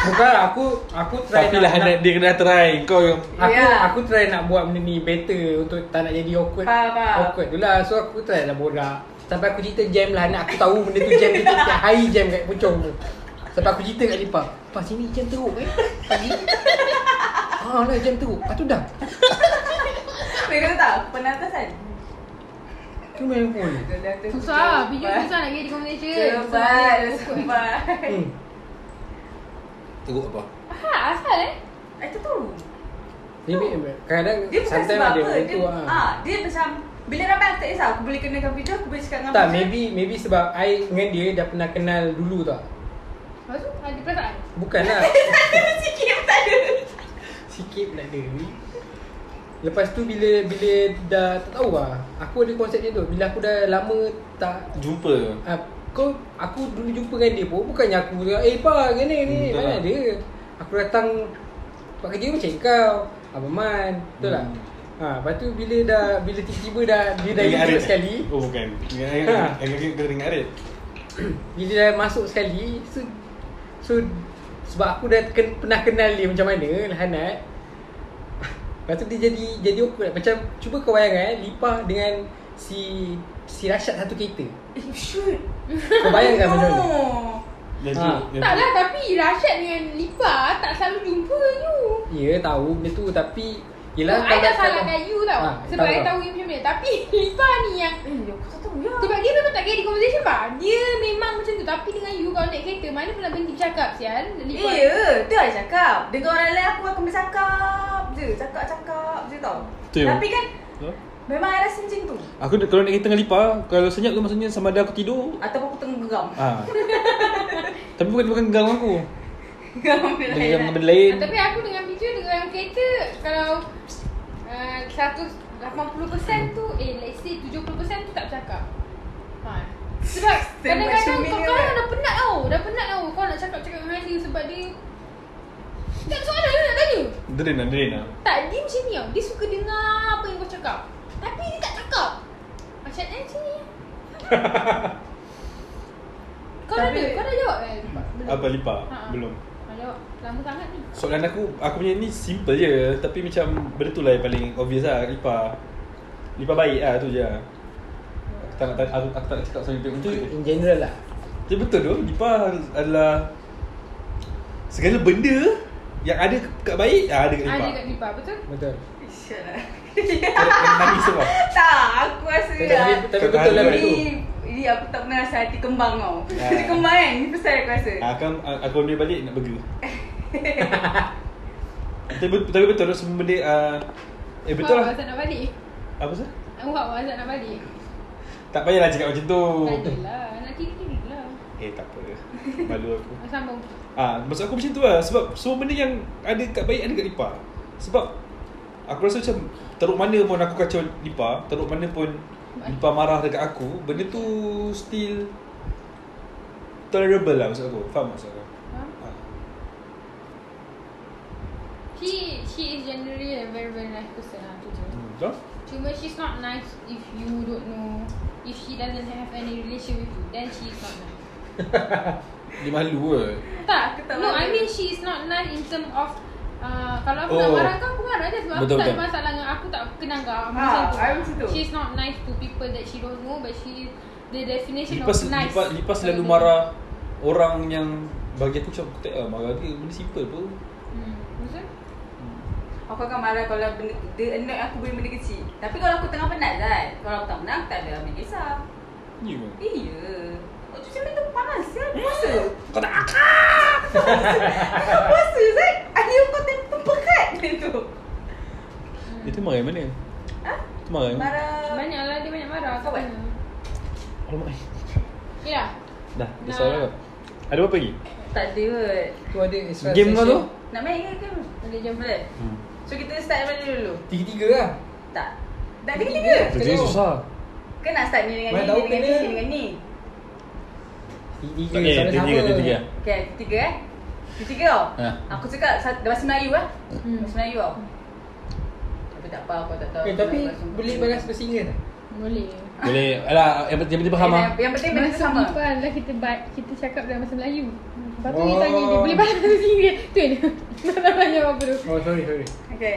Speaker 1: Bukan lah, aku Aku try
Speaker 3: Tapi lah Hanat dia kena try Kau yang
Speaker 1: Aku
Speaker 4: Ya.
Speaker 1: aku try nak buat benda ni better untuk tak nak jadi awkward.
Speaker 4: Faham, faham.
Speaker 1: Awkward tu lah. So aku try lah borak. Sampai aku cerita jam lah anak aku tahu benda tu jam kita tiap hari jam kat pocong tu. Sampai aku cerita kat Lipa. Pas sini jam teruk eh. Pagi. Ah lah jam teruk. Lepas tu dah.
Speaker 4: Kau tahu tak? Aku pernah atas kan?
Speaker 1: Tu main phone.
Speaker 2: Susah. Pijak susah nak jadi conversation.
Speaker 4: Cepat
Speaker 2: Susah.
Speaker 4: Cepat
Speaker 1: Hmm.
Speaker 7: Teruk apa?
Speaker 2: Ha, asal eh.
Speaker 4: Itu tu
Speaker 1: Dia ambil- kadang-kadang
Speaker 4: Dia bukan
Speaker 1: sometimes
Speaker 4: sebab
Speaker 1: ada
Speaker 4: apa
Speaker 1: benda
Speaker 4: Dia,
Speaker 1: tu ah.
Speaker 4: ah, dia macam Bila ramai aku tak kisah Aku boleh kenakan video Aku boleh cakap dengan
Speaker 1: Tak,
Speaker 4: video.
Speaker 1: maybe maybe sebab I dengan dia dah pernah kenal dulu tak.
Speaker 2: Lepas tu ada perasaan.
Speaker 1: Bukan lah
Speaker 4: Sikit pun tak ada
Speaker 1: Sikit pun tak ada ni Lepas tu bila bila dah tak tahu lah Aku ada konsep dia tu Bila aku dah lama tak
Speaker 3: jumpa
Speaker 1: uh, Kau Aku dulu jumpa dengan dia pun Bukannya aku cakap Eh pa kena ni
Speaker 3: Hmm, betul
Speaker 1: Mana
Speaker 3: lah.
Speaker 1: ada Aku datang Tempat kerja macam kau Abang Man Betul tak?
Speaker 3: Hmm.
Speaker 1: Ha, lepas tu bila dah Bila tiba-tiba dah Dia dah
Speaker 3: Dengan
Speaker 1: ikut
Speaker 3: Arif.
Speaker 1: sekali
Speaker 3: Oh bukan Dengan
Speaker 1: Ha.
Speaker 3: Agak-agak kau dengan Arit
Speaker 1: Bila dah masuk sekali So, so Sebab aku dah ken, pernah kenal dia macam mana Lahanat Lepas tu dia jadi jadi awkward Macam cuba kau bayangkan Lipah dengan si si Rashad satu kereta
Speaker 4: Eh shoot
Speaker 1: Kau bayangkan benda
Speaker 4: No
Speaker 1: tu
Speaker 3: Yang
Speaker 1: Ha.
Speaker 3: tu yang
Speaker 2: Tak
Speaker 3: tu.
Speaker 2: lah tapi Rashad dengan Lipa tak selalu jumpa you.
Speaker 1: Ya tahu benda tu tapi
Speaker 2: Yelah,
Speaker 1: Yelah
Speaker 2: I tak salah kat you tau
Speaker 1: Ha,
Speaker 2: Sebab
Speaker 1: tahu
Speaker 2: I
Speaker 1: lah.
Speaker 2: tahu you macam mana Tapi Lipa ni yang
Speaker 4: Eh aku tak tahu lah
Speaker 2: Sebab dia memang tak carry conversation pak Dia memang macam tu Tapi dengan you kalau naik kereta Mana pernah berhenti bercakap sial Lipa
Speaker 4: Eh ya Tu lah cakap Dengan orang lain aku akan bercakap je Cakap-cakap je tau
Speaker 3: Betul.
Speaker 4: Tapi kan
Speaker 3: Betul.
Speaker 4: Memang I rasa macam tu
Speaker 3: Aku kalau naik kereta dengan Lipa Kalau senyap tu maksudnya sama ada aku tidur
Speaker 4: Ataupun aku tenggeram
Speaker 3: Ah. Tapi bukan bukan ganggu aku.
Speaker 4: Geram bila
Speaker 3: Dengan
Speaker 4: lain.
Speaker 3: benda lain.
Speaker 2: Ah, Tapi aku dengan Biju dengan kereta Kalau uh, 180% tu Eh let's say 70% tu tak bercakap ha. Sebab
Speaker 4: Standby
Speaker 2: kadang-kadang
Speaker 4: swimming
Speaker 2: kau
Speaker 4: ke
Speaker 2: kau
Speaker 4: apa?
Speaker 2: dah penat tau Dah penat tau kau nak cakap-cakap dengan dia Sebab dia Tak ada soalan lah nak tanya
Speaker 3: Drain lah, drain lah.
Speaker 2: Tak, dia macam ni tau Dia suka dengar apa yang kau cakap Tapi dia tak cakap Macam eh macam ni Kau dah
Speaker 4: Tapi-
Speaker 2: ada, kau dah jawab kan?
Speaker 3: Apa Lipa?
Speaker 2: Ha.
Speaker 3: Ah, Belum.
Speaker 2: Dah jawab, lama sangat ni
Speaker 3: Soalan aku, aku punya ni simple je Tapi macam benda tu lah yang paling obvious lah Lipa Lipa baik lah tu je Aku tak nak, aku, aku tak nak cakap soal Lipa
Speaker 1: Itu
Speaker 3: untuk
Speaker 1: in general lah
Speaker 3: Tapi betul tu, Lipa adalah Segala benda yang ada kat baik, ah, ada kat Lipa
Speaker 2: Ada kat Lipa, betul?
Speaker 1: Betul
Speaker 4: Isyat lah.
Speaker 3: Kena mati semua
Speaker 4: Tak aku rasa
Speaker 1: Tapi,
Speaker 4: lah
Speaker 1: tapi betul lah benda tu
Speaker 4: Ni Ni aku tak pernah rasa hati kembang tau
Speaker 3: Ya.
Speaker 4: Hati kembang kan Ni pasal aku rasa
Speaker 3: Ah, Aku aku ambil balik nak burger. tapi, bet- tapi betul tu semua benda ah, eh betul
Speaker 2: Wah,
Speaker 3: lah. Oh.
Speaker 2: Azad nak balik
Speaker 3: Apa sah?
Speaker 2: Awak awak Azad nak balik
Speaker 3: Tak payahlah cakap macam tu.
Speaker 2: Tak adalah, nak tidur lah
Speaker 3: Eh tak apa. Malu aku.
Speaker 2: Sambung
Speaker 3: Ah, maksud aku macam tu lah sebab semua benda yang ada kat baik ada kat lipa. Sebab aku rasa macam teruk mana pun aku kacau lipa, teruk mana pun lipa marah dekat aku, benda tu still tolerable lah maksud Ah. aku. Faham maksud aku?
Speaker 2: ha?
Speaker 3: Ah.
Speaker 2: She, she is generally a very very nice person lah tu je.
Speaker 3: Hmm, Betul?
Speaker 2: Cuma she's not nice if you don't know if she doesn't have any relation with you then she is not nice.
Speaker 3: Dia malu ke?
Speaker 2: Tak.
Speaker 4: tak
Speaker 2: No,
Speaker 4: marah.
Speaker 2: I mean she is not nice in term of uh, kalau aku
Speaker 3: Oh.
Speaker 2: nak marah kau, aku marah je sebab aku tak
Speaker 3: Betul,
Speaker 2: ada
Speaker 3: betul.
Speaker 2: masalah dengan aku tak kenal kau. Ah,
Speaker 4: I macam tu.
Speaker 2: She's not nice to people that she don't know but she the definition
Speaker 3: Lipas,
Speaker 2: of nice.
Speaker 3: lipas, lipas selalu marah orang yang bagi aku macam aku tak payah marah dia. Benda simple pun.
Speaker 2: Hmm. Maksud?
Speaker 3: Hmm.
Speaker 4: Aku akan marah kalau benda, dia annoy aku benda, benda kecil Tapi kalau aku tengah penat kan Kalau aku tak menang, tak ada ambil kisah
Speaker 3: Ya ke?
Speaker 4: Iya Kau cuci main tu panas kan? Puasa
Speaker 1: Eh?
Speaker 3: Kau tak
Speaker 4: Kau puasa kan? Ada kau tem- tempekat macam tu
Speaker 2: Hmm.
Speaker 3: Dia tu marah yang mana?
Speaker 4: Ha?
Speaker 3: Tu marah yang mana?
Speaker 4: Marah
Speaker 2: Banyak lah dia banyak marah
Speaker 4: Kau buat?
Speaker 3: Alamak eh.
Speaker 2: Ya.
Speaker 3: Dah, dah
Speaker 2: Nah.
Speaker 3: soal kau Ada apa lagi?
Speaker 4: Tak ada kot
Speaker 1: Tu ada extra
Speaker 3: Game kau tu?
Speaker 1: session.
Speaker 4: Nak main ke game? Boleh jam boleh?
Speaker 3: Hmm.
Speaker 4: So kita start dari mana dulu?
Speaker 1: Tiga-tiga lah
Speaker 4: Tak Dah ketiga
Speaker 3: Kerjanya
Speaker 1: Kena.
Speaker 3: susah
Speaker 4: Kena start ni dengan
Speaker 1: Mana
Speaker 4: ni,
Speaker 1: tahu
Speaker 4: ni dengan
Speaker 1: kena.
Speaker 4: ni, dengan ni
Speaker 1: Tiga-tiga
Speaker 3: Eh,
Speaker 1: sama-sama
Speaker 3: tiga, tiga
Speaker 4: Okay, ketiga eh Ketiga tau
Speaker 3: Ha.
Speaker 4: Aku cakap sat- dah bahasa Melayu eh
Speaker 2: Hmm.
Speaker 4: Bahasa Melayu tau Tapi tak apa, aku tak tahu
Speaker 1: Eh, tapi boleh balas bahasa Inggeris tak?
Speaker 2: Boleh.
Speaker 3: Boleh, alah, yang penting dia faham lah
Speaker 4: Eh, Yang, yang penting benda tu
Speaker 2: Masa
Speaker 4: sama
Speaker 2: kita adalah kita ba- kita cakap dalam bahasa Melayu. Lepas tu dia
Speaker 1: Oh.
Speaker 2: tanya dia boleh bahasa Inggeris. Tu dia. Tak tanya apa tu.
Speaker 1: Oh, sorry, sorry
Speaker 4: Okay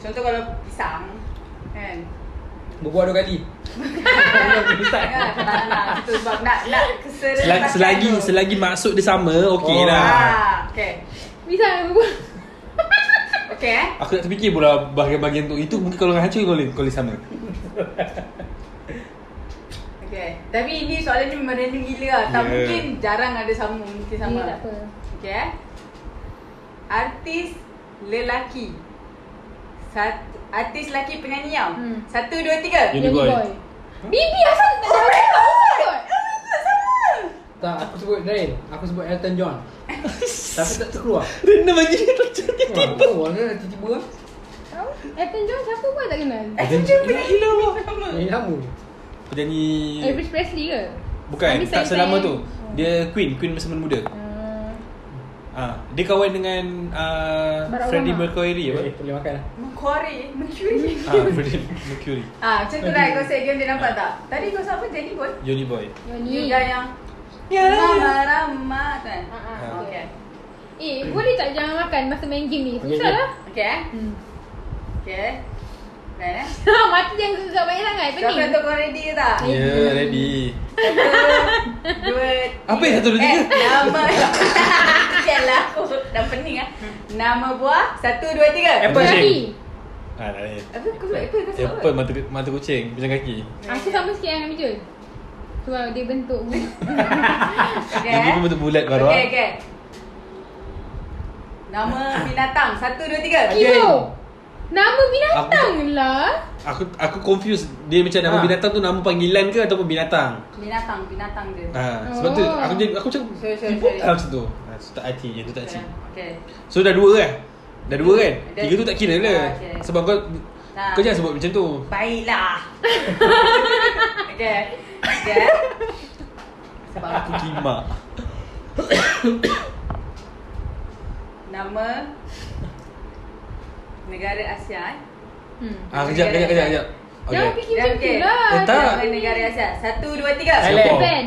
Speaker 4: Contoh kalau pisang Kan
Speaker 1: Berbual dua kali
Speaker 4: Kan tak nak Itu sebab nak Nak keserentak
Speaker 3: Selagi, selagi, selagi maksud dia sama, okey
Speaker 1: Oh.
Speaker 3: lah
Speaker 4: Ah, okay
Speaker 2: Bisa berbual.
Speaker 4: Okay eh
Speaker 3: Aku tak terfikir pula bahagian-bahagian tu Itu mungkin kalau dengan Hancur kau boleh, kau boleh sama
Speaker 4: Okay Tapi ini soalan ni memang random gila lah Tak
Speaker 3: Yeah.
Speaker 4: mungkin jarang ada sama Mungkin sama
Speaker 2: Sama. tak apa.
Speaker 4: Okay eh Artis lelaki Satu, artis lelaki penyanyi tau
Speaker 2: Hmm.
Speaker 4: Satu, dua, tiga
Speaker 3: Uni boy.
Speaker 2: Bibi asal tak
Speaker 4: Oh
Speaker 2: jawab.
Speaker 1: Tak, aku sebut Nail Aku sebut Elton John Tapi tak terkeluar
Speaker 3: Random aja dia tercakap
Speaker 1: Oh, orang kan tiba-tiba kan
Speaker 2: Tahu? Elton John siapa pun tak kenal.
Speaker 3: Macam
Speaker 1: Eh, lama
Speaker 3: Penyanyi
Speaker 2: Elvis Presley ke?
Speaker 3: Bukan,
Speaker 2: Elvis
Speaker 3: tak
Speaker 2: Presley.
Speaker 3: selama tu Dia Queen, Queen masa muda
Speaker 2: Hmm.
Speaker 3: ha. Dia kawan dengan uh,
Speaker 2: Barack
Speaker 3: Freddie
Speaker 2: Obama.
Speaker 3: Mercury apa?
Speaker 1: Eh, boleh makan lah
Speaker 4: Macquarie Mercury
Speaker 3: ha, Freddie Mercury
Speaker 4: Ah, macam tu lah kau set game dia nampak tak? Tadi kau siapa jadi pun?
Speaker 3: Uni boy
Speaker 2: Yoni.
Speaker 4: Juga yang Rama Rama kan?
Speaker 2: Ha, ha,
Speaker 3: Ha.
Speaker 2: betul.
Speaker 4: Okay
Speaker 2: Eh, boleh tak jangan makan masa main game ni?
Speaker 1: Okay,
Speaker 2: Susah
Speaker 1: okay.
Speaker 2: lah.
Speaker 4: Okay eh?
Speaker 2: Hmm.
Speaker 4: Okay Lain eh?
Speaker 2: Mata jangan gegak banyak sangat.
Speaker 4: Kau
Speaker 2: Pening.
Speaker 4: kena tahu kau ready ke tak?
Speaker 3: Ya, yeah, ready
Speaker 4: Satu, dua,
Speaker 3: Apa yang satu, dua,
Speaker 4: Eh,
Speaker 3: tiga?
Speaker 4: nama Jalan aku dah pening ah. Nama buah satu, dua, tiga
Speaker 3: Apple
Speaker 2: Jadi,
Speaker 3: shake ha, tak ada.
Speaker 4: Apa kau sebut apa? Kau sebut apa?
Speaker 3: Apple Eh, mata, mata kucing, macam kaki
Speaker 2: Aku sama Ah, sikit dengan Bijul. Sebab dia bentuk bulat.
Speaker 4: Okay
Speaker 3: Dia
Speaker 4: eh?
Speaker 3: pun bentuk bulat baru ah.
Speaker 4: Okay, okay Nama binatang satu, dua, tiga
Speaker 2: Kilo. Nama binatang lah.
Speaker 3: Aku aku confused dia macam nama
Speaker 4: Ah.
Speaker 1: Ha.
Speaker 3: binatang tu nama panggilan ke ataupun binatang.
Speaker 4: Binatang, binatang dia
Speaker 3: Ha, sebab tu
Speaker 2: Oh.
Speaker 3: aku jadi aku macam
Speaker 4: Sorry, sorry,
Speaker 3: ibu
Speaker 4: sorry.
Speaker 3: ah, macam tu. Ha, so tak hati, yang tu tak hati.
Speaker 4: Okay
Speaker 3: So dah dua kan? Dah dua kan?
Speaker 4: Dah-
Speaker 3: Tiga tu tak kira lah.
Speaker 4: Ah, okay. Ah.
Speaker 3: Sebab kau
Speaker 4: Nah.
Speaker 3: kau jangan sebut macam tu.
Speaker 4: Baiklah. okay. Okay. Sebab
Speaker 3: Aku kimak.
Speaker 4: nama negara Asia. eh.
Speaker 2: Hmm.
Speaker 3: Ah kejap kejap kejap kejap.
Speaker 2: Jangan
Speaker 3: Okay.
Speaker 2: fikir macam tu
Speaker 4: Ya, Okay.
Speaker 2: lah.
Speaker 3: Eh, tak.
Speaker 4: Nama negara Asia. Satu, dua, tiga. Ya.
Speaker 3: Singapore.
Speaker 2: Japan.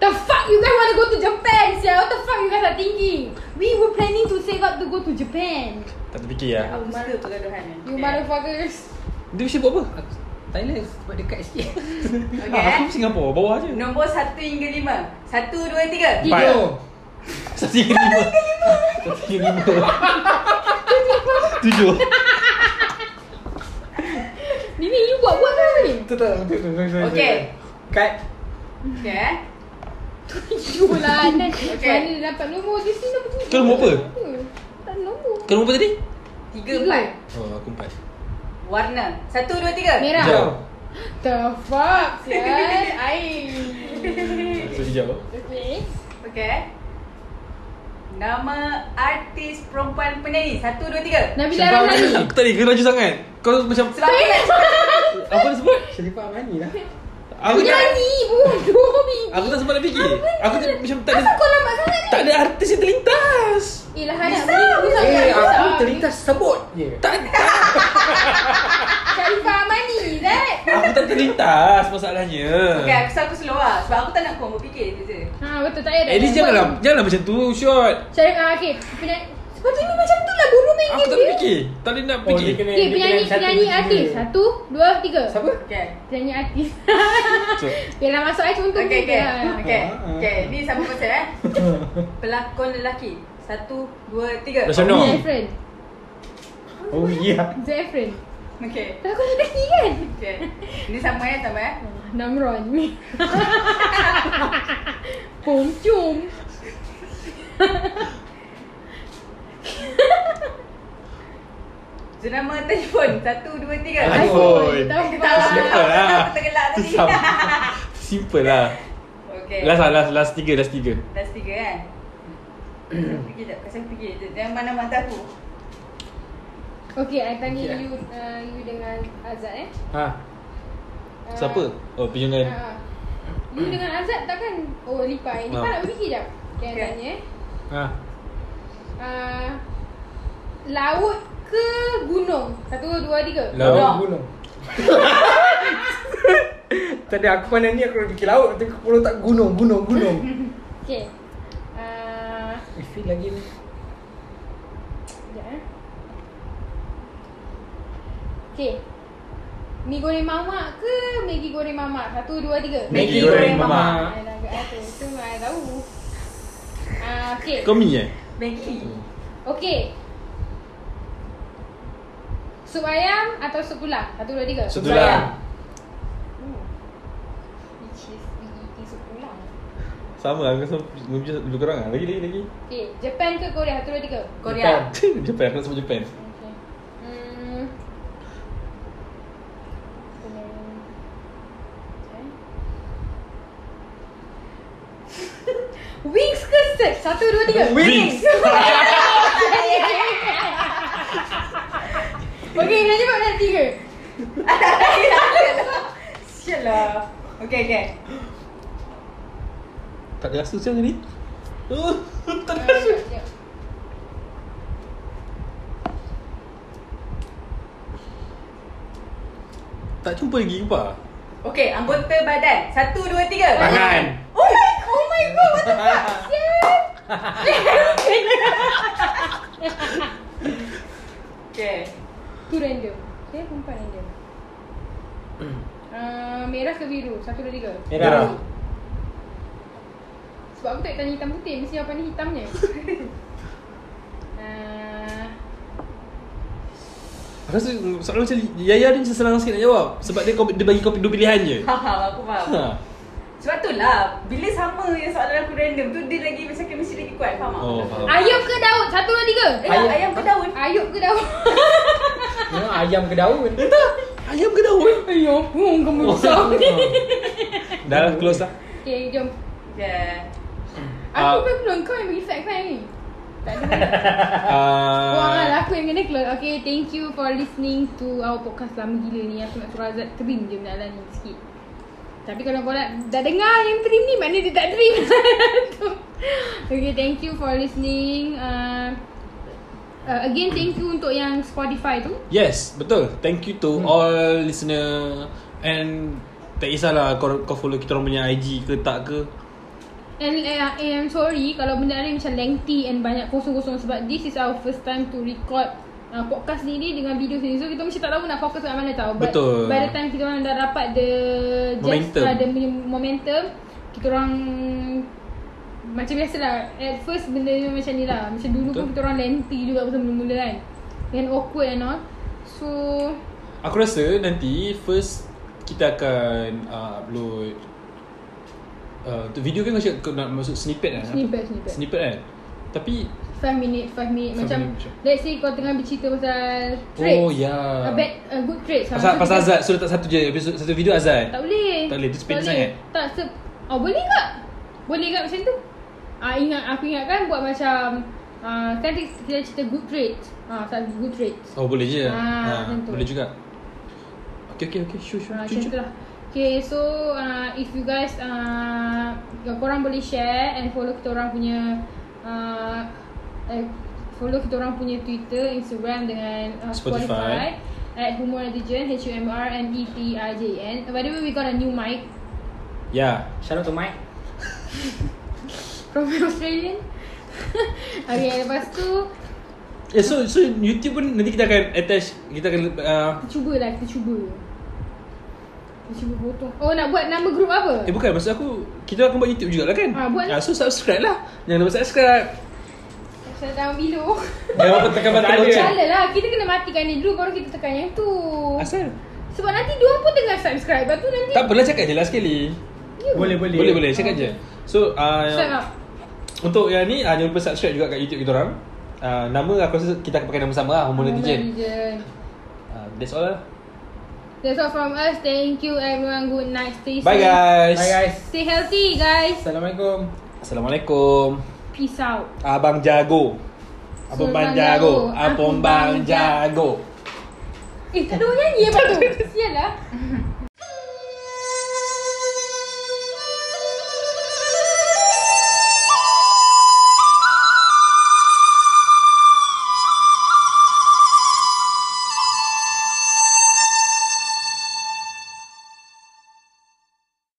Speaker 2: The fuck you guys want to go to Japan? Sia, what the fuck you guys are thinking? We were planning to save up to go to Japan.
Speaker 3: Tak terfikir lah.
Speaker 4: Aku suka Oh, pergaduhan ni.
Speaker 2: You motherfuckers.
Speaker 3: Dia mesti buat apa?
Speaker 1: Thailand sebab dekat sikit
Speaker 3: Okay.
Speaker 4: Okay. eh.
Speaker 3: Aku Singapura bawah je.
Speaker 4: Nombor satu hingga lima. Satu, dua, tiga.
Speaker 2: Tiga.
Speaker 3: Empat. Satu hingga lima. Satu hingga lima. Tujuh.
Speaker 2: Nini, you buat buat apa ni?
Speaker 1: Betul tak? Betul, betul, betul, betul.
Speaker 4: Okay.
Speaker 1: Cut
Speaker 4: Okay. eh.
Speaker 2: You lah, Nan.
Speaker 4: Okay.
Speaker 2: Mana dia dapat nombor? Dia sini nombor tiga.
Speaker 3: Kau nombor apa?
Speaker 2: Tak ada nombor.
Speaker 3: Kau nombor tadi?
Speaker 4: Tiga, empat.
Speaker 3: Oh, aku empat.
Speaker 4: Warna. Satu, dua, tiga.
Speaker 2: Merah.
Speaker 3: Hijau.
Speaker 2: The fuck, guys. Air.
Speaker 3: So hijau.
Speaker 2: Okay.
Speaker 4: Okay. eh. Nama artis perempuan penyanyi. Satu, dua, tiga.
Speaker 2: Nabila
Speaker 3: Sebab
Speaker 2: Rahmani.
Speaker 3: Aku tak boleh kena laju sangat Kau macam
Speaker 4: Sebab aku nak cakap.
Speaker 3: Apa dia sebut?
Speaker 1: Sharifah Amani lah
Speaker 3: Aku tak
Speaker 2: Nyanyi, bodoh.
Speaker 3: Aku tak sempat nak fikir Aku tak, macam tak ada
Speaker 2: Kenapa kau lambat sangat ni?
Speaker 3: Tak ada artis yang terlintas
Speaker 2: Eh, Lahan nak boleh. Usah,
Speaker 1: Eh,
Speaker 2: usah,
Speaker 1: aku
Speaker 2: usah.
Speaker 1: Terlintas sebut je
Speaker 3: Tak
Speaker 2: Sharifah
Speaker 4: lah
Speaker 2: Amani Zat
Speaker 3: Aku tak terlintas masalahnya
Speaker 4: Okay, aku rasa aku slow lah Sebab aku tak nak kau berfikir je je
Speaker 2: Ha betul tak payah dah
Speaker 3: At least
Speaker 2: buat
Speaker 3: janganlah Janganlah macam tu Shot
Speaker 2: Syarif ah, okay Penyanyi Sepatutnya macam tu lah Guru main game
Speaker 3: Aku tak
Speaker 2: dia
Speaker 3: fikir Tak boleh nak
Speaker 1: Oh, dia
Speaker 3: fikir
Speaker 1: kena-
Speaker 2: Okay
Speaker 1: dia
Speaker 2: penyanyi
Speaker 1: kena satu,
Speaker 2: Penyanyi
Speaker 1: dua,
Speaker 2: artis
Speaker 1: tiga.
Speaker 2: Satu Dua tiga
Speaker 1: Siapa?
Speaker 4: Okay
Speaker 2: Penyanyi artis
Speaker 3: So,
Speaker 2: Yelah masuk air contoh
Speaker 4: Okay,
Speaker 2: dia
Speaker 4: okay
Speaker 2: lah.
Speaker 4: Okay,
Speaker 1: Ah, ah.
Speaker 4: okay Ni sama pasal eh Pelakon lelaki Satu, dua, tiga
Speaker 3: Macam mana?
Speaker 2: Zafran
Speaker 1: Oh ya
Speaker 2: Zafran
Speaker 4: Okay
Speaker 2: Pelakon lelaki kan
Speaker 4: Okay Ni sama eh, sama eh
Speaker 2: Namron Pom cum
Speaker 4: Jenama telefon Satu, dua, tiga
Speaker 3: iPhone.
Speaker 2: Tahu
Speaker 4: Tak
Speaker 2: tak
Speaker 3: Simple lah.
Speaker 4: Aku tergelak
Speaker 3: Ah, tu
Speaker 4: tadi
Speaker 3: sama Simple lah
Speaker 4: Okay
Speaker 3: Last lah last, last tiga Last tiga
Speaker 4: Last tiga kan Fikir tak, pasal fikir je Jangan pandang mata aku
Speaker 2: Okay I tanya
Speaker 1: Okay.
Speaker 2: you uh, You dengan Azad eh
Speaker 1: Ha
Speaker 2: Ah,
Speaker 3: Siapa? Oh pinjangan
Speaker 2: ah. You dengan Azad takkan Oh Lipa eh Lipa
Speaker 3: Ah.
Speaker 2: nak berfikir jap Okay I
Speaker 4: Okay.
Speaker 2: tanya eh
Speaker 1: Ha
Speaker 2: Ah, Laut ke gunung? Satu, dua, tiga
Speaker 3: Laut.
Speaker 1: Gunung Tadi aku pandang ni aku nak fikir laut Tapi kepala tak gunung Gunung Gunung
Speaker 2: Okay uh,
Speaker 1: I feel lagi ni
Speaker 2: Sekejap eh Okay Mi goreng mamak ke Maggi goreng mamak? Satu, dua, tiga
Speaker 3: Maggi goreng mamak.
Speaker 2: Ah, dah agak atas. Tu I tahu Ah, Okay
Speaker 3: Kau mi eh?
Speaker 4: Maggi
Speaker 2: Okay Sup ayam atau sup tulang? Satu, dua, tiga
Speaker 3: Sup
Speaker 4: tulang.
Speaker 2: Hmm. Which is we eating sup tulang
Speaker 3: Sama lah Aku macam dulu korang lah Lagi lagi lagi
Speaker 2: Okay, Japan ke Korea? Satu, dua, tiga
Speaker 4: Korea
Speaker 3: Japan Aku nak sebut Japan
Speaker 2: Okay Hmm Wings ke search? Satu, dua, tiga
Speaker 3: Wings.
Speaker 2: Okay, nak jawab dah tiga
Speaker 4: Sial lah Okay, okay
Speaker 3: Tak ada rasa macam ni Oh, Tak ada
Speaker 2: Ah,
Speaker 3: rasa
Speaker 2: jap, jap.
Speaker 3: Tak jumpa lagi Pak
Speaker 4: Okay, anggota badan Satu, dua, tiga
Speaker 3: Tangan
Speaker 4: Oh my, oh my god What the fuck Okay
Speaker 2: Tu random Okay, perempuan random uh, Merah ke biru? Satu, dua, tiga
Speaker 1: Merah
Speaker 2: Sebab aku tak tanya hitam putih Mesti jawapan ni hitamnya uh,
Speaker 3: Aku rasa mm, soalan macam ni, Yaya ni macam senang sikit nak jawab Sebab dia, kau- dia bagi kau dua pilihan je
Speaker 4: Faham, aku faham
Speaker 3: Ha.
Speaker 4: Sebab tu lah Bila sama yang soalan aku random tu Dia lagi macam chemistry lagi kuat Faham tak?
Speaker 3: Oh, faham.
Speaker 2: Ayub ke Daud? Satu, dua, tiga
Speaker 4: Eh, ayam, ayam berdaun
Speaker 2: Ayub ke Daud?
Speaker 1: Memang Ya, ayam ke daun
Speaker 3: Ayam ke daun?
Speaker 2: Ayub pun kamu risau
Speaker 3: Dah lah, close lah
Speaker 2: Okay, jom
Speaker 4: Okay
Speaker 2: Aku
Speaker 3: Ah.
Speaker 2: pun belum kau yang bagi fact kan ni Tak ada
Speaker 3: Ah,
Speaker 2: Wah, lah aku yang kena close Okay, thank you for listening to our podcast lama gila ni Aku nak suruh Azad trim je benda ni sikit Tapi kalau kau nak dah dengar yang trim ni Maknanya dia tak trim Tu. Okay, thank you for listening uh, uh, Again, thank you untuk yang Spotify tu
Speaker 3: Yes, betul Thank you to all listener And tak kisahlah kau, kau follow kita orang punya IG ke tak ke
Speaker 2: And uh, I'm sorry kalau benda ni macam lengthy and banyak kosong-kosong sebab this is our first time to record uh, podcast ni ni dengan video sendiri. So kita macam tak tahu nak fokus kat mana tau. But
Speaker 3: Betul.
Speaker 2: By the time kita orang dah dapat the gest-
Speaker 3: Momentum.
Speaker 2: uh, the punya momentum, kita orang macam biasalah at first benda ni macam ni lah. Macam dulu
Speaker 3: Betul.
Speaker 2: pun kita orang lengthy juga pasal mula-mula kan. And awkward and all. So
Speaker 3: Aku rasa nanti first kita akan uh, upload uh, untuk video kan kau cakap kau nak masuk snippet kan?
Speaker 2: Snippet, snippet.
Speaker 3: Snippet kan? Tapi
Speaker 2: 5 minit, 5 minit
Speaker 3: Five
Speaker 2: macam
Speaker 3: minute macam.
Speaker 2: let's say kau tengah bercerita pasal traits.
Speaker 3: Oh ya.
Speaker 2: A bad a good traits. Ha,
Speaker 3: Pasal,
Speaker 2: so
Speaker 3: pasal
Speaker 2: kita-
Speaker 3: Azad So letak satu je episode, Satu video Azad
Speaker 2: Tak boleh.
Speaker 3: Tak boleh, tu spin
Speaker 2: Tak
Speaker 3: sangat.
Speaker 2: Tak se Oh boleh tak? Boleh tak macam tu? Ah ingat aku ingatkan buat macam ah kan kita kita cerita good traits. Ah tak good traits.
Speaker 3: Oh boleh je
Speaker 2: Ah, macam tu.
Speaker 3: Boleh juga Okay okay okay Sure sure,
Speaker 2: Ah macam
Speaker 3: sure,
Speaker 2: tu
Speaker 3: sure.
Speaker 2: lah. Okay, so uh, if you guys ah, uh, korang boleh share and follow kita orang punya uh, ah, eh, Follow kita orang punya Twitter, Instagram dengan uh, Spotify.
Speaker 3: Spotify.
Speaker 2: At Humor Retijen, E H-U-M-R-M-E-T-I-J-N. By the way, we got a new mic
Speaker 3: Yeah.
Speaker 1: Shout out to Mike
Speaker 2: from an Australian. okay, lepas tu,
Speaker 3: Eh, so, so YouTube pun nanti kita akan attach Kita akan uh,
Speaker 2: kita cubalah, kita cuba. Kita cuba potong. Oh, nak buat nama grup apa?
Speaker 3: Eh bukan maksud aku Kita akan buat YouTube jugalah kan
Speaker 2: Ah, buat lah.
Speaker 3: ah, So subscribe lah Jangan lupa subscribe
Speaker 2: Saya dalam bilo.
Speaker 3: Eh. Jangan lupa tekan button
Speaker 1: Tak ada.
Speaker 3: lonceng
Speaker 2: Salah lah, kita kena matikan ni dulu baru kita tekan yang tu.
Speaker 3: Asal
Speaker 2: Sebab nanti dia orang pun tengah subscribe. Lepas tu nanti
Speaker 3: Tak apalah cakap je lah sekali
Speaker 1: Boleh boleh
Speaker 3: Boleh boleh cakap
Speaker 2: Okay.
Speaker 3: je So
Speaker 2: Shut
Speaker 3: uh,
Speaker 2: up.
Speaker 3: Untuk yang ni uh, Jangan lupa subscribe juga kat YouTube kita orang uh, Nama aku rasa kita akan pakai nama sama lah Hormon Netizen
Speaker 2: Netizen.
Speaker 3: uh, That's all lah
Speaker 2: That's all from us. Thank you everyone. Good night. Stay
Speaker 3: Bye
Speaker 2: safe.
Speaker 3: guys
Speaker 1: Bye guys
Speaker 2: Stay healthy guys.
Speaker 1: Assalamualaikum
Speaker 3: Assalamualaikum
Speaker 2: Peace out.
Speaker 3: Abang Jago Abang
Speaker 2: Abang
Speaker 3: Bang Jago
Speaker 2: Jago. Abang
Speaker 3: Abang Bang Jago
Speaker 2: Eh tak ada orang nyanyi apa tu? Sial lah.